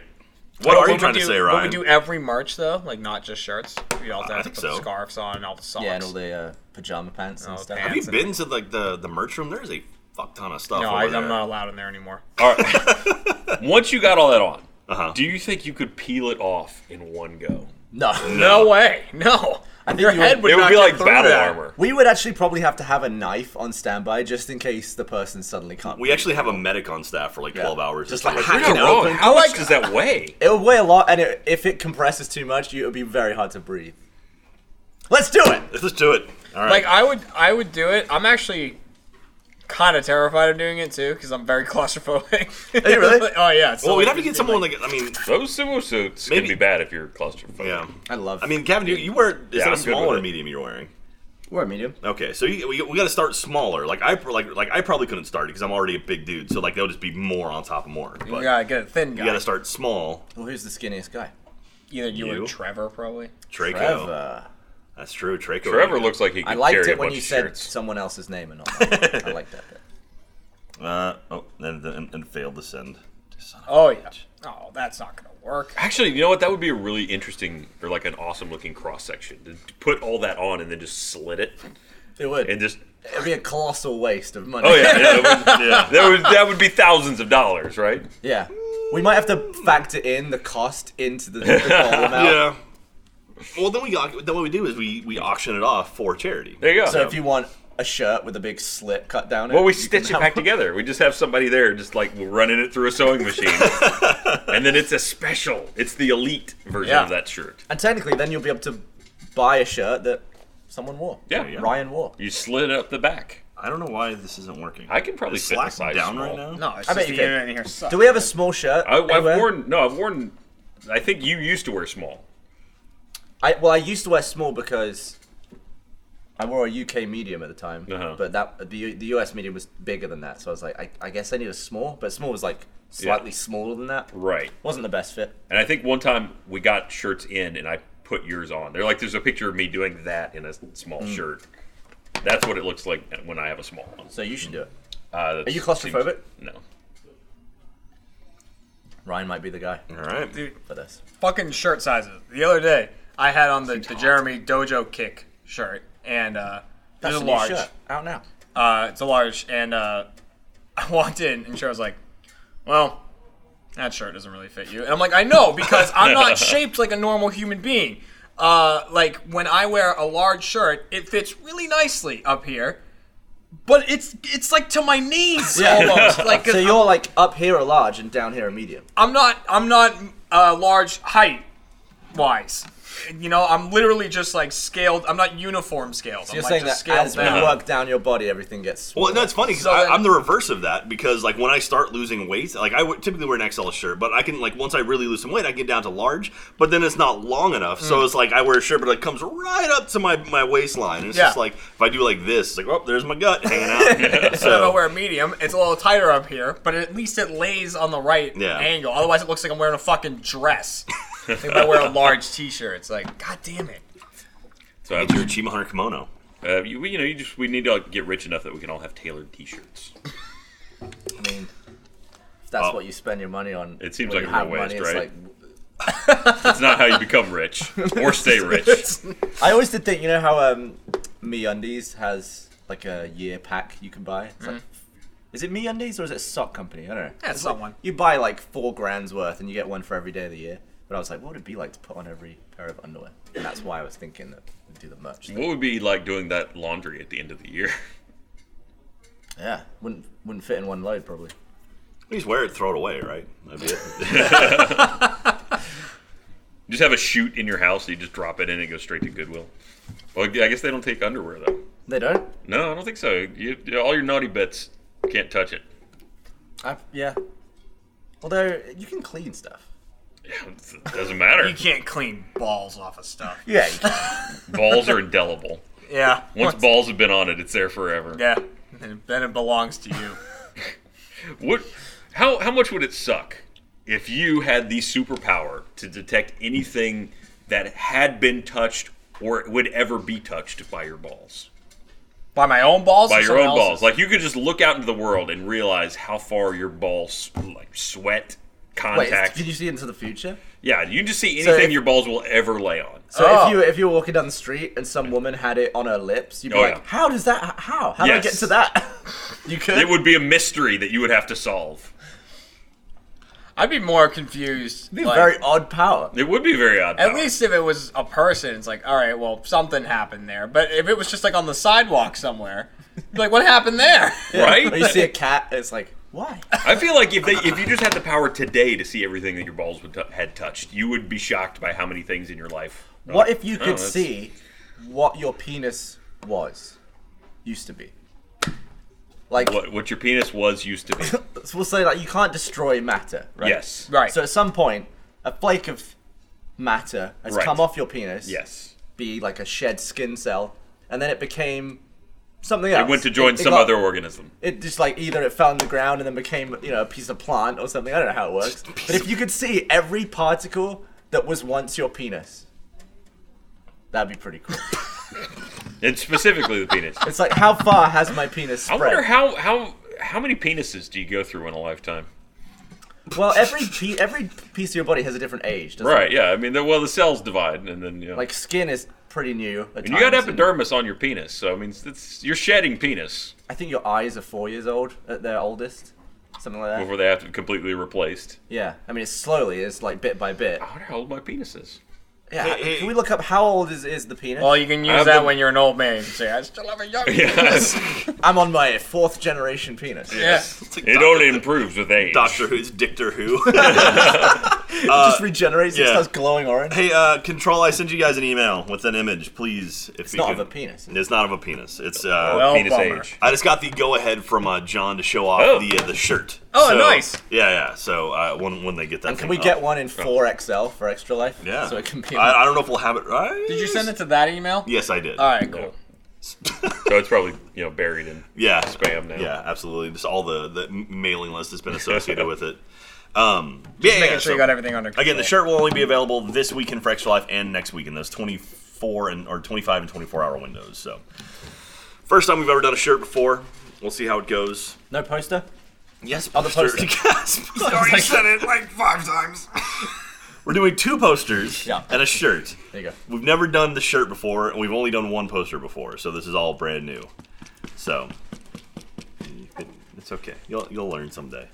Speaker 1: What are you
Speaker 4: we
Speaker 1: trying to
Speaker 4: do-
Speaker 1: say,
Speaker 4: What we
Speaker 1: Ryan?
Speaker 4: do every March though, like not just shirts. We also
Speaker 1: I
Speaker 4: have to
Speaker 1: think
Speaker 4: put
Speaker 1: so.
Speaker 4: scarves on and all the socks.
Speaker 2: Yeah, and all the uh, pajama pants and
Speaker 4: Oh,
Speaker 2: stuff.
Speaker 1: Have
Speaker 4: pants.
Speaker 1: you been to like the, the merch room? There's a fuck ton of stuff.
Speaker 4: no,
Speaker 1: over
Speaker 4: I, I'm
Speaker 1: there.
Speaker 4: not allowed in there anymore.
Speaker 3: All right. Once you got all that on,
Speaker 1: Uh-huh.
Speaker 3: do you think you could peel it off in one go?
Speaker 2: No.
Speaker 4: No way. No. Your
Speaker 2: you
Speaker 4: head
Speaker 2: would-
Speaker 4: would,
Speaker 3: it would
Speaker 4: not
Speaker 3: be
Speaker 4: get
Speaker 3: like
Speaker 4: through
Speaker 3: battle
Speaker 4: that.
Speaker 3: armor.
Speaker 2: We would actually probably have to have a knife on standby just in case the person suddenly can't.
Speaker 1: We actually have a medic on staff for like 12 hours.
Speaker 2: Just
Speaker 1: to,
Speaker 2: like
Speaker 3: You're
Speaker 2: hack
Speaker 3: not
Speaker 2: it
Speaker 3: wrong.
Speaker 2: open.
Speaker 3: How much does that weigh?
Speaker 2: It would weigh a lot, and it, if it compresses too much, you, it would be very hard to breathe. Let's do it!
Speaker 1: Let's just do it. All right.
Speaker 4: Like I would, I would do it. I'm actually kind of terrified of doing it too because I'm very claustrophobic. Are
Speaker 2: you really?
Speaker 4: oh yeah. So
Speaker 1: well, we'd
Speaker 4: like,
Speaker 1: have to get someone like I mean,
Speaker 3: Those sumo suits
Speaker 1: Maybe-
Speaker 3: can be bad if you're claustrophobic.
Speaker 1: yeah.
Speaker 2: I love
Speaker 1: I mean, Gavin, you, you wear is
Speaker 3: Yeah,
Speaker 1: that a
Speaker 3: I'm good
Speaker 1: small
Speaker 3: with
Speaker 1: or
Speaker 3: it.
Speaker 1: a medium you're wearing?
Speaker 2: We're a medium.
Speaker 1: Okay, so you, we, we got to start smaller. Like I like like I probably couldn't start it because I'm already a big dude. So like that would just be more on top of more. But
Speaker 4: you gotta get a thin
Speaker 1: you
Speaker 4: guy.
Speaker 1: got to start small.
Speaker 2: Well, who's the skinniest guy?
Speaker 4: Either you,
Speaker 1: You.
Speaker 4: or Trevor, probably.
Speaker 1: Traco.
Speaker 2: Trevor.
Speaker 1: That's true. Traco.
Speaker 3: Trevor looks like he could
Speaker 2: uh, I liked
Speaker 3: Oh. carry
Speaker 2: it
Speaker 3: a
Speaker 2: when
Speaker 3: bunch
Speaker 2: you
Speaker 3: of
Speaker 2: said
Speaker 3: shirts.
Speaker 2: someone else's name and not mine. I like that bit.
Speaker 1: Uh oh, and, and, and failed to send. Son of a
Speaker 4: Oh yeah. Oh, that's not gonna work.
Speaker 3: Actually, you know what? That would be a really interesting or like an awesome looking cross section. To put all that on and then just slit it
Speaker 2: It would.
Speaker 3: and just
Speaker 2: It'd be a colossal waste of money.
Speaker 3: oh yeah, yeah, that would-
Speaker 1: Yeah.
Speaker 3: that would that would be thousands of dollars, right?
Speaker 2: Yeah. We might have to factor in the cost into the, the dollar amount.
Speaker 1: Yeah. Well, then we got. Then what we do is we we auction it off for charity.
Speaker 3: There you go.
Speaker 2: So if you want a shirt with a big slit cut down it,
Speaker 3: well, we
Speaker 2: you
Speaker 3: stitch it
Speaker 2: can have-
Speaker 3: back together. We just have somebody there, just like running it through a sewing machine, and then it's a special. It's the elite version
Speaker 4: Yeah.
Speaker 3: of that shirt.
Speaker 2: And technically, then you'll be able to buy a shirt that someone wore.
Speaker 3: Yeah, yeah.
Speaker 2: Ryan wore.
Speaker 3: You slit it up the back.
Speaker 1: I don't know why this isn't working.
Speaker 3: I can probably
Speaker 1: Is
Speaker 3: fit in a
Speaker 1: Slack
Speaker 3: size
Speaker 1: down
Speaker 3: small.
Speaker 1: right now.
Speaker 4: No, it's
Speaker 2: I
Speaker 4: just
Speaker 2: bet
Speaker 4: the
Speaker 2: you could.
Speaker 4: internet in here sucks.
Speaker 2: Do we have a small shirt?
Speaker 3: I, I've
Speaker 2: anywhere?
Speaker 3: worn no, I've worn. I think you used to wear small.
Speaker 2: I, well, I used to wear small because I wore a UK medium at the time,
Speaker 3: Uh-huh.
Speaker 2: but that the the US medium was bigger than that, so I was like, I, I guess I need a small, but small was like slightly smaller than that.
Speaker 3: Right.
Speaker 2: Wasn't the best fit.
Speaker 3: And I think one time we got shirts in, and I put yours on. They're like, there's a picture of me doing that in a small
Speaker 1: Hmm.
Speaker 3: shirt. That's what it looks like when I have a small one.
Speaker 2: So you should do it.
Speaker 3: Uh,
Speaker 2: Are you claustrophobic?
Speaker 3: No.
Speaker 2: Ryan might be the guy
Speaker 1: All right.
Speaker 4: Dude,
Speaker 2: for this.
Speaker 4: fucking shirt sizes. The other day, I had on the, the Jeremy Dojo Kick shirt, and uh,
Speaker 2: That's
Speaker 4: there's
Speaker 2: a
Speaker 4: a
Speaker 2: new
Speaker 4: large.
Speaker 2: shirt. Out now.
Speaker 4: Uh, it's a large, and uh, I walked in, and Cher was like, "Well, that shirt doesn't really fit you." And I'm like, "I know because I'm not shaped like a normal human being. Uh, like when I wear a large shirt, it fits really nicely up here." But it's it's like to my knees almost. Like 'cause
Speaker 2: So you're like up here a large and down here a medium.
Speaker 4: I'm not I'm not uh, large height. wise. You know, I'm literally just like scaled. I'm not uniform scaled. I'm
Speaker 2: You're
Speaker 4: like
Speaker 2: saying
Speaker 4: just
Speaker 2: that
Speaker 4: scaled
Speaker 2: as we
Speaker 4: down.
Speaker 2: work down your body, everything gets.
Speaker 1: Well, no, it's funny because
Speaker 4: So then-
Speaker 1: I'm the reverse of that because like when I start losing weight, like I would typically wear an XL shirt, but I can like once I really lose some weight, I can get down to large, but then it's not long enough,
Speaker 3: Mm.
Speaker 1: so it's like I wear a shirt, but it comes right up to my my waistline. And it's
Speaker 4: Yeah.
Speaker 1: just like if I do like this, it's like oh, there's my gut hanging out.
Speaker 4: So if I
Speaker 1: so
Speaker 4: wear a medium, it's a little tighter up here, but at least it lays on the right
Speaker 1: Yeah.
Speaker 4: angle. Otherwise, it looks like I'm wearing a fucking dress. I think if I wear a large T-shirt, it's like, god damn it.
Speaker 3: So
Speaker 1: it's your Achievement Hunter kimono.
Speaker 3: uh, you, we- you know, you just we need to like, get rich enough that we can all have tailored T-shirts.
Speaker 2: I mean, if that's
Speaker 1: Oh.
Speaker 2: what you spend your money on.
Speaker 3: It seems
Speaker 2: when
Speaker 3: like
Speaker 2: you
Speaker 3: a real
Speaker 2: have money,
Speaker 3: waste,
Speaker 2: it's
Speaker 3: right?
Speaker 2: like-
Speaker 3: It's not how you become rich or stay rich.
Speaker 2: I always did think, you know how um, Me Undies has like a year pack you can buy. It's like, is it Me Undies or is it a sock company? I don't know.
Speaker 4: That's not one.
Speaker 2: You buy like four grand's worth and you get one for every day of the year. But I was like, what would it be like to put on every pair of underwear? And that's why I was thinking that we'd do the merch. Thing.
Speaker 3: What would be like doing that laundry at the end of the year?
Speaker 2: Yeah, wouldn't wouldn't fit in one load probably.
Speaker 1: You just wear it, throw it away, right? That'd be it.
Speaker 3: Just have a chute in your house. You just drop it in and it goes straight to Goodwill. Well, I guess they don't take underwear though.
Speaker 2: They don't.
Speaker 3: No, I don't think so. You, all your naughty bits can't touch it.
Speaker 2: I, yeah. Although you can clean stuff.
Speaker 3: It doesn't matter.
Speaker 4: You can't clean balls off of stuff.
Speaker 2: Yeah. You can.
Speaker 3: balls are indelible.
Speaker 4: Yeah.
Speaker 3: Once balls have been on it, it's there forever.
Speaker 4: Yeah. Then then it belongs to you.
Speaker 3: What? How how much would it suck if you had the superpower to detect anything that had been touched or would ever be touched by your balls?
Speaker 4: By my own balls.
Speaker 3: By
Speaker 4: or
Speaker 3: your
Speaker 4: someone
Speaker 3: own balls.
Speaker 4: else's?
Speaker 3: Like you could just look out into the world and realize how far your balls like sweat
Speaker 2: Wait,
Speaker 3: contact.
Speaker 2: did you see into the future?
Speaker 3: yeah, you can just see
Speaker 2: So
Speaker 3: anything
Speaker 2: if-
Speaker 3: your balls will ever lay on.
Speaker 2: So
Speaker 4: Oh.
Speaker 2: if you if you were walking down the street and some woman had it on her lips, you'd be
Speaker 3: Oh,
Speaker 2: like,
Speaker 3: yeah.
Speaker 2: "How does that? How? How do I get
Speaker 3: Yes.
Speaker 2: to that?" you could.
Speaker 3: It would be a mystery that you would have to solve.
Speaker 4: I'd be more confused.
Speaker 2: be a
Speaker 4: like-
Speaker 2: very odd power.
Speaker 3: It would be very odd.
Speaker 4: At
Speaker 3: power.
Speaker 4: least if it was a person, it's like, all right, well, something happened there. But if it was just like on the sidewalk somewhere, you'd be like, what happened there?
Speaker 3: right?
Speaker 2: Or you see a cat, it's like, why?
Speaker 3: I feel like if they, if you just had the power today to see everything that your balls would t- had touched, you would be shocked by how many things in your life.
Speaker 2: What if you
Speaker 3: Oh,
Speaker 2: could
Speaker 3: that's-
Speaker 2: see what your penis was, used to be? Like,
Speaker 3: What what your penis was used to be?
Speaker 2: we'll say like you can't destroy matter, right?
Speaker 3: Yes.
Speaker 4: Right.
Speaker 2: So at some point, a flake of matter has
Speaker 3: Right.
Speaker 2: come off your penis.
Speaker 3: Yes.
Speaker 2: Be like a shed skin cell, and then it became something else.
Speaker 3: I went to join
Speaker 2: It- it
Speaker 3: some
Speaker 2: got-
Speaker 3: other organism.
Speaker 2: it just like either it fell on the ground and then became you know a piece of plant or something. I don't know how it works. But if you could see every particle that was once your penis, that'd be pretty cool.
Speaker 3: And specifically the penis.
Speaker 2: it's like how far has my penis
Speaker 3: I
Speaker 2: spread?
Speaker 3: wonder how how how many penises do you go through in a lifetime?
Speaker 2: well, every pe- every piece of your body has a different age. Doesn't
Speaker 3: Right.
Speaker 2: It?
Speaker 3: Yeah. I mean, the- well, the cells divide, and then you know,
Speaker 2: Like skin is pretty new. at
Speaker 3: and you got
Speaker 2: times, and
Speaker 3: epidermis on your penis, so I mean, it's, it's you're shedding penis
Speaker 2: I think your eyes are four years old at their oldest, something like that.
Speaker 3: before they have to be completely replaced.
Speaker 2: yeah, I mean it's slowly. It's like bit by bit.
Speaker 3: I wonder how old my penis is.
Speaker 2: Yeah.
Speaker 1: Hey, hey.
Speaker 2: Can we look up how old is is the penis?
Speaker 4: Well, you can
Speaker 3: I
Speaker 4: use
Speaker 3: have
Speaker 4: that
Speaker 3: the-
Speaker 4: when you're an old man. and Say, I still have a young.
Speaker 3: Yes.
Speaker 2: I'm on my fourth generation penis.
Speaker 4: Yeah.
Speaker 1: It's like
Speaker 3: it
Speaker 1: Doctor-
Speaker 3: only improves with age.
Speaker 1: Doctor Who's Dictor Who.
Speaker 2: it just regenerates. and
Speaker 1: Uh, yeah.
Speaker 2: starts glowing orange.
Speaker 1: hey, uh, Control, I send you guys an email with an image, please. If it's you
Speaker 2: not
Speaker 1: could-
Speaker 2: of a penis.
Speaker 1: It's not of a penis. It's uh,
Speaker 4: Oh, Well,
Speaker 3: penis
Speaker 4: bummer.
Speaker 3: age.
Speaker 1: I just got the go ahead from uh, John to show off
Speaker 3: Oh.
Speaker 1: the uh, the shirt.
Speaker 4: Oh,
Speaker 1: So-
Speaker 4: nice.
Speaker 1: Yeah, yeah. So uh, when when they get that,
Speaker 2: And can
Speaker 1: thing
Speaker 2: we
Speaker 1: up.
Speaker 2: get one in 4XL for extra life?
Speaker 1: Yeah.
Speaker 2: So it can be.
Speaker 1: I, I don't know if we'll have it. Right?
Speaker 4: Did you send it to that email?
Speaker 1: Yes, I did.
Speaker 4: All right,
Speaker 3: Yeah.
Speaker 4: cool.
Speaker 3: So it's probably you know buried in
Speaker 1: Yeah.
Speaker 3: spam now.
Speaker 1: Yeah, absolutely. Just all the the mailing list that's been associated with it. Um, yeah,
Speaker 4: Just making
Speaker 1: yeah,
Speaker 4: sure
Speaker 1: so-
Speaker 4: you got everything under control.
Speaker 1: Again, the shirt will only be available this weekend for Extra Life and next weekend. Those 24 and or 25 and 24 hour windows. So, first time we've ever done a shirt before. We'll see how it goes.
Speaker 2: no poster?
Speaker 1: Yes,
Speaker 2: Other
Speaker 1: poster.
Speaker 2: poster.
Speaker 1: Yes, poster.
Speaker 6: already said it like five times.
Speaker 1: We're doing two posters
Speaker 2: Yeah.
Speaker 1: and a shirt.
Speaker 2: There you go.
Speaker 1: We've never done the shirt before, and we've only done one poster before, so this is all brand new. So you can- it's okay. You'll you'll learn someday.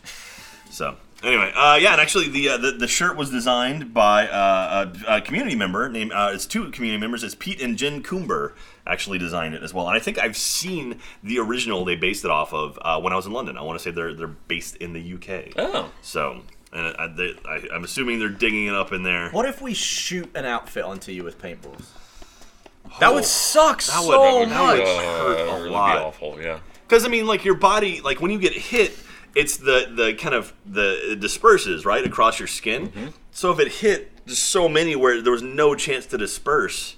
Speaker 1: So anyway, uh, yeah, and actually the, uh, the the shirt was designed by uh, a, a community member named uh, it's two community members. It's Pete and Jen Coomber actually designed it as well. And I think I've seen the original they based it off of uh, when I was in London. I want to say they're they're based in the UK.
Speaker 3: Oh.
Speaker 1: So and I, they, I, I'm assuming they're digging it up in there.
Speaker 2: What if we shoot an outfit onto you with paintballs?
Speaker 4: That would suck
Speaker 1: That would-
Speaker 4: so
Speaker 1: that
Speaker 4: much.
Speaker 1: would hurt a
Speaker 3: really
Speaker 1: lot.
Speaker 3: Uh, Be awful, yeah.
Speaker 1: Because Oh, I mean, like your body, like when you get hit, it's the the kind of the it disperses right across your skin.
Speaker 4: Mm-hmm.
Speaker 1: So if it hit just so many where there was no chance to disperse,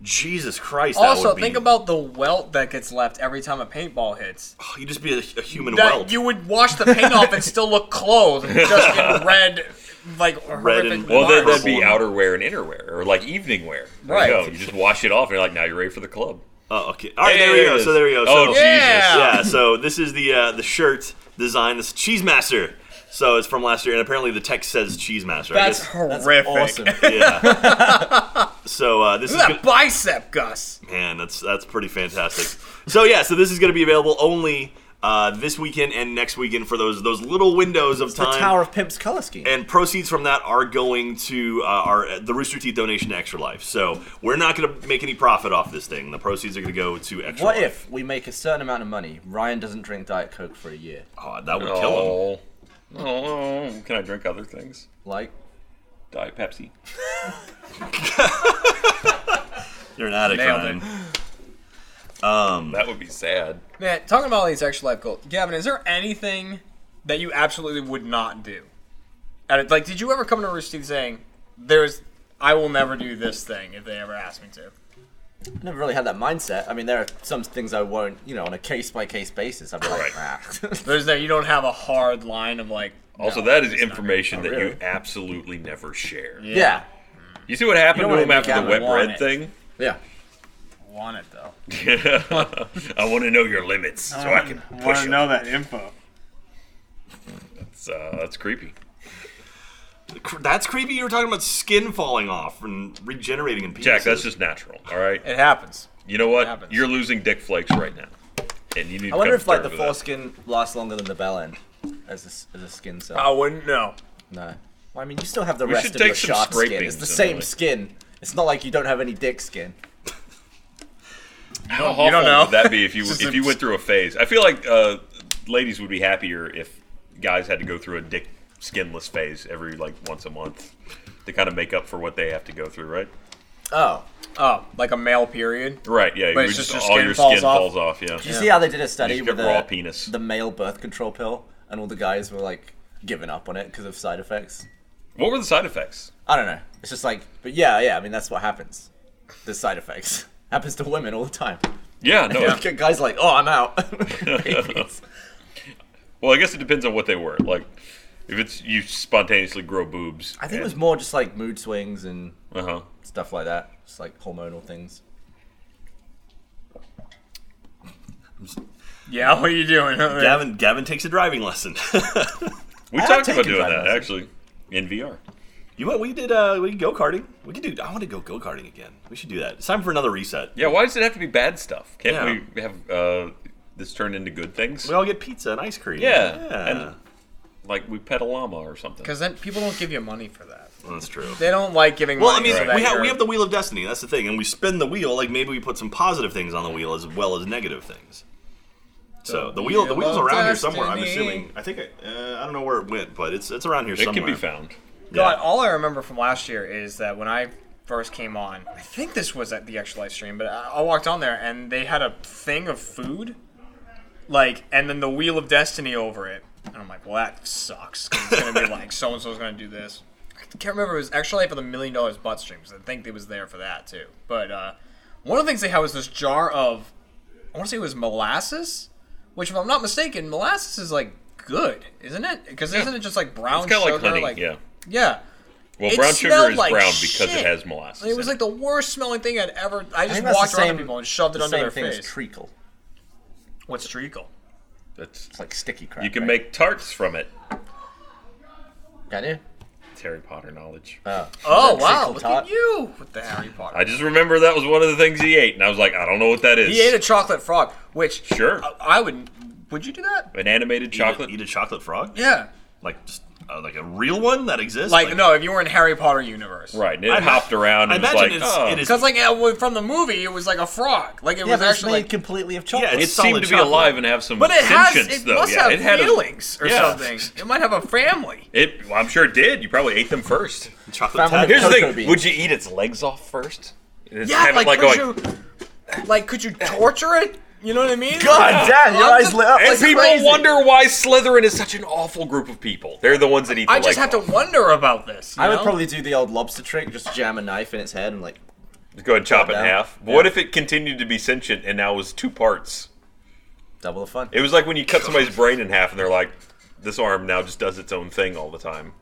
Speaker 1: Jesus Christ! that
Speaker 4: Also,
Speaker 1: would be,
Speaker 4: think about the welt that gets left every time a paintball hits.
Speaker 1: you just be a, a human
Speaker 4: that
Speaker 1: weld.
Speaker 4: you would wash the paint off and still look clothed, just in red, like red
Speaker 1: and-
Speaker 4: and
Speaker 3: Well,
Speaker 1: Well,
Speaker 3: then
Speaker 1: that-
Speaker 3: that'd be outerwear and innerwear, or like evening wear. There
Speaker 4: Right.
Speaker 3: You, go. You just wash it off, and you're like, now you're ready for the club.
Speaker 1: oh, okay. All right,
Speaker 3: Hey,
Speaker 1: there we
Speaker 3: there
Speaker 1: go.
Speaker 3: it is.
Speaker 1: So there we go.
Speaker 3: Oh,
Speaker 1: so,
Speaker 3: Jesus.
Speaker 4: Yeah.
Speaker 1: yeah. So this is the uh, the shirt design. This Cheese Master. So it's from last year, and apparently the text says Cheese Master.
Speaker 4: That's
Speaker 1: I
Speaker 4: horrific.
Speaker 2: Awesome.
Speaker 1: guess, yeah. so uh, this is
Speaker 4: Look at
Speaker 1: good-
Speaker 4: that bicep, Gus.
Speaker 1: Man, that's that's pretty fantastic. So yeah, so this is going to be available only uh, this weekend and next weekend for those those little windows of
Speaker 2: The
Speaker 1: time.
Speaker 2: Tower of Pimps color scheme.
Speaker 1: and proceeds from that are going to uh, our the Rooster Teeth donation to Extra Life. So we're not going to make any profit off this thing. The proceeds are going to go to Extra
Speaker 2: What
Speaker 1: Life.
Speaker 2: if we make a certain amount of money? Ryan doesn't drink Diet Coke for a year.
Speaker 1: Oh, that would kill him.
Speaker 3: Oh. Oh, can I drink other things?
Speaker 2: Like,
Speaker 3: Diet Pepsi.
Speaker 1: You're an addict,
Speaker 4: Nailed
Speaker 1: Ryan. Um,
Speaker 3: That would be sad.
Speaker 4: Man, talking about all these extra life goals, Gavin, is there anything that you absolutely would not do? And it- like, did you ever come to Rooster Teeth saying, "There's, I will never do this thing if they ever ask me to"?
Speaker 2: I never really had that mindset. I mean, there are some things I won't, you know, on a case by case basis. I'd be like, ah.
Speaker 4: There's that you don't have a hard line of like.
Speaker 3: Also,
Speaker 4: no,
Speaker 3: that is
Speaker 4: it's not
Speaker 3: information that you
Speaker 2: really.
Speaker 3: absolutely never share.
Speaker 2: yeah.
Speaker 3: You see what happened to
Speaker 2: You don't
Speaker 3: him
Speaker 2: wanna
Speaker 3: after the
Speaker 2: make
Speaker 3: web
Speaker 4: out
Speaker 3: red
Speaker 4: and
Speaker 3: thing?
Speaker 2: Yeah.
Speaker 4: gonna Want it though?
Speaker 3: I want to know your limits so I can push them.
Speaker 4: that info.
Speaker 3: That's, uh, that's creepy.
Speaker 1: Cr- That's creepy. You were talking about skin falling off and regenerating in pieces.
Speaker 3: Jack, that's just natural, all right?
Speaker 4: It happens.
Speaker 3: You know what?
Speaker 4: happens.
Speaker 3: You're losing dick flakes right now. And you need
Speaker 2: I wonder
Speaker 3: to
Speaker 2: if, like,
Speaker 3: the
Speaker 2: the foreskin lasts longer than the bell end as a, s- as a skin cell.
Speaker 4: I wouldn't know.
Speaker 2: No. Well, I mean, you still have the
Speaker 3: We
Speaker 2: rest
Speaker 3: should
Speaker 2: of your
Speaker 3: take some
Speaker 2: shark skin.
Speaker 3: scrapings
Speaker 2: It's the
Speaker 3: and,
Speaker 2: same
Speaker 3: like-
Speaker 2: skin. It's not like you don't have any dick skin.
Speaker 3: How awful
Speaker 4: don't know.
Speaker 3: would that be if you
Speaker 4: Just
Speaker 3: if
Speaker 4: a-
Speaker 3: you went through a phase? I feel like uh, ladies would be happier if guys had to go through a dick skinless phase every like once a month to kind of make up for what they have to go through, right?
Speaker 2: Oh.
Speaker 4: Oh, like a male period.
Speaker 3: Right. Yeah.
Speaker 4: But
Speaker 3: you
Speaker 4: it's
Speaker 3: would
Speaker 4: just your
Speaker 3: all
Speaker 4: skin
Speaker 3: your
Speaker 4: falls
Speaker 3: skin
Speaker 4: off.
Speaker 3: falls off. Yeah.
Speaker 2: You see how they did a study
Speaker 3: You just get
Speaker 2: with
Speaker 3: raw
Speaker 2: the,
Speaker 3: penis.
Speaker 2: the male birth control pill, and all the guys were like giving up on it because of side effects.
Speaker 3: What were the side effects?
Speaker 2: I don't know. It's just like, but yeah, yeah. I mean, that's what happens. The side effects happens to women all the time.
Speaker 3: Yeah. No.
Speaker 2: Like, guys, are like, oh, I'm out. Babies.
Speaker 3: well, I guess it depends on what they were. Like, if it's you spontaneously grow boobs.
Speaker 2: I think it was more just like mood swings and
Speaker 3: Uh huh.
Speaker 2: stuff like that. Just like hormonal things.
Speaker 4: Yeah, what are you doing?
Speaker 1: Gavin. Gavin takes a driving lesson.
Speaker 3: We
Speaker 2: I have
Speaker 3: talked about
Speaker 2: taken
Speaker 3: doing
Speaker 2: driving
Speaker 3: that
Speaker 2: lessons.
Speaker 3: actually in VR.
Speaker 1: you know what? We did. Uh, we go karting. We could do. I want to go go karting again. We should do that. It's time for another reset.
Speaker 3: Yeah. Why does it have to be bad stuff? Can't
Speaker 1: Yeah.
Speaker 3: we have uh, this turned into good things?
Speaker 1: We all get pizza and ice cream.
Speaker 3: Yeah,
Speaker 1: Yeah.
Speaker 3: and- like we pet a llama or something.
Speaker 4: Because then people don't give you money for that.
Speaker 1: that's true.
Speaker 4: They don't like giving
Speaker 1: Well, I
Speaker 4: money.
Speaker 1: mean,
Speaker 4: for that
Speaker 1: we have
Speaker 4: you're-
Speaker 1: we have the wheel of destiny. That's the thing, and we spin the wheel. Like maybe we put some positive things on the wheel as well as negative things. So the wheel, the
Speaker 4: wheel
Speaker 1: wheel's
Speaker 4: of
Speaker 1: around here somewhere. I'm
Speaker 4: destiny.
Speaker 1: assuming. I think I, uh, I don't know where it went, but it's it's around here
Speaker 3: It
Speaker 1: somewhere.
Speaker 3: can be found.
Speaker 1: Yeah.
Speaker 4: God, all I remember from last year is that when I first came on, I think this was at the extra live stream, but I, I walked on there and they had a thing of food, like, and then the Wheel of Destiny over it. And I'm like, well, that sucks. 'cause it's gonna be like so and so's gonna do this. I can't remember. It was extra life for the million dollars butt streams. I think it was there for that too. But uh, one of the things they had was this jar of, I want to say it was molasses, which if I'm not mistaken, molasses is like good, isn't it? Because isn't it just like brown
Speaker 3: It's kind of
Speaker 4: sugar?
Speaker 3: like honey. yeah.
Speaker 4: Yeah.
Speaker 3: Well,
Speaker 4: It
Speaker 3: brown sugar
Speaker 4: smelled
Speaker 3: is
Speaker 4: like
Speaker 3: brown because it
Speaker 4: shit.
Speaker 3: has molasses.
Speaker 4: It was
Speaker 3: in
Speaker 4: like the worst smelling thing I'd ever. I
Speaker 2: I
Speaker 4: just
Speaker 2: think that's
Speaker 4: walked
Speaker 2: the
Speaker 4: around
Speaker 2: same.
Speaker 4: to people and shoved it
Speaker 2: the
Speaker 4: under
Speaker 2: same
Speaker 4: their
Speaker 2: thing
Speaker 4: face.
Speaker 2: as treacle.
Speaker 4: What's treacle?
Speaker 3: That's,
Speaker 2: It's like sticky crap.
Speaker 3: you can
Speaker 2: right?
Speaker 3: make tarts from it.
Speaker 2: Can you?
Speaker 3: It's Harry Potter knowledge.
Speaker 2: Oh.
Speaker 4: Oh
Speaker 2: Is that
Speaker 4: wow!
Speaker 2: treacle
Speaker 4: Look
Speaker 2: tart?
Speaker 4: at you with the Harry Potter.
Speaker 3: I just remember that was one of the things he ate, and I was like, I don't know what that is.
Speaker 4: he ate a chocolate frog, which
Speaker 3: Sure.
Speaker 1: Oh.
Speaker 4: I, I would. Would you do that?
Speaker 3: an animated
Speaker 1: Eat a-
Speaker 3: chocolate.
Speaker 1: Eat a chocolate frog.
Speaker 4: Yeah.
Speaker 1: Like just uh, like a real one that exists.
Speaker 4: Like, no, if you were in Harry Potter universe,
Speaker 3: Right, and it
Speaker 1: I-
Speaker 3: hopped around
Speaker 1: I
Speaker 3: and was
Speaker 1: imagine
Speaker 3: like,
Speaker 1: it's,
Speaker 3: oh.
Speaker 1: it is.
Speaker 4: Because like it was- from the movie, it was like a frog. Like it
Speaker 2: Yeah,
Speaker 4: was
Speaker 2: but it's made
Speaker 4: actually like,
Speaker 2: completely of
Speaker 1: Yeah,
Speaker 2: chocolate.
Speaker 1: it's
Speaker 3: it seemed
Speaker 1: solid
Speaker 3: to be
Speaker 1: chocolate.
Speaker 3: alive and have some
Speaker 4: but it has.
Speaker 3: sentience,
Speaker 4: it
Speaker 3: though.
Speaker 4: must
Speaker 3: yeah,
Speaker 4: have
Speaker 3: it had
Speaker 4: feelings
Speaker 3: a,
Speaker 4: or
Speaker 3: yeah.
Speaker 4: something. It might have a family.
Speaker 3: It, well, I'm sure it did. You probably ate them first.
Speaker 1: chocolate
Speaker 2: Family-
Speaker 1: tab-
Speaker 3: Here's the
Speaker 2: Cocoa
Speaker 3: thing:
Speaker 2: beans.
Speaker 3: Would you eat its legs off first? Just
Speaker 4: Yeah,
Speaker 3: have
Speaker 4: like,
Speaker 3: it like
Speaker 4: could
Speaker 3: going,
Speaker 4: you, like could you torture it? You know what I mean?
Speaker 2: God damn, your
Speaker 4: I'm
Speaker 2: eyes
Speaker 4: just-
Speaker 2: lit up.
Speaker 3: and
Speaker 2: like
Speaker 3: people
Speaker 2: crazy.
Speaker 3: wonder why Slytherin is such an awful group of people. They're the ones that eat. The
Speaker 4: I just
Speaker 3: legs
Speaker 4: have to
Speaker 3: off.
Speaker 4: wonder about this. you
Speaker 2: I would
Speaker 4: know?
Speaker 2: probably do the old lobster trick, just jam a knife in its head and like.
Speaker 3: go ahead and chop it in
Speaker 2: down.
Speaker 3: half. But What if it continued to be sentient and now was two parts?
Speaker 2: Double the fun.
Speaker 3: It was like when you cut somebody's brain in half and they're like, "This arm now just does its own thing all the time."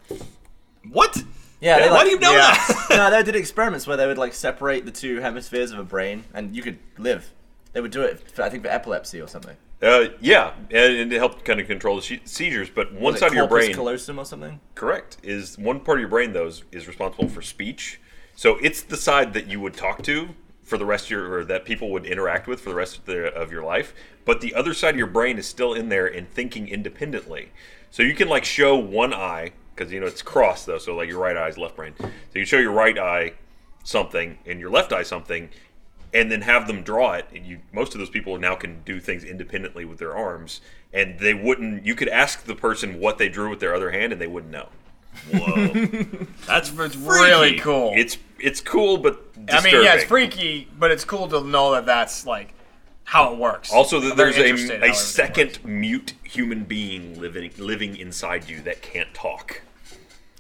Speaker 1: What?
Speaker 2: yeah, they,
Speaker 1: Why
Speaker 2: like-
Speaker 1: do you know
Speaker 4: Yeah.
Speaker 1: that?
Speaker 2: no, they did experiments where they would like separate the two hemispheres of a brain, and you could live. They would do it, for, I think, for epilepsy or something.
Speaker 3: Uh, yeah, and, and it helped kind of control the she- seizures. But one
Speaker 2: Was it
Speaker 3: side of your
Speaker 2: corpus
Speaker 3: brain,
Speaker 2: callosum or something.
Speaker 3: correct, is one part of your brain though is, is responsible for speech. So it's the side that you would talk to for the rest of your, or that people would interact with for the rest of, their, of your life. But the other side of your brain is still in there and thinking independently. So you can like show one eye because you know it's crossed though. So like your right eye is left brain. So you show your right eye something and your left eye something, and then have them draw it and you most of those people now can do things independently with their arms and they wouldn't you could ask the person what they drew with their other hand and they wouldn't know
Speaker 1: Whoa, that's
Speaker 4: It's really
Speaker 1: freaky.
Speaker 4: cool.
Speaker 3: it's it's cool but
Speaker 4: I
Speaker 3: disturbing.
Speaker 4: mean, yeah, it's freaky, but it's cool to know that that's like how it works.
Speaker 3: also that
Speaker 4: I'm very
Speaker 3: there's a,
Speaker 4: interested how
Speaker 3: a
Speaker 4: everything
Speaker 3: second
Speaker 4: works.
Speaker 3: mute human being living living inside you that can't talk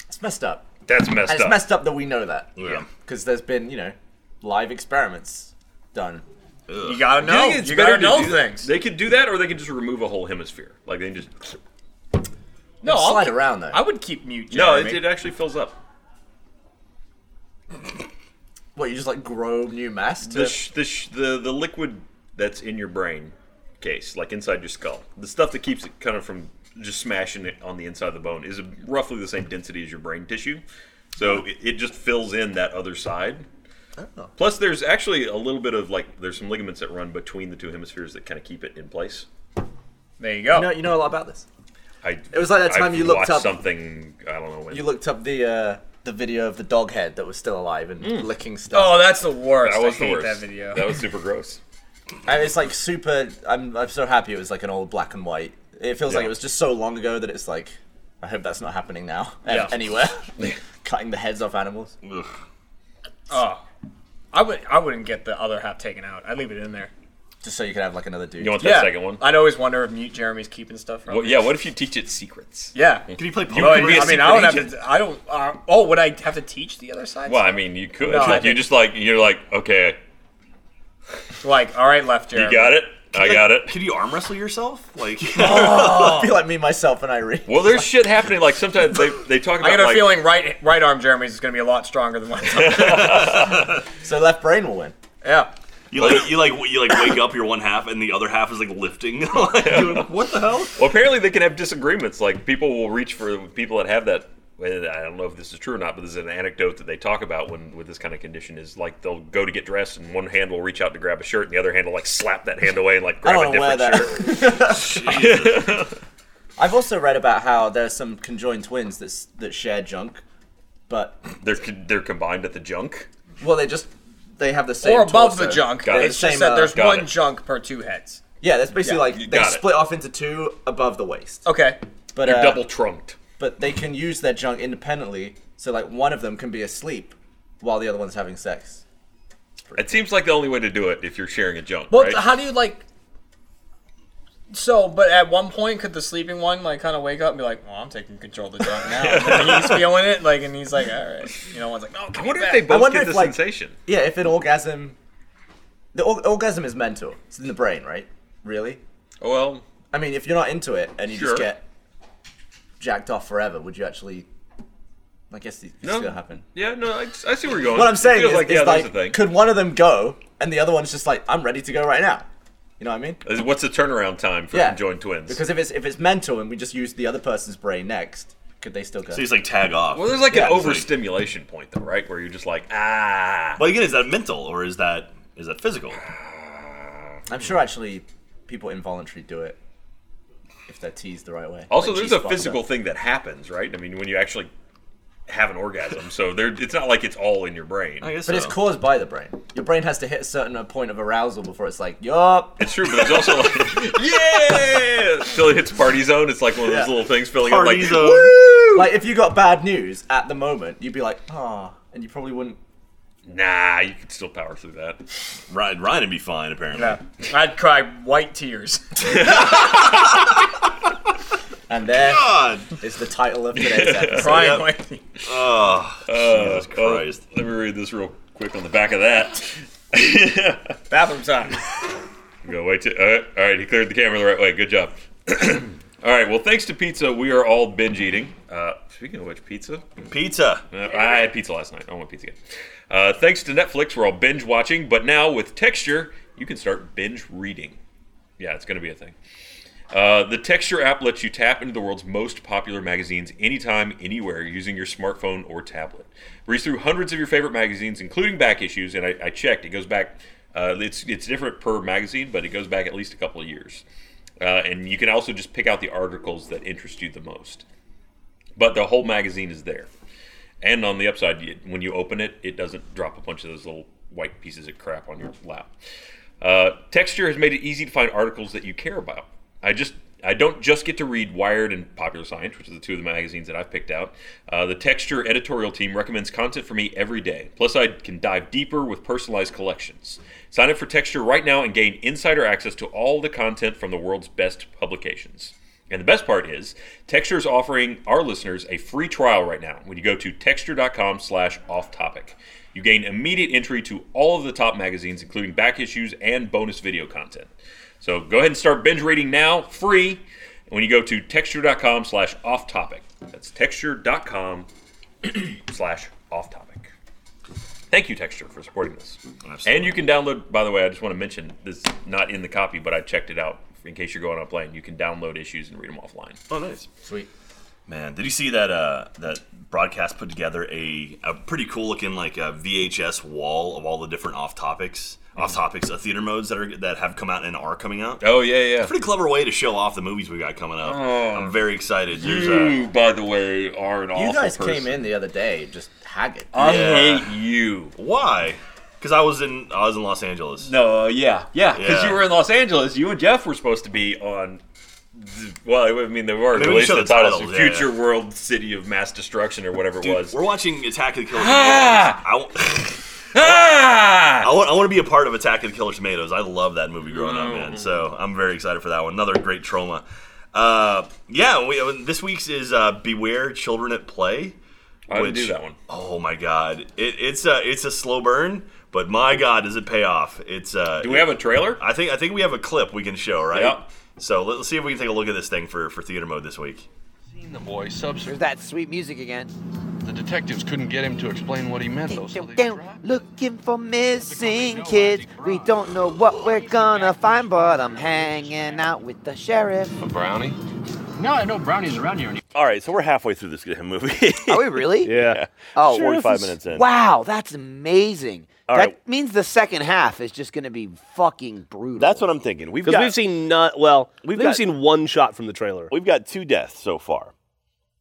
Speaker 2: It's messed up.
Speaker 3: that's messed
Speaker 2: And it's
Speaker 3: up
Speaker 2: messed up that we know that.
Speaker 1: Yeah.
Speaker 2: Because there's been, you know, live experiments done.
Speaker 4: You gotta know.
Speaker 3: think
Speaker 4: You,
Speaker 3: it's
Speaker 4: gotta
Speaker 3: better to
Speaker 4: know
Speaker 3: do that-
Speaker 4: things.
Speaker 3: they could do that or they can just remove a whole hemisphere like they can just
Speaker 4: no, I'll-
Speaker 2: Slide around though.
Speaker 4: I would keep mute.
Speaker 3: no
Speaker 4: Jeremy.
Speaker 3: it, it actually fills up
Speaker 2: what, you just like grow new mass to
Speaker 3: the sh- the, sh- the the liquid that's in your brain case, like inside your skull, the stuff that keeps it kind of from just smashing it on the inside of the bone is roughly the same density as your brain tissue. So it, it just fills in that other side.
Speaker 2: Oh.
Speaker 3: Plus, there's actually a little bit of like there's some ligaments that run between the two hemispheres that kind of keep it in place.
Speaker 4: There you go.
Speaker 2: You know, you know a lot about this.
Speaker 3: I, it
Speaker 2: was like that time you looked up-
Speaker 3: something. I don't know when.
Speaker 2: You looked up the uh the video of the dog head that was still alive and licking stuff.
Speaker 4: oh, that's the worst.
Speaker 3: that was
Speaker 4: I
Speaker 3: the
Speaker 4: hate
Speaker 3: worst.
Speaker 4: That video.
Speaker 3: That was super gross.
Speaker 2: And it's like super I'm I'm so happy it was like an old black and white. It feels like
Speaker 3: Yeah.
Speaker 2: it was just so long ago that it's like I hope that's not happening now. ev-
Speaker 4: Yeah.
Speaker 2: Anywhere. Cutting the heads off animals.
Speaker 1: Ugh.
Speaker 4: Oh, I would. I wouldn't get the other half taken out. I'd leave it in there.
Speaker 2: Just so you could have like another dude.
Speaker 3: You want that second one?
Speaker 4: I'd always wonder if mute Jeremy's keeping stuff. from
Speaker 3: Well,
Speaker 4: it.
Speaker 3: yeah. What if you teach it secrets?
Speaker 4: Yeah.
Speaker 1: Can you play
Speaker 4: No, I
Speaker 1: Pokemon?
Speaker 4: mean, I
Speaker 3: a
Speaker 4: mean,
Speaker 3: secret
Speaker 4: I don't have
Speaker 3: agent?
Speaker 4: to. I don't. Uh, oh, would I have to teach the other side?
Speaker 3: Well, I mean, you could.
Speaker 4: No, I
Speaker 3: you
Speaker 4: think-
Speaker 3: just like you're like okay,
Speaker 4: Like, all right, left Jeremy.
Speaker 3: you got it. I got it.
Speaker 1: Could you arm wrestle yourself? Like,
Speaker 2: I feel like me, myself, and Irene.
Speaker 3: Well, there's shit happening. Like sometimes they, they talk
Speaker 4: I
Speaker 3: about
Speaker 4: got a
Speaker 3: like
Speaker 4: feeling right right arm Jeremy's is going to be a lot stronger than left arm.
Speaker 2: So left brain will win.
Speaker 4: yeah.
Speaker 1: you like you like you like wake up your one half and the other half is like lifting. Like, you're like, what the hell?
Speaker 3: well, apparently they can have disagreements. Like people will reach for people that have that. and I don't know if this is true or not, but this is an anecdote that they talk about when with this kind of condition is like they'll go to get dressed and one hand will reach out to grab a shirt and the other hand will like slap that hand away and like
Speaker 2: I
Speaker 3: grab a
Speaker 2: don't wear
Speaker 3: different
Speaker 2: that.
Speaker 3: shirt.
Speaker 2: I've also read about how there's some conjoined twins that s- that share junk, but
Speaker 3: They're co- they're combined at the junk.
Speaker 2: well, they just they have the same
Speaker 4: Or above the
Speaker 2: torso.
Speaker 4: junk.
Speaker 3: Got it.
Speaker 4: it's just
Speaker 2: Same,
Speaker 4: that
Speaker 2: uh,
Speaker 4: there's
Speaker 3: got
Speaker 4: one
Speaker 3: it.
Speaker 4: junk per two heads.
Speaker 2: Yeah, that's basically
Speaker 4: Yeah.
Speaker 2: like they
Speaker 3: got it.
Speaker 2: split off into two above the waist.
Speaker 4: Okay.
Speaker 2: But
Speaker 3: They're
Speaker 2: uh,
Speaker 3: double trunked.
Speaker 2: but they can use their junk independently. So like one of them can be asleep while the other one's having sex.
Speaker 3: It seems like the only way to do it if you're sharing a junk,
Speaker 4: Well,
Speaker 3: right?
Speaker 4: how do you like? So, but at one point, could the sleeping one like kind of wake up and be like, "Well, I'm taking control of the junk now." and he's feeling it, like, and he's like, "All right," you know. One's like, "No,
Speaker 3: I
Speaker 4: give
Speaker 3: wonder
Speaker 4: me back."
Speaker 3: if they both
Speaker 2: wonder
Speaker 3: get
Speaker 2: if,
Speaker 3: the
Speaker 2: like-
Speaker 3: sensation.
Speaker 2: Yeah, if an orgasm, the or- orgasm is mental. It's in the brain, right? Really?
Speaker 3: Oh, well,
Speaker 2: I mean, if you're not into it and you
Speaker 3: Sure.
Speaker 2: just get jacked off forever, would you actually? I guess it's
Speaker 3: No.
Speaker 2: gonna happen.
Speaker 3: yeah, no, I, I see where you're going.
Speaker 2: What I'm saying
Speaker 3: It
Speaker 2: is,
Speaker 3: feels like,
Speaker 2: is
Speaker 3: yeah, that's the thing.
Speaker 2: like, could one of them go and the other one's just like, I'm ready to go right now. You know what I mean?
Speaker 3: What's the turnaround time for
Speaker 2: Yeah.
Speaker 3: conjoined twins?
Speaker 2: Because if it's if it's mental and we just use the other person's brain next, could they still go?
Speaker 1: So you just like tag off.
Speaker 3: Well, there's like
Speaker 2: Yeah,
Speaker 3: an
Speaker 2: it's like-
Speaker 3: overstimulation point, though, right? Where you're just like, ah.
Speaker 1: But again, is that mental or is that is that physical?
Speaker 2: I'm sure actually people involuntarily do it. if they're teased the right way.
Speaker 3: Also,
Speaker 2: Like,
Speaker 3: there's
Speaker 2: G
Speaker 3: a
Speaker 2: spots
Speaker 3: physical
Speaker 2: are-
Speaker 3: thing that happens, right? I mean, when you actually have an orgasm, so there, it's not like it's all in your brain.
Speaker 1: I guess
Speaker 2: But
Speaker 1: so.
Speaker 2: it's caused by the brain. Your brain has to hit a certain point of arousal before it's like, yup.
Speaker 3: It's true, but there's also like, yeah, till it hits party zone. It's like one of those
Speaker 2: Yeah.
Speaker 3: little things filling
Speaker 1: Party
Speaker 3: up, like
Speaker 1: zone.
Speaker 2: Like if you got bad news at the moment, you'd be like, ah, and you probably wouldn't.
Speaker 3: nah, you can still power through that.
Speaker 1: Ryan, Ryan would be fine apparently.
Speaker 4: Yeah. I'd cry white tears.
Speaker 2: And there
Speaker 1: God,
Speaker 2: is the title of today's episode.
Speaker 4: Crying
Speaker 1: Yep.
Speaker 4: white tears.
Speaker 1: oh, Jesus
Speaker 3: Uh, Well,
Speaker 1: Christ.
Speaker 3: let me read this real quick on the back of that.
Speaker 4: Bathroom time.
Speaker 3: Go wait to. Uh, all right, he cleared the camera the right way. Good job. all right, well, thanks to pizza, we are all binge eating. Uh, speaking of which, pizza.
Speaker 1: Pizza.
Speaker 3: Uh, I had pizza last night. I want pizza again. Uh, thanks to Netflix, we're all binge watching, but now with texture, you can start binge reading. Yeah, it's going to be a thing. Uh, the Texture app lets you tap into the world's most popular magazines anytime, anywhere, using your smartphone or tablet. Breeze through hundreds of your favorite magazines, including back issues, and I, I checked. It goes back. Uh, it's it's different per magazine, but it goes back at least a couple of years. Uh, and you can also just pick out the articles that interest you the most. But the whole magazine is there. And on the upside, you- when you open it, it doesn't drop a bunch of those little white pieces of crap on your lap. Uh, texture has made it easy to find articles that you care about. I just I don't just get to read Wired and Popular Science, which are the two of the magazines that I've picked out. Uh, the Texture editorial team recommends content for me every day. Plus, I can dive deeper with personalized collections. Sign up for Texture right now and gain insider access to all the content from the world's best publications. And the best part is, Texture is offering our listeners a free trial right now when you go to texture.com slash off topic. You gain immediate entry to all of the top magazines, including back issues and bonus video content. So go ahead and start binge reading now, free, when you go to texture.com slash off topic. That's texture.com slash off topic. Thank you, Texture, for supporting this. And you can download, by the way, I just want to mention this is not in the copy, but I checked it out in case you're going on a plane. You can download issues and read them offline.
Speaker 1: Oh, nice.
Speaker 2: Sweet.
Speaker 1: Man, did you see that? Uh, that broadcast put together a, a pretty cool looking like uh, a VHS wall of all the different off topics, off topics, uh, theater modes that are that have come out and are coming out.
Speaker 3: Oh, yeah, yeah.
Speaker 1: Pretty clever way to show off the movies we got coming up. I'm very excited. There's uh, a,
Speaker 3: You, by the way, are an awful
Speaker 2: You guys
Speaker 3: person.
Speaker 2: came in the other day just haggard.
Speaker 3: I
Speaker 1: Yeah.
Speaker 3: hate you.
Speaker 1: why? Because I was in I was in Los Angeles.
Speaker 3: No, uh, yeah, yeah. Because
Speaker 1: Yeah.
Speaker 3: you were in Los Angeles. You and Jeff were supposed to be on. th- Well, I mean, they were
Speaker 1: Maybe we
Speaker 3: released
Speaker 1: show
Speaker 3: the
Speaker 1: the
Speaker 3: titles,
Speaker 1: titles, yeah,
Speaker 3: Future
Speaker 1: yeah.
Speaker 3: World City of Mass Destruction or whatever
Speaker 1: Dude,
Speaker 3: it was.
Speaker 1: we're watching Attack of the Killer
Speaker 3: Ah!
Speaker 1: Tomatoes. I, w-
Speaker 3: Ah!
Speaker 1: I want, I want to be a part of Attack of the Killer Tomatoes. I love that movie growing up, man. So I'm very excited for that one. Another great trauma. Uh, yeah, we, uh, this week's is uh, Beware Children at Play.
Speaker 3: I would
Speaker 1: which-
Speaker 3: do that one.
Speaker 1: Oh my God, it, it's a it's a slow burn, but my God, does it pay off? It's uh,
Speaker 3: Do we have a trailer?
Speaker 1: I think I think we have a clip we can show, right?
Speaker 3: Yep.
Speaker 1: So let- let's see if we can take a look at this thing for for theater mode this week.
Speaker 7: the boy
Speaker 8: There's
Speaker 7: subsequently.
Speaker 8: that sweet music again.
Speaker 7: The detectives couldn't get him to explain what he meant, though, so they dropped him.
Speaker 8: looking for missing kids. We don't know what we're gonna find, but I'm hanging out with the sheriff.
Speaker 7: A brownie?
Speaker 9: Now I know brownies around here.
Speaker 10: All right, so we're halfway through this movie.
Speaker 8: Are we really?
Speaker 10: yeah.
Speaker 8: Oh,
Speaker 10: 45 minutes in.
Speaker 8: Wow, that's amazing.
Speaker 10: All
Speaker 8: that
Speaker 10: right.
Speaker 8: means the second half is just gonna be fucking brutal.
Speaker 10: That's what I'm thinking. We've
Speaker 11: Because
Speaker 10: got
Speaker 11: we've seen not well,
Speaker 10: We've
Speaker 11: we've,
Speaker 10: got-
Speaker 11: seen one shot from the trailer.
Speaker 10: we've got two deaths so far.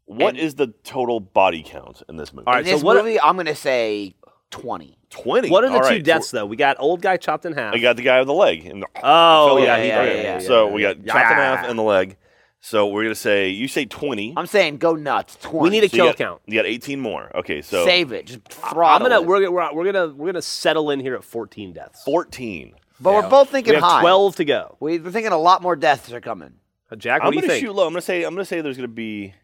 Speaker 10: What
Speaker 8: And-
Speaker 10: is the total body count in this movie?
Speaker 11: All
Speaker 8: In
Speaker 11: right, so
Speaker 8: this
Speaker 11: what?
Speaker 8: movie, I'm gonna say twenty.
Speaker 10: 20.
Speaker 11: What are the
Speaker 10: All
Speaker 11: two
Speaker 10: right, so
Speaker 11: deaths though? We got old guy chopped in half.
Speaker 10: I got the guy with the leg. And the,
Speaker 11: oh
Speaker 10: fell
Speaker 11: yeah,
Speaker 10: out.
Speaker 11: he-
Speaker 8: yeah,
Speaker 10: Okay,
Speaker 8: yeah, yeah,
Speaker 10: So we got
Speaker 11: yeah.
Speaker 10: chopped in half
Speaker 11: Yeah.
Speaker 10: and the leg. So we're gonna say you say 20.
Speaker 8: I'm saying go nuts. Twenty.
Speaker 11: We need a
Speaker 10: So you
Speaker 11: kill
Speaker 10: got-
Speaker 11: count.
Speaker 10: You got 18 more. Okay, so
Speaker 8: save it. Just
Speaker 11: I'm
Speaker 8: throttle.
Speaker 11: gonna
Speaker 8: it.
Speaker 11: we're, gonna- we're we're gonna we're gonna settle in here at 14 deaths.
Speaker 10: 14.
Speaker 8: but we're both
Speaker 11: we
Speaker 8: thinking
Speaker 11: have
Speaker 8: high.
Speaker 11: 12 to go.
Speaker 8: We- We're thinking a lot more deaths are coming.
Speaker 11: Uh, Jack,
Speaker 10: I'm
Speaker 11: what do you
Speaker 10: gonna
Speaker 11: think?
Speaker 10: shoot low. I'm gonna say I'm gonna say there's gonna be.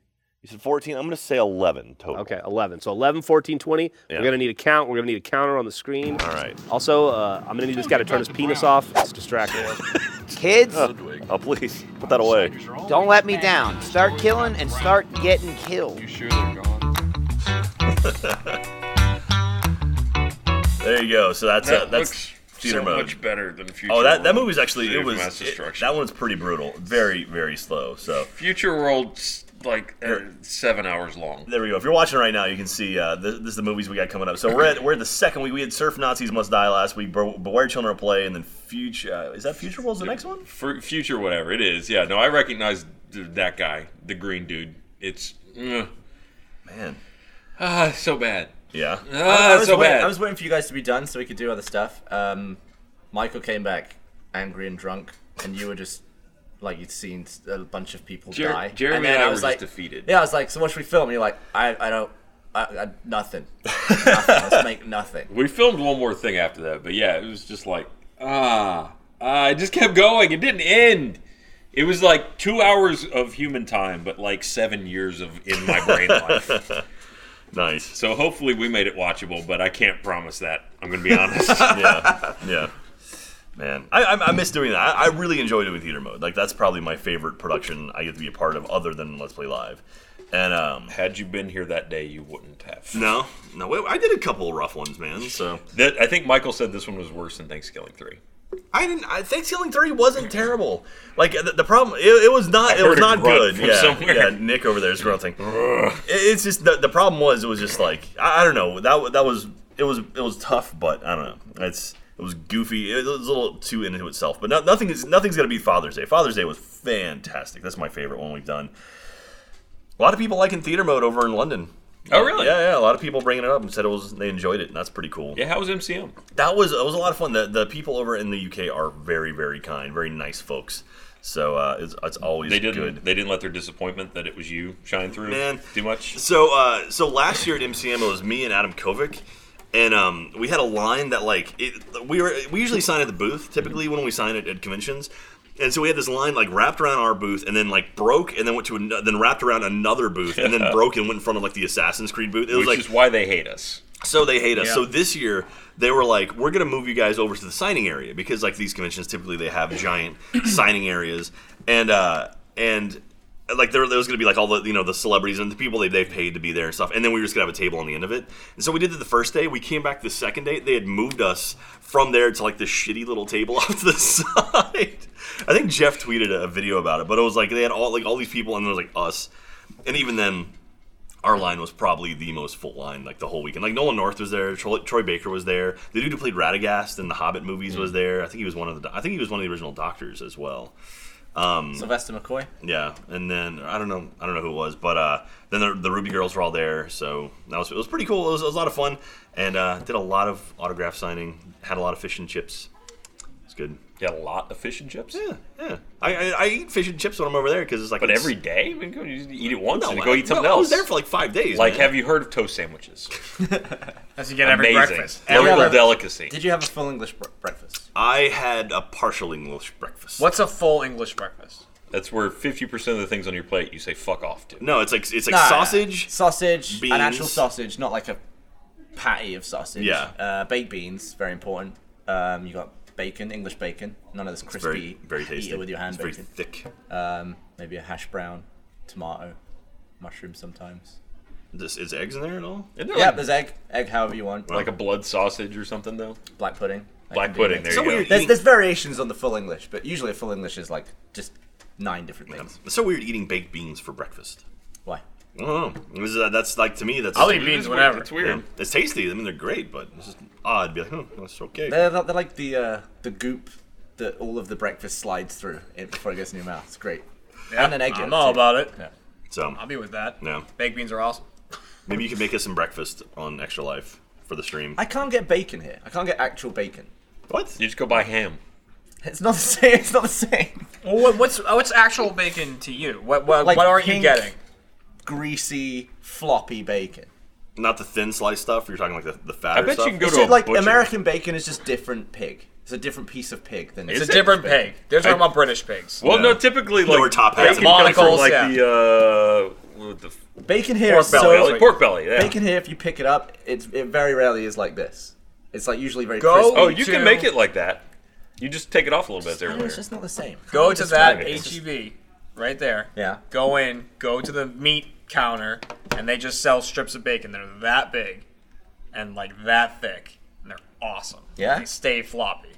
Speaker 10: You said 14. I'm gonna say 11 total.
Speaker 11: Okay, 11. So 11, 14, 20.
Speaker 10: Yeah.
Speaker 11: We're gonna need a count. We're gonna need a counter on the screen.
Speaker 10: All right.
Speaker 11: Also, uh, I'm gonna need this guy to turn his penis off. It's distracting.
Speaker 8: Kids,
Speaker 7: Ludwig.
Speaker 10: Oh please put that away.
Speaker 7: Strangers are all
Speaker 8: don't
Speaker 7: like
Speaker 8: let me
Speaker 7: that.
Speaker 8: down. Start killing and start getting killed.
Speaker 7: You sure they're gone?
Speaker 1: There you go. So that's uh,
Speaker 3: That
Speaker 1: that's
Speaker 3: looks
Speaker 1: theater
Speaker 3: so
Speaker 1: mode.
Speaker 3: much better than Future
Speaker 1: Oh, that, that
Speaker 3: World
Speaker 1: movie's actually
Speaker 3: City
Speaker 1: it
Speaker 3: of
Speaker 1: was
Speaker 3: Mass
Speaker 1: it-
Speaker 3: Destruction.
Speaker 1: that one's pretty brutal. Very very slow. So
Speaker 3: Future World's like uh, seven hours long.
Speaker 1: there we go. If you're watching right now, you can see uh, this, this is the movies we got coming up. So we're at we're at the second week. We had Surf Nazis Must Die last week. Be- Beware Children of Play, and then Future uh, is that Future World's the next one?
Speaker 3: For future, whatever it is, yeah. No, I recognize that guy, the green dude. It's ugh.
Speaker 2: Man.
Speaker 3: ah, so bad.
Speaker 1: Yeah.
Speaker 2: I, I
Speaker 3: Ah,
Speaker 2: was
Speaker 3: so
Speaker 2: wait-
Speaker 3: bad.
Speaker 2: I was waiting for you guys to be done so we could do other stuff. Um, Michael came back angry and drunk, and you were just like you'd seen a bunch of people
Speaker 3: Jer-
Speaker 2: die.
Speaker 3: Jeremy
Speaker 2: then
Speaker 3: and I
Speaker 2: was
Speaker 3: were just
Speaker 2: like,
Speaker 3: defeated.
Speaker 2: Yeah, I was like, so what should we film? And you're like, I, I don't, I, I nothing. nothing. Let's make nothing.
Speaker 3: We filmed one more thing after that, but yeah, it was just like ah, ah, it just kept going. It didn't end. It was like two hours of human time, but like seven years of in my brain life.
Speaker 1: nice.
Speaker 3: So hopefully we made it watchable, but I can't promise that. I'm gonna be honest.
Speaker 1: yeah, yeah. Man, I, I, I miss doing that. I, I really enjoy doing theater mode. Like that's probably my favorite production I get to be a part of, other than Let's Play Live. And um,
Speaker 3: had you been here that day, you wouldn't have.
Speaker 1: No, no, wait, I did a couple rough ones, man. So
Speaker 3: That, I think Michael said this one was worse than Thanksgiving three.
Speaker 1: I didn't. I, Thanksgiving three wasn't terrible. Like the, the problem, it, it was not.
Speaker 3: I
Speaker 1: it was
Speaker 3: heard a
Speaker 1: not
Speaker 3: grunt
Speaker 1: good.
Speaker 3: from
Speaker 1: Yeah,
Speaker 3: somewhere.
Speaker 1: yeah. Nick over there is grunting. It- it's just the, the problem was it was just like I, I don't know that wa- that was it was it was tough, but I don't know. It's it was goofy. It was a little too into itself. But no, nothing is nothing's gonna be Father's Day. Father's Day was fantastic. That's my favorite one we've done. A lot of people liking theater mode over in London.
Speaker 3: Oh, really?
Speaker 1: Yeah, yeah. A lot of people bringing it up and said it was they enjoyed it, and that's pretty cool.
Speaker 3: Yeah, how was MCM?
Speaker 1: That was it was a lot of fun. The the people over in the UK are very very kind, very nice folks. So uh, it's it's always
Speaker 3: They didn't.
Speaker 1: good.
Speaker 3: They didn't let their disappointment that it was you shine through.
Speaker 1: Man.
Speaker 3: too much.
Speaker 1: So uh, so last year at MCM it was me and Adam Kovic, and um, we had a line that like it, we were we usually sign at the booth typically when we sign at, at conventions. And so we had this line like wrapped around our booth, and then like broke, and then went to an, then wrapped around another booth, and then broke and went in front of like the Assassin's Creed booth. It was
Speaker 3: Which
Speaker 1: like
Speaker 3: is why they hate us.
Speaker 1: So they hate us.
Speaker 3: Yeah.
Speaker 1: So this year they were like, "We're gonna move you guys over to the signing area because like these conventions typically they have giant signing areas and uh and like there, there was gonna be like all the you know the celebrities and the people they they paid to be there and stuff. And then we were just gonna have a table on the end of it. And so we did it the first day. We came back the second day. They had moved us from there to like this shitty little table off to the side. I think Jeff tweeted a video about it, but it was like they had all like all these people and there was like us, and even then our line was probably the most full line like the whole weekend. Like Nolan North was there, Troy, Troy Baker was there. The dude who played Radagast in the Hobbit movies
Speaker 3: Mm.
Speaker 1: was there. I think he was one of the. I think he was one of the original Doctors as well. Um,
Speaker 2: Sylvester McCoy.
Speaker 1: yeah, and then I don't know, I don't know who it was, but uh, then the, the Ruby Girls were all there, so that was it was pretty cool. It was, it was a lot of fun, and uh, did a lot of autograph signing. Had a lot of fish and chips. It's good.
Speaker 3: Yeah, a lot of fish and chips.
Speaker 1: Yeah, yeah. I, I, I eat fish and chips when I'm over there because it's like.
Speaker 3: But
Speaker 1: it's-
Speaker 3: every day, I mean, come on, you just eat it once
Speaker 1: No,
Speaker 3: and
Speaker 1: I-
Speaker 3: go eat
Speaker 1: no,
Speaker 3: something
Speaker 1: I
Speaker 3: else.
Speaker 1: was there for like five days,
Speaker 3: Like,
Speaker 1: man.
Speaker 3: have you heard of toast sandwiches?
Speaker 4: As you get every
Speaker 3: Amazing.
Speaker 4: breakfast.
Speaker 3: Local
Speaker 4: Every breakfast.
Speaker 3: delicacy.
Speaker 2: Did you have a full English br- breakfast?
Speaker 1: I had a partial English breakfast.
Speaker 4: What's a full English breakfast?
Speaker 3: That's where fifty percent of the things on your plate you say fuck off to.
Speaker 1: No, it's like it's like
Speaker 2: Nah,
Speaker 1: sausage.
Speaker 2: sausage,
Speaker 1: beans.
Speaker 2: an actual sausage, not like a patty of sausage.
Speaker 1: Yeah.
Speaker 2: Uh, baked beans, very important. Um, you got bacon, English bacon, none of this crispy.
Speaker 1: very- very
Speaker 2: eat it
Speaker 1: tasty.
Speaker 2: with your hand
Speaker 1: It's very
Speaker 2: bacon.
Speaker 1: thick.
Speaker 2: Um, maybe a hash brown, tomato, mushroom sometimes.
Speaker 1: This is eggs in there at all?
Speaker 3: Isn't there
Speaker 2: yeah,
Speaker 3: like,
Speaker 2: there's egg, egg however you want.
Speaker 3: like a blood sausage or something though?
Speaker 2: black pudding. That
Speaker 3: Black
Speaker 2: can be
Speaker 3: pudding. There
Speaker 2: mixed.
Speaker 1: So
Speaker 3: you go.
Speaker 1: weird.
Speaker 2: There's, there's variations on the full English, but usually a full English is like just nine different things.
Speaker 1: It's so weird eating baked beans for breakfast.
Speaker 2: Why?
Speaker 1: I don't know. It was, uh, that's like to me. That's
Speaker 4: I'll eat
Speaker 1: yeah.
Speaker 4: beans
Speaker 3: It's
Speaker 4: whenever.
Speaker 3: Weird. It's weird.
Speaker 1: It's tasty. I mean, they're great, but it's just odd. Be like, oh, that's okay.
Speaker 2: They're, they're like the uh, the goop that all of the breakfast slides through it before it gets in your mouth. It's great.
Speaker 4: Yeah,
Speaker 2: And an egg
Speaker 4: I'm
Speaker 2: yolk,
Speaker 4: all
Speaker 2: too.
Speaker 4: about it.
Speaker 1: So
Speaker 4: I'll be with that.
Speaker 1: Yeah.
Speaker 4: Baked beans are awesome.
Speaker 1: maybe you can make us some breakfast on Extra Life for the stream.
Speaker 2: I can't get bacon here. I can't get actual bacon.
Speaker 1: what?
Speaker 3: You just go buy ham.
Speaker 2: It's not the same. It's not the same.
Speaker 4: Well, what, what's uh, what's actual bacon to you? What what,
Speaker 2: Like
Speaker 4: what are you
Speaker 2: pink-
Speaker 4: getting?
Speaker 2: Greasy, floppy bacon.
Speaker 1: Not the thin slice stuff. You're talking like the the fatter
Speaker 3: I bet you
Speaker 1: stuff.
Speaker 3: can go
Speaker 2: It's
Speaker 3: to a
Speaker 2: just like
Speaker 3: butcher.
Speaker 2: American bacon is just different pig. It's a different piece of pig than
Speaker 4: It's
Speaker 2: it's
Speaker 4: a different pig. They're talking about British pigs.
Speaker 3: Well, no, typically like
Speaker 1: Lower top
Speaker 3: bacon
Speaker 1: half.
Speaker 3: comes from
Speaker 4: Monocles,
Speaker 3: like
Speaker 4: yeah.
Speaker 3: the uh, what the f-
Speaker 2: bacon here
Speaker 4: Pork
Speaker 2: is
Speaker 4: belly,
Speaker 2: so
Speaker 4: that's
Speaker 3: belly, pork belly. Yeah.
Speaker 2: bacon here. If you pick it up, it's it very rarely is like this. It's like usually very
Speaker 4: Go-
Speaker 2: crispy.
Speaker 3: Oh, you
Speaker 4: Two.
Speaker 3: can make it like that. You just take it off a little bit there.
Speaker 2: I know, it's
Speaker 3: later.
Speaker 2: just not the same.
Speaker 4: Go to that
Speaker 3: describe it.
Speaker 2: E
Speaker 3: It's
Speaker 4: HEB right there.
Speaker 2: Yeah.
Speaker 4: Go in, go to the meat counter, and they just sell strips of bacon that are that big and like that thick. And they're awesome.
Speaker 2: Yeah?
Speaker 4: They stay floppy.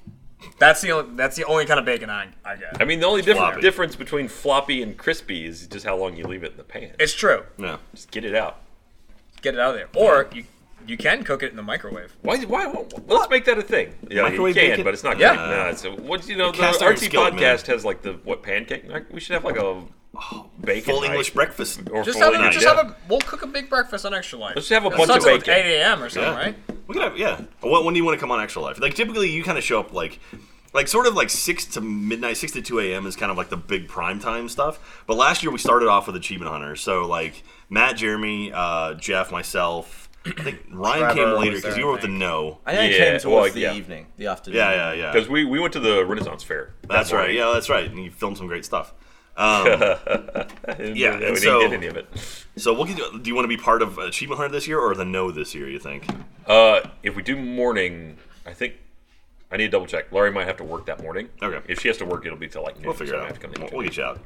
Speaker 4: That's the only that's the only kind of bacon I, I get.
Speaker 3: I mean, the only different
Speaker 1: floppy.
Speaker 3: difference between floppy and crispy is just how long you leave it in the pan.
Speaker 4: it's true.
Speaker 1: No.
Speaker 3: Just get it out.
Speaker 4: Get it out of there. Or you you can cook it in the microwave.
Speaker 3: Why? Why? why let's make that a thing. Yeah,
Speaker 1: Microwave
Speaker 3: you can,
Speaker 1: bacon?
Speaker 3: but it's not.
Speaker 4: Yeah.
Speaker 3: Great. Nah, it's a, what you know? The,
Speaker 1: cast iron
Speaker 3: RT
Speaker 1: skillet, man.
Speaker 3: podcast has like the what pancake? like, We should have like a
Speaker 1: Oh,
Speaker 3: bacon
Speaker 1: Full
Speaker 3: right?
Speaker 1: English breakfast.
Speaker 3: Or
Speaker 4: Just
Speaker 3: full
Speaker 4: have, a,
Speaker 3: English-
Speaker 4: just
Speaker 3: yeah.
Speaker 4: have a. We'll cook a big breakfast on Extra Life.
Speaker 3: Let's have a
Speaker 4: That
Speaker 3: bunch of
Speaker 4: starts at, like,
Speaker 3: bacon.
Speaker 4: 8 a.m. or something,
Speaker 1: yeah.
Speaker 4: right?
Speaker 1: We could have, yeah. When, when do you want to come on Extra Life? Like typically, you kind of show up like, like sort of like six to midnight, six to two a.m. is kind of like the big prime time stuff. But last year we started off with Achievement Hunter, so like Matt, Jeremy, uh, Jeff, myself. I think Ryan
Speaker 4: Trevor
Speaker 1: came later
Speaker 4: was
Speaker 1: because
Speaker 4: there,
Speaker 1: you
Speaker 4: I
Speaker 1: were with the no.
Speaker 2: I think
Speaker 3: Yeah,
Speaker 2: it came towards
Speaker 3: well,
Speaker 2: the
Speaker 3: yeah.
Speaker 2: evening, the afternoon.
Speaker 1: Yeah, yeah, yeah.
Speaker 3: Because we, we went to the Renaissance Fair. that
Speaker 1: That's right.
Speaker 3: morning.
Speaker 1: Yeah, that's right. And you filmed some great stuff. Um,
Speaker 3: And
Speaker 1: Yeah,
Speaker 3: we
Speaker 1: and
Speaker 3: didn't
Speaker 1: so-
Speaker 3: get any of it.
Speaker 1: so we'll get you, do you want to be part of Achievement Hunter this year or the no this year? You think?
Speaker 3: Uh, if we do morning, I think I need to double check. Laurie might have to work that morning.
Speaker 1: Okay.
Speaker 3: If she has to work, it'll be till like noon.
Speaker 1: We'll figure
Speaker 3: so
Speaker 1: it
Speaker 3: I
Speaker 1: out.
Speaker 3: have to come in
Speaker 1: We'll,
Speaker 3: too.
Speaker 1: we'll get you out.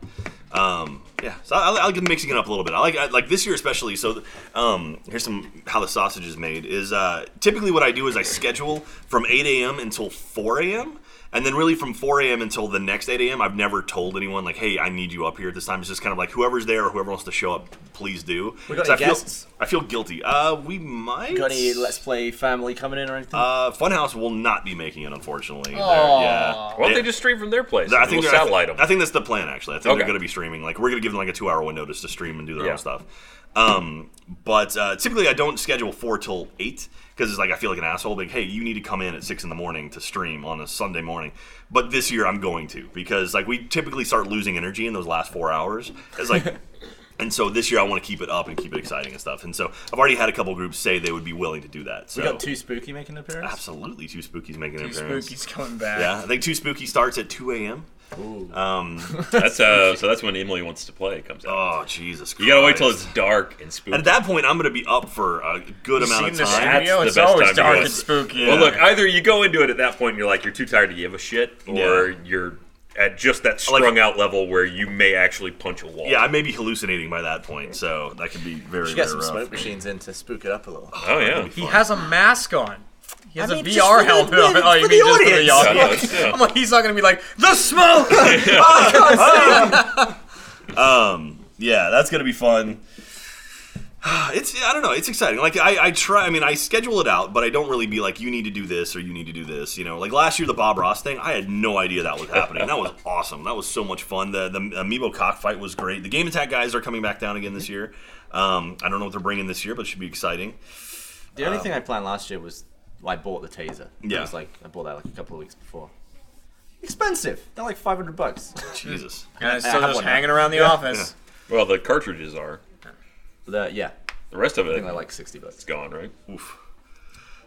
Speaker 1: Um, yeah, so I, I like mixing it up a little bit. I like I, like this year especially. So th- um, here's some how the sausage is made. Is uh, typically what I do is I schedule from 8 a.m. until 4 a.m. And then really from 4 a.m. until the next 8 a.m. I've never told anyone like, hey, I need you up here at this time. It's just kind of like whoever's there or whoever wants to show up, please do.
Speaker 2: We got
Speaker 1: 'Cause I
Speaker 2: any
Speaker 1: feel,
Speaker 2: guests?
Speaker 1: I feel guilty. Uh, we might.
Speaker 2: Got any Let's Play family coming in or anything?
Speaker 1: uh, Funhouse will not be making it, unfortunately. They're-
Speaker 4: Aw.
Speaker 1: Yeah.
Speaker 3: Why don't
Speaker 1: Yeah.
Speaker 3: they just stream from their place?
Speaker 1: I think
Speaker 3: we'll
Speaker 1: they're- I
Speaker 3: satellite
Speaker 1: thi-
Speaker 3: them.
Speaker 1: I think that's the plan. Actually, I think
Speaker 3: Okay.
Speaker 1: they're going to be streaming. Like we're going to give them like a two-hour window just to stream and do their
Speaker 3: Yeah.
Speaker 1: own stuff. Um, but uh, typically, I don't schedule four till eight because it's like I feel like an asshole. Like, hey, you need to come in at six in the morning to stream on a Sunday morning. But this year, I'm going to because like we typically start losing energy in those last four hours. It's like. And so this year I want to keep it up and keep it exciting and stuff. And so I've already had a couple groups say they would be willing to do that. So
Speaker 2: we got Too Spooky making an
Speaker 1: Ah,
Speaker 2: appearance.
Speaker 1: absolutely two spookies making an
Speaker 4: Too
Speaker 1: appearance.
Speaker 4: Spooky's coming back.
Speaker 1: Yeah, I think two spooky starts at two a.m. Um,
Speaker 3: that's uh, so that's when Emily wants to play comes out.
Speaker 1: Oh Jesus Christ!
Speaker 3: you gotta wait till it's dark and spooky.
Speaker 1: And at that point, I'm gonna be up for a good
Speaker 4: You
Speaker 1: amount of
Speaker 4: seen the
Speaker 1: time.
Speaker 4: studio?
Speaker 3: That's
Speaker 4: It's
Speaker 3: the best
Speaker 4: always
Speaker 3: time to
Speaker 4: dark
Speaker 3: go.
Speaker 4: and spooky.
Speaker 3: Well, look, either you go into it at that point and you're like you're too tired to give a shit, or you're at just that
Speaker 1: Like-
Speaker 3: strung out level where you may actually punch a wall.
Speaker 1: Yeah, I may be hallucinating by that point, so that could be very,
Speaker 2: We
Speaker 1: very
Speaker 2: got some
Speaker 1: rough.
Speaker 2: smoke machines in to spook it up a little.
Speaker 3: Oh yeah.
Speaker 4: he has a mask on. He has
Speaker 2: mean,
Speaker 4: a
Speaker 2: just
Speaker 4: VR
Speaker 2: for the-
Speaker 4: helmet on.
Speaker 2: for
Speaker 4: Oh, you
Speaker 2: the
Speaker 4: mean just for the
Speaker 2: audience.
Speaker 3: Yeah,
Speaker 4: audience?
Speaker 3: let's do it.
Speaker 4: I'm like, he's not gonna be like the smoke.
Speaker 1: Um, Yeah, that's gonna be fun. It's I don't know. It's exciting. Like I, I try. I mean, I schedule it out, but I don't really be like, you need to do this or you need to do this. You know, like last year the Bob Ross thing, I had no idea that was happening. That was awesome. That was so much fun. The the Amiibo cockfight was great. The Game Attack guys are coming back down again this year. Um, I don't know what they're bringing this year, but it should be exciting.
Speaker 2: The only thing I planned last year was well, I bought the taser.
Speaker 1: Yeah.
Speaker 2: It was like I bought that like a couple of weeks before. Expensive. They're like five hundred bucks.
Speaker 1: Jesus.
Speaker 4: and it's
Speaker 2: I
Speaker 4: still
Speaker 2: have
Speaker 4: just
Speaker 2: one now.
Speaker 4: hanging around the office.
Speaker 3: Well, the cartridges are.
Speaker 2: the, yeah.
Speaker 3: The rest of it,
Speaker 2: They're like sixty bucks.
Speaker 3: it's gone, right?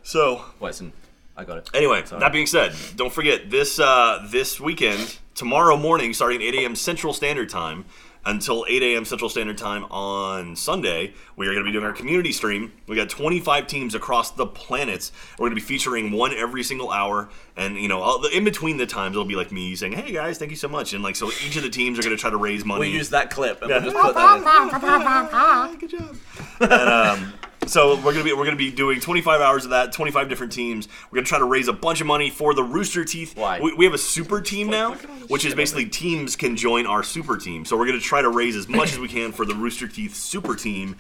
Speaker 1: So
Speaker 2: Wait, it's in, I got it.
Speaker 1: Anyway, that being said, don't forget this uh, this weekend, tomorrow morning, starting at 8 a.m. Central Standard Time until 8 a.m. Central Standard Time on Sunday, we are going to be doing our community stream. We got 25 teams across the planets. We're going to be featuring one every single hour, and you know, all the, in between the times, it'll be like me saying, "Hey guys, thank you so much," and like so, each of the teams are going to try to raise money.
Speaker 2: We use that clip and
Speaker 1: Yeah.
Speaker 2: we'll just put that in.
Speaker 1: Good job. And, um, so we're gonna be we're gonna be doing 25 hours of that, 25 different teams. We're gonna try to raise a bunch of money for the Rooster Teeth.
Speaker 2: Why?
Speaker 1: We, we have a super team now, which is basically teams can join our super team. So we're gonna try to raise as much as we can for the Rooster Teeth super team.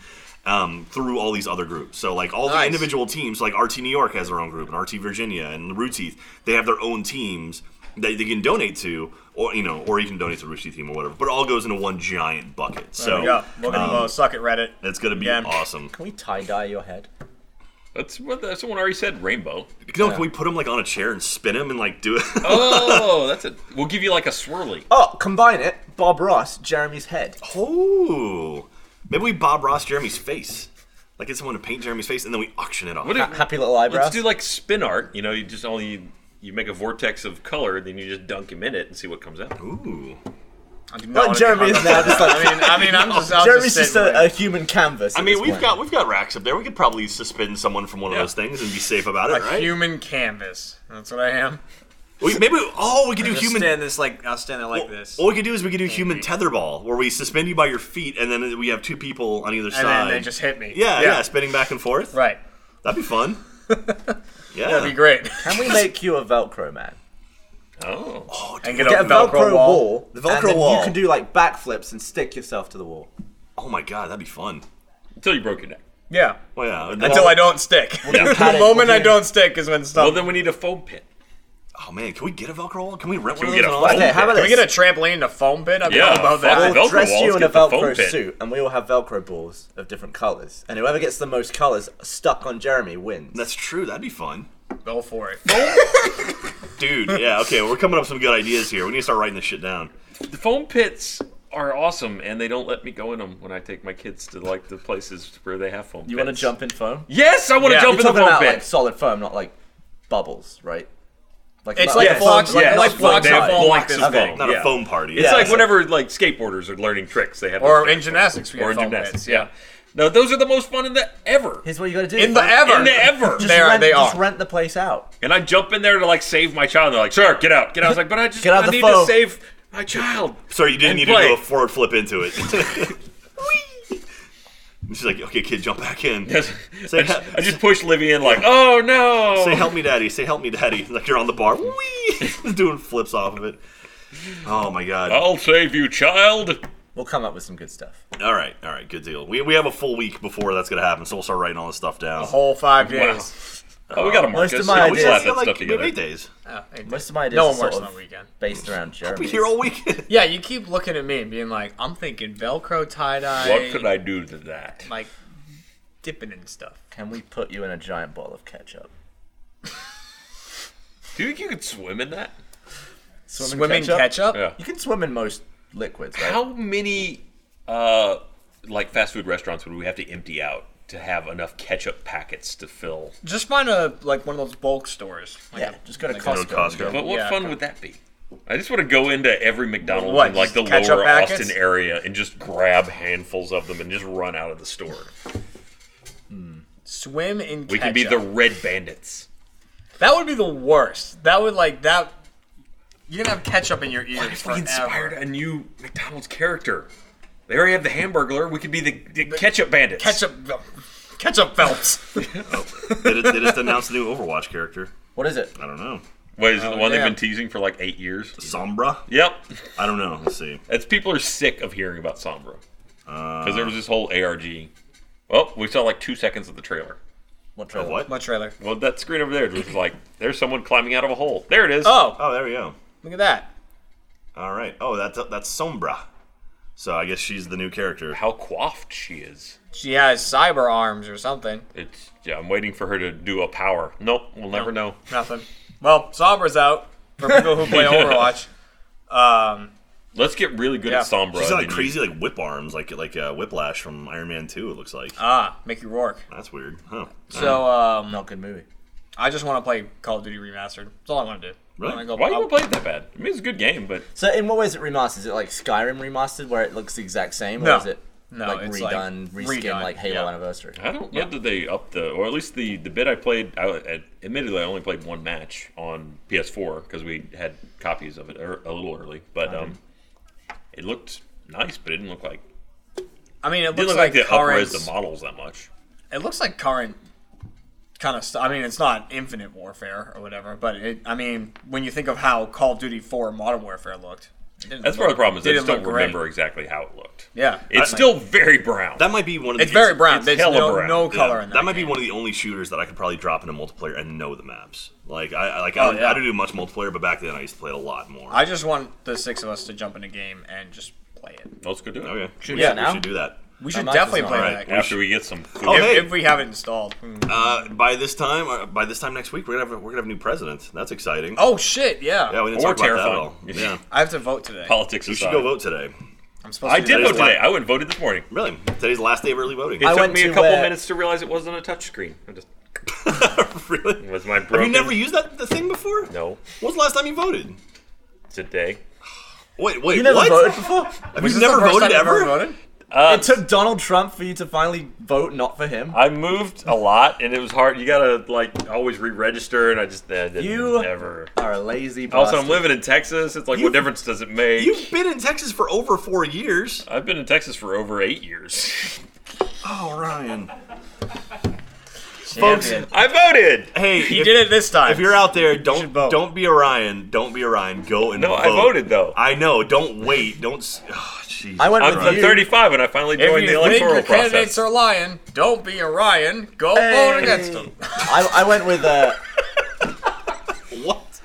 Speaker 1: Um, through all these other groups, so like all the
Speaker 4: Nice.
Speaker 1: individual teams, like RT New York has their own group, and RT Virginia and the Root Teeth, they have their own teams that they can donate to, or you know, or you can donate to the Rooster Teeth team or whatever. But it all goes into one giant bucket.
Speaker 4: There
Speaker 1: So
Speaker 4: we go. Look at the low. Suck it, Reddit.
Speaker 1: it's gonna be
Speaker 4: Yeah.
Speaker 1: awesome.
Speaker 2: Um, Can we tie dye your head?
Speaker 3: That's what the, someone already said. Rainbow.
Speaker 1: You know, can we put him like on a chair and spin him and like do it?
Speaker 3: Oh, that's it. We'll give you like a swirly.
Speaker 2: Oh, combine it. Bob Ross, Jeremy's head.
Speaker 1: Oh, maybe we Bob Ross Jeremy's face. Like get someone to paint Jeremy's face and then we auction it off.
Speaker 3: What if-
Speaker 2: Happy little eyebrows.
Speaker 3: Let's do like spin art. You know, you just only you make a vortex of color, and then you just dunk him in it and see what comes out.
Speaker 1: Ooh,
Speaker 4: I do
Speaker 2: But
Speaker 4: not wanna
Speaker 2: Jeremy
Speaker 4: be-
Speaker 2: is now just like-
Speaker 4: I mean, I mean, I'm just. I'll
Speaker 2: Jeremy's
Speaker 4: just,
Speaker 2: just
Speaker 4: sit with
Speaker 2: a, a
Speaker 4: it.
Speaker 2: human canvas.
Speaker 1: I
Speaker 2: at
Speaker 1: mean
Speaker 2: this
Speaker 1: we've
Speaker 2: point.
Speaker 1: got we've got racks up there. We could probably suspend someone from one of those things and be safe about it,
Speaker 4: A
Speaker 1: right?
Speaker 4: human canvas. That's what I am.
Speaker 1: we, maybe oh we could do
Speaker 4: Just
Speaker 1: human.
Speaker 4: stand this like I'll stand there like this,
Speaker 1: What we could do is we could do human tetherball, where we suspend you by your feet, and then we have two people on either
Speaker 4: and
Speaker 1: side.
Speaker 4: then they just hit me.
Speaker 1: yeah, yeah, spinning back and forth.
Speaker 4: Right.
Speaker 1: That'd be fun. Yeah,
Speaker 4: That'd be great.
Speaker 2: Can we make you a Velcro man?
Speaker 3: Oh,
Speaker 4: and get,
Speaker 2: Get a Velcro, wall.
Speaker 1: The Velcro
Speaker 2: and then
Speaker 1: wall.
Speaker 2: You can do like backflips and stick yourself to the wall.
Speaker 1: Oh my god, that'd be fun.
Speaker 3: until you broke your neck.
Speaker 4: Yeah.
Speaker 1: Well, yeah.
Speaker 4: Until I don't stick.
Speaker 3: Yeah.
Speaker 4: the moment I don't stick is when stuff.
Speaker 3: Well, then we need a foam pit.
Speaker 1: oh Oh man, can we get a Velcro wall? Can we rent
Speaker 3: Can
Speaker 1: one
Speaker 3: we
Speaker 1: of
Speaker 3: get
Speaker 1: those?
Speaker 3: a
Speaker 1: on our
Speaker 3: foam
Speaker 1: own?
Speaker 3: pit? Can
Speaker 4: Can we get a trampoline and a foam pit? I'd be all about that.
Speaker 5: We'll dress you in a Velcro
Speaker 3: pit.
Speaker 5: suit, and we all have Velcro balls of different colors. And whoever gets the most colors stuck on Jeremy wins.
Speaker 1: That's true. That'd be fun.
Speaker 4: Go for it.
Speaker 1: Dude, yeah, okay, we're coming up with some good ideas here. We need to start writing this shit down.
Speaker 3: The foam pits are awesome, and they don't let me go in them when I take my kids to like the places where they have foam.
Speaker 2: You
Speaker 3: pits.
Speaker 2: want to jump in foam?
Speaker 3: Yes, I want to
Speaker 2: You're
Speaker 3: jump in the
Speaker 2: talking
Speaker 3: foam
Speaker 2: about
Speaker 3: pit.
Speaker 2: like solid foam, not like bubbles, right?
Speaker 4: It's
Speaker 2: not-
Speaker 4: like
Speaker 2: yeah,
Speaker 4: Fox-
Speaker 2: foam-
Speaker 4: like-
Speaker 2: yeah,
Speaker 4: like
Speaker 2: not
Speaker 4: Fox
Speaker 2: foam
Speaker 4: and
Speaker 2: type.
Speaker 4: Foam, like this
Speaker 2: Okay.
Speaker 3: foam.
Speaker 1: Not
Speaker 3: Yeah.
Speaker 1: a foam party.
Speaker 3: It's
Speaker 1: Yeah.
Speaker 3: like whenever like skateboarders are learning tricks, they have
Speaker 4: Or
Speaker 3: those
Speaker 4: in gymnastics, we
Speaker 3: or
Speaker 4: have
Speaker 3: in
Speaker 4: foam
Speaker 3: gymnastics.
Speaker 4: pits,
Speaker 3: Yeah. No, those are the most fun in the ever.
Speaker 2: Here's what you got to do.
Speaker 4: In the
Speaker 2: Like,
Speaker 4: ever.
Speaker 3: In the ever.
Speaker 2: Just
Speaker 4: There
Speaker 2: rent,
Speaker 4: they
Speaker 2: just
Speaker 4: are.
Speaker 2: rent the place out.
Speaker 3: And I jump in there to like save my child. And they're like, "Sir, get out, get out." I was like, "But I just
Speaker 2: Get out
Speaker 3: I
Speaker 2: the
Speaker 3: need
Speaker 2: foam.
Speaker 3: to save my child."
Speaker 1: Sorry, you didn't
Speaker 3: And
Speaker 1: need
Speaker 3: play.
Speaker 1: to do a forward flip into it. Whee! She's like, okay, kid, jump back in. Say,
Speaker 3: I just, I just pushed Livy in like, "Oh no!"
Speaker 1: say, help me, daddy. Say, help me, daddy. Like you're on the bar, Whee! doing flips off of it. Oh my god.
Speaker 3: I'll save you, child.
Speaker 2: We'll come up with some good stuff.
Speaker 1: All right, all right, good deal. We, we have a full week before that's gonna happen, so we'll start writing all this stuff down.
Speaker 4: Whole five
Speaker 3: Wow.
Speaker 4: days.
Speaker 3: Oh, we got a Marcus.
Speaker 2: most of my
Speaker 1: we
Speaker 2: ideas-
Speaker 1: got-
Speaker 3: slap
Speaker 1: we
Speaker 3: that
Speaker 1: got, like
Speaker 3: stuff
Speaker 1: maybe eight
Speaker 3: together.
Speaker 1: days.
Speaker 4: Oh, hey,
Speaker 2: Most of my ideas
Speaker 4: no
Speaker 2: are
Speaker 4: one
Speaker 2: sort
Speaker 4: works
Speaker 2: of
Speaker 4: on the weekend.
Speaker 2: based around
Speaker 1: Be
Speaker 2: Jeremy.
Speaker 1: here all weekend.
Speaker 4: Yeah, you keep looking at me and being like, I'm thinking Velcro tie
Speaker 3: What could
Speaker 4: dye,
Speaker 3: I do to that?
Speaker 4: like dipping in stuff.
Speaker 2: Can we put you in a giant bowl of ketchup?
Speaker 3: Do you think you could swim in that?
Speaker 2: Swim
Speaker 4: Swimming
Speaker 2: in
Speaker 4: ketchup?
Speaker 3: Yeah.
Speaker 2: You can swim in most liquids, right?
Speaker 3: How many uh, like fast food restaurants would we have to empty out to have enough ketchup packets to fill?
Speaker 4: Just find a like one of those bulk stores. Like
Speaker 2: yeah,
Speaker 4: a-
Speaker 2: just go to
Speaker 4: like
Speaker 2: Costco.
Speaker 1: Costco.
Speaker 2: and go-
Speaker 3: But what
Speaker 4: Yeah.
Speaker 3: fun would that be? I just want to go into every McDonald's
Speaker 4: What,
Speaker 3: in like the
Speaker 4: just ketchup
Speaker 3: lower
Speaker 4: packets?
Speaker 3: Austin area and just grab handfuls of them and just run out of the store.
Speaker 4: swim in ketchup.
Speaker 3: We can be the Red Bandits.
Speaker 4: That would be the worst. That would like that. You're gonna have ketchup in your ears
Speaker 3: If we
Speaker 4: forever.
Speaker 3: inspired a new McDonald's character, they already have the Hamburglar. We could be the, the Ketchup Bandits.
Speaker 4: ketchup, ketchup Phelps.
Speaker 1: they, just, they just announced a new Overwatch character.
Speaker 2: What is it?
Speaker 1: I don't know.
Speaker 3: Wait, is it the
Speaker 4: damn.
Speaker 3: one they've been teasing for like eight years?
Speaker 1: Sombra?
Speaker 3: Yep.
Speaker 1: I don't know. Let's see.
Speaker 3: That's people are sick of hearing about Sombra
Speaker 4: Uh.
Speaker 3: because there was this whole ARG. Well, we saw like two seconds of the trailer.
Speaker 2: What?
Speaker 1: Oh,
Speaker 2: trailer?
Speaker 1: what?
Speaker 4: My trailer.
Speaker 3: Well, that screen over there was just like there's someone climbing out of a hole. There it is.
Speaker 4: Oh,
Speaker 1: Oh, there we go.
Speaker 4: look at that.
Speaker 1: All right. Oh, that's that's Sombra. So I guess she's the new character.
Speaker 3: How coiffed she is.
Speaker 4: She has cyber arms or something.
Speaker 3: It's yeah. I'm waiting for her to do a power. Nope, we'll never know.
Speaker 4: Nothing. Well, Sombra's out for people who play Overwatch. Um,
Speaker 3: Let's get really good
Speaker 4: Yeah.
Speaker 3: at Sombra.
Speaker 1: She's got like
Speaker 3: then you-
Speaker 1: crazy like whip arms, like like uh, Whiplash from Iron Man Two. It looks like.
Speaker 4: ah, Mickey Rourke.
Speaker 1: that's weird. Huh.
Speaker 4: So um,
Speaker 2: Not a good movie.
Speaker 4: I just want to play Call of Duty Remastered. That's all I want to do.
Speaker 1: Really?
Speaker 4: I wanna go-
Speaker 3: Why do you play it that bad? I mean, it's a good game, but
Speaker 2: So, in what way is it remastered? Is it like Skyrim remastered, where it looks the exact same,
Speaker 4: No.
Speaker 2: or is it
Speaker 4: No,
Speaker 2: like
Speaker 4: it's like
Speaker 2: redone, reskin,
Speaker 4: redone,
Speaker 2: like Halo
Speaker 4: yeah.
Speaker 2: Anniversary?
Speaker 3: I don't know that they upped the, or at least the the bit I played. I I- admittedly I only played one match on PS4 because we had copies of it er, a little early, but um, it looked nice, but it didn't look like
Speaker 4: I mean, it
Speaker 3: it didn't
Speaker 4: looks
Speaker 3: look
Speaker 4: like,
Speaker 3: like, they
Speaker 4: current.
Speaker 3: upres the models that much.
Speaker 4: it looks like current kind of stuff. I mean, it's not Infinite Warfare or whatever, but it, I mean, when you think of how Call of Duty 4 Modern Warfare looked, it didn't look-
Speaker 3: That's part of the problem is I
Speaker 4: it
Speaker 3: just
Speaker 4: didn't
Speaker 3: don't
Speaker 4: look great.
Speaker 3: remember exactly how it looked.
Speaker 4: Yeah,
Speaker 3: It's
Speaker 4: I-
Speaker 3: still very brown.
Speaker 1: that might be one of the
Speaker 4: it's very brown.
Speaker 3: it's
Speaker 4: There's
Speaker 3: hella
Speaker 4: no,
Speaker 3: brown.
Speaker 4: no
Speaker 1: yeah,
Speaker 4: color in that.
Speaker 1: might be
Speaker 4: game.
Speaker 1: one of the only shooters that I could probably drop into multiplayer and know the maps. Like I I- like I, don't,
Speaker 4: yeah.
Speaker 1: I don't do much multiplayer, but back then Oh, I used to play it a lot more.
Speaker 4: I just want the six of us to jump in a game and just play it.
Speaker 3: Let's go do it.
Speaker 4: Oh,
Speaker 1: okay.
Speaker 2: Should
Speaker 1: we
Speaker 2: we do
Speaker 1: should,
Speaker 2: it now?
Speaker 1: We should do that.
Speaker 4: We should
Speaker 2: might
Speaker 4: definitely
Speaker 2: just
Speaker 4: play
Speaker 1: not.
Speaker 4: that.
Speaker 1: Alright,
Speaker 4: Game.
Speaker 3: After we get some food.
Speaker 1: Oh,
Speaker 4: If,
Speaker 1: hey.
Speaker 4: if we have it installed. Hmm.
Speaker 1: Uh, by this time, uh, by this time next week, we're gonna have a- we're gonna have a new president. That's exciting.
Speaker 4: Oh shit! Yeah.
Speaker 1: yeah, we didn't
Speaker 3: Or
Speaker 1: talk about that at all.
Speaker 3: terrifying.
Speaker 1: Yeah,
Speaker 4: I have to vote today.
Speaker 3: politics
Speaker 1: you
Speaker 3: aside.
Speaker 1: should go vote today.
Speaker 4: I'm supposed
Speaker 3: I
Speaker 4: to do
Speaker 3: did
Speaker 4: that.
Speaker 3: vote today. I went and voted this morning.
Speaker 1: Really, today's the last day of early voting.
Speaker 3: It
Speaker 2: I
Speaker 3: took
Speaker 2: went
Speaker 3: me a
Speaker 2: to,
Speaker 3: couple
Speaker 2: uh,
Speaker 3: minutes to realize it wasn't a touchscreen. I just
Speaker 1: really?
Speaker 3: it was my
Speaker 1: Have
Speaker 3: broken.
Speaker 1: you never used that the thing before?
Speaker 3: No,
Speaker 1: When's the last time you voted?
Speaker 3: today.
Speaker 1: Wait, wait,
Speaker 2: You never
Speaker 1: what?
Speaker 2: voted before.
Speaker 1: Have
Speaker 4: Was
Speaker 1: you
Speaker 4: this the
Speaker 1: never
Speaker 4: first
Speaker 1: voted
Speaker 4: time you've
Speaker 1: ever?
Speaker 4: voted?
Speaker 3: Uh,
Speaker 2: it took Donald Trump for you to finally vote not for him.
Speaker 3: I moved a lot, and it was hard. You gotta like always re-register, and I just uh, didn't
Speaker 2: You-
Speaker 3: ever.
Speaker 2: Are a lazy bastard.
Speaker 3: Also, I'm living in Texas. It's like,
Speaker 1: You've-
Speaker 3: what difference does it make?
Speaker 1: You've been in Texas for over four years.
Speaker 3: I've been in Texas for over eight years.
Speaker 1: Oh, Ryan.
Speaker 4: Folks,
Speaker 3: I voted.
Speaker 1: Hey,
Speaker 4: he
Speaker 1: if,
Speaker 4: did it this time.
Speaker 1: If you're out there, don't
Speaker 4: should vote.
Speaker 1: don't be a Ryan. Don't be a Ryan. Go and
Speaker 3: No,
Speaker 1: vote.
Speaker 3: I voted, though.
Speaker 1: I know. Don't wait. Don't. s- Oh, jeez.
Speaker 2: I went
Speaker 3: I'm,
Speaker 2: with
Speaker 3: I'm
Speaker 2: you.
Speaker 3: 35, and I finally
Speaker 4: if
Speaker 3: joined
Speaker 4: you
Speaker 3: the
Speaker 4: think
Speaker 3: electoral
Speaker 4: your candidates
Speaker 3: process.
Speaker 4: are lying, don't be a Ryan. Go vote against them.
Speaker 2: I, I went with uh,
Speaker 1: What?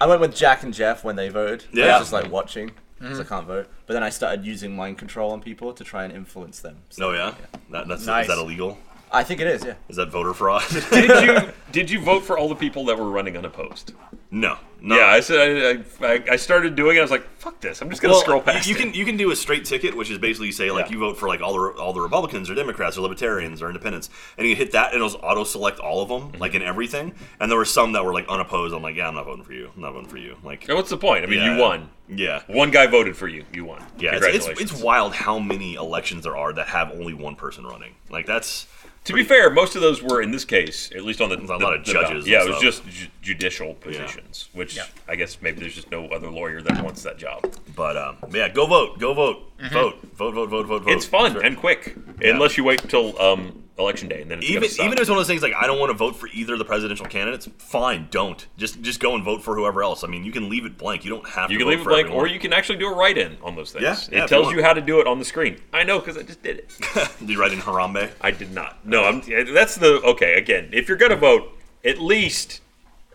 Speaker 2: I went with Jack and Jeff when they voted. I
Speaker 1: Yeah.
Speaker 2: was just like watching because I
Speaker 1: Mhm.
Speaker 2: can't vote. But then I started using mind control on people to try and influence them.
Speaker 1: No, yeah, That, that's
Speaker 2: Nice.
Speaker 1: is that illegal?
Speaker 2: I think it is. Yeah.
Speaker 1: Is that voter fraud?
Speaker 3: did you did you vote for all the people that were running unopposed?
Speaker 1: No.
Speaker 3: Yeah, I said I, I, I started doing it. I was like, "Fuck this! I'm just gonna
Speaker 1: Well,
Speaker 3: scroll past."
Speaker 1: You, you
Speaker 3: it.
Speaker 1: can you can do a straight ticket, which is basically say like you vote for like all the all the Republicans or Democrats or Libertarians or Independents, and you hit that and it'll auto select all of
Speaker 2: Mm-hmm.
Speaker 1: them, like in everything. And there were some that were like unopposed. I'm like, yeah, I'm not voting for you. I'm not voting for you. Like,
Speaker 3: And what's the point? I mean,
Speaker 1: Yeah.
Speaker 3: you won.
Speaker 1: Yeah.
Speaker 3: One guy voted for you. You won.
Speaker 1: yeah, it's,
Speaker 3: Congratulations.
Speaker 1: it's it's wild how many elections there are that have only one person running. Like that's
Speaker 3: to be fair, most of those were in this case, at least on the a
Speaker 1: lot of judges
Speaker 3: Yeah,
Speaker 1: and
Speaker 3: it was
Speaker 1: stuff.
Speaker 3: just ju- judicial positions, which
Speaker 1: Yeah.
Speaker 3: I guess maybe there's just no other lawyer that wants that job.
Speaker 1: But um, yeah, go vote, go vote,
Speaker 3: Mhm.
Speaker 1: vote, vote, vote, vote, vote, vote.
Speaker 3: It's fun and quick,
Speaker 1: Yeah.
Speaker 3: unless you wait till um, election day and then it's
Speaker 1: even
Speaker 3: gonna suck.
Speaker 1: even if it's one of those things like I don't want to vote for either of the presidential candidates, fine, don't. Just just go and vote for whoever else. I mean, you can leave it blank. You don't have
Speaker 3: you
Speaker 1: to.
Speaker 3: can
Speaker 1: vote
Speaker 3: leave it
Speaker 1: for
Speaker 3: blank,
Speaker 1: everyone.
Speaker 3: or you can actually do a write-in on those things.
Speaker 1: Yeah, yeah, if you
Speaker 3: it tells
Speaker 1: want.
Speaker 3: you how to do it on the screen. I know because I just did it.
Speaker 1: did you write in Harambe?
Speaker 3: I did not. No, I'm. That's the okay. Again, if you're gonna vote, at least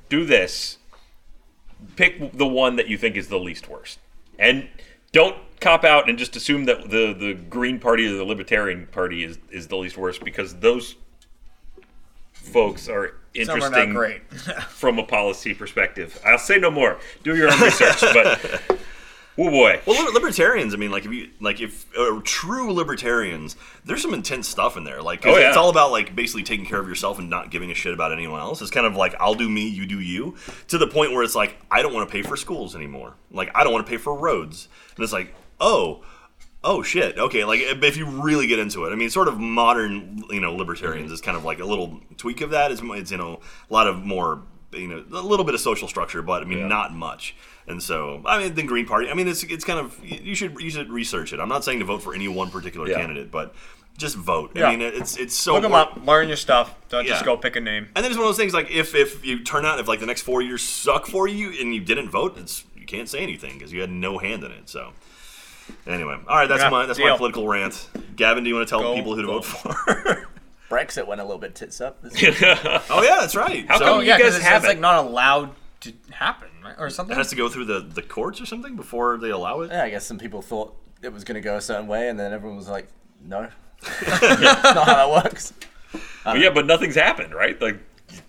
Speaker 3: do this. Pick the one that you think is the least worst, and don't cop out and just assume that the the Green Party or the Libertarian Party is is the least worst because those folks are
Speaker 4: Some are not
Speaker 3: interesting
Speaker 4: great.
Speaker 3: from a policy perspective. I'll say no more. Do your own research, but oh boy.
Speaker 1: Well, liber- libertarians. I mean, like if you like if uh, true libertarians, there's some intense stuff in there. Like 'cause
Speaker 3: Oh, yeah.
Speaker 1: it's all about like basically taking care of yourself and not giving a shit about anyone else. It's kind of like I'll do me, you do you, to the point where it's like I don't want to pay for schools anymore. Like I don't want to pay for roads, and it's like oh. Oh shit! Okay, like if if you really get into it, I mean, sort of modern, you know, libertarians is kind of like a little tweak of that. It's, it's you know a lot of more, you know, a little bit of social structure, but I mean, not much. And so, I mean, the Green Party. I mean, it's it's kind of you should you should research it. I'm not saying to vote for any one particular
Speaker 4: Yeah.
Speaker 1: candidate, but just vote.
Speaker 4: Yeah.
Speaker 1: I mean, it's it's so
Speaker 4: Look them
Speaker 1: important.
Speaker 4: up, learn your stuff. Don't just
Speaker 1: Yeah.
Speaker 4: go pick a name.
Speaker 1: And then it's one of those things like if if you turn out if like the next four years suck for you and you didn't vote, it's you can't say anything because you had no hand in it. So anyway, all right, that's
Speaker 2: Yeah,
Speaker 1: my that's my
Speaker 2: deal.
Speaker 1: political rant. Gavin, do you want to tell
Speaker 2: Go
Speaker 1: people who to vote for?
Speaker 2: Brexit went a little bit tits up. This
Speaker 1: oh yeah, that's right.
Speaker 4: How
Speaker 1: So-
Speaker 4: come you guys have like not allowed to happen, right? Or
Speaker 1: it
Speaker 4: something?
Speaker 1: has to go through the the courts or something before they allow it.
Speaker 2: Yeah, I guess some people thought it was going to go a certain way, and then everyone was like, "No, that's not how that works."
Speaker 3: Well, yeah, but nothing's happened, right? Like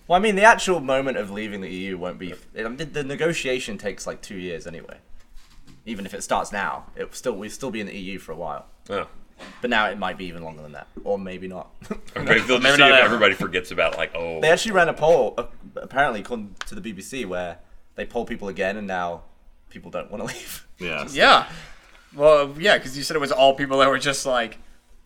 Speaker 2: Well, I mean, the actual moment of leaving the EU won't be. I mean, the negotiation takes like two years anyway. Even if it starts now, it still we'll still be in the EU for a while.
Speaker 3: Yeah.
Speaker 2: But now it might be even longer than that, or maybe not.
Speaker 3: or maybe they'll just
Speaker 2: Maybe
Speaker 3: see
Speaker 2: not
Speaker 3: if
Speaker 2: ever.
Speaker 3: everybody forgets about like oh
Speaker 2: They actually ran a poll, uh, apparently, according to the BBC, where they poll people again, and now people don't want to leave.
Speaker 1: Yeah.
Speaker 4: Yeah. Well, yeah, because you said it was all people that were just like,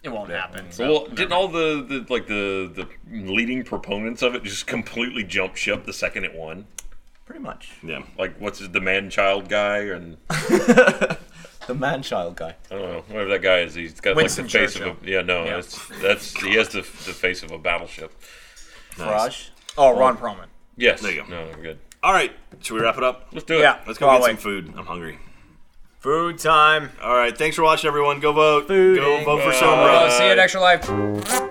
Speaker 4: it won't happen. So.
Speaker 3: well, didn't all the, the like the the leading proponents of it just completely jump ship the second it won?
Speaker 2: Pretty much.
Speaker 1: Yeah.
Speaker 3: Like what's his, the man child guy and
Speaker 2: The man child guy.
Speaker 3: I don't know whatever that guy is. He's got
Speaker 2: Winston
Speaker 3: like the face of a
Speaker 2: Churchill.
Speaker 3: yeah no
Speaker 2: Yeah.
Speaker 3: that's that's he has the, the face of a battleship.
Speaker 2: Farage?
Speaker 4: Oh, Ron Perlman.
Speaker 3: Yes.
Speaker 1: There you go.
Speaker 3: No, we're good.
Speaker 1: All right, should we wrap it up?
Speaker 3: Let's
Speaker 4: do it. Yeah,
Speaker 1: Let's go
Speaker 4: go
Speaker 1: get
Speaker 4: away.
Speaker 1: some food. I'm hungry.
Speaker 4: Food time.
Speaker 1: All right, thanks for watching, everyone. Go vote. Go vote for
Speaker 4: Uh,
Speaker 1: Sombra.
Speaker 4: see you at Extra Life.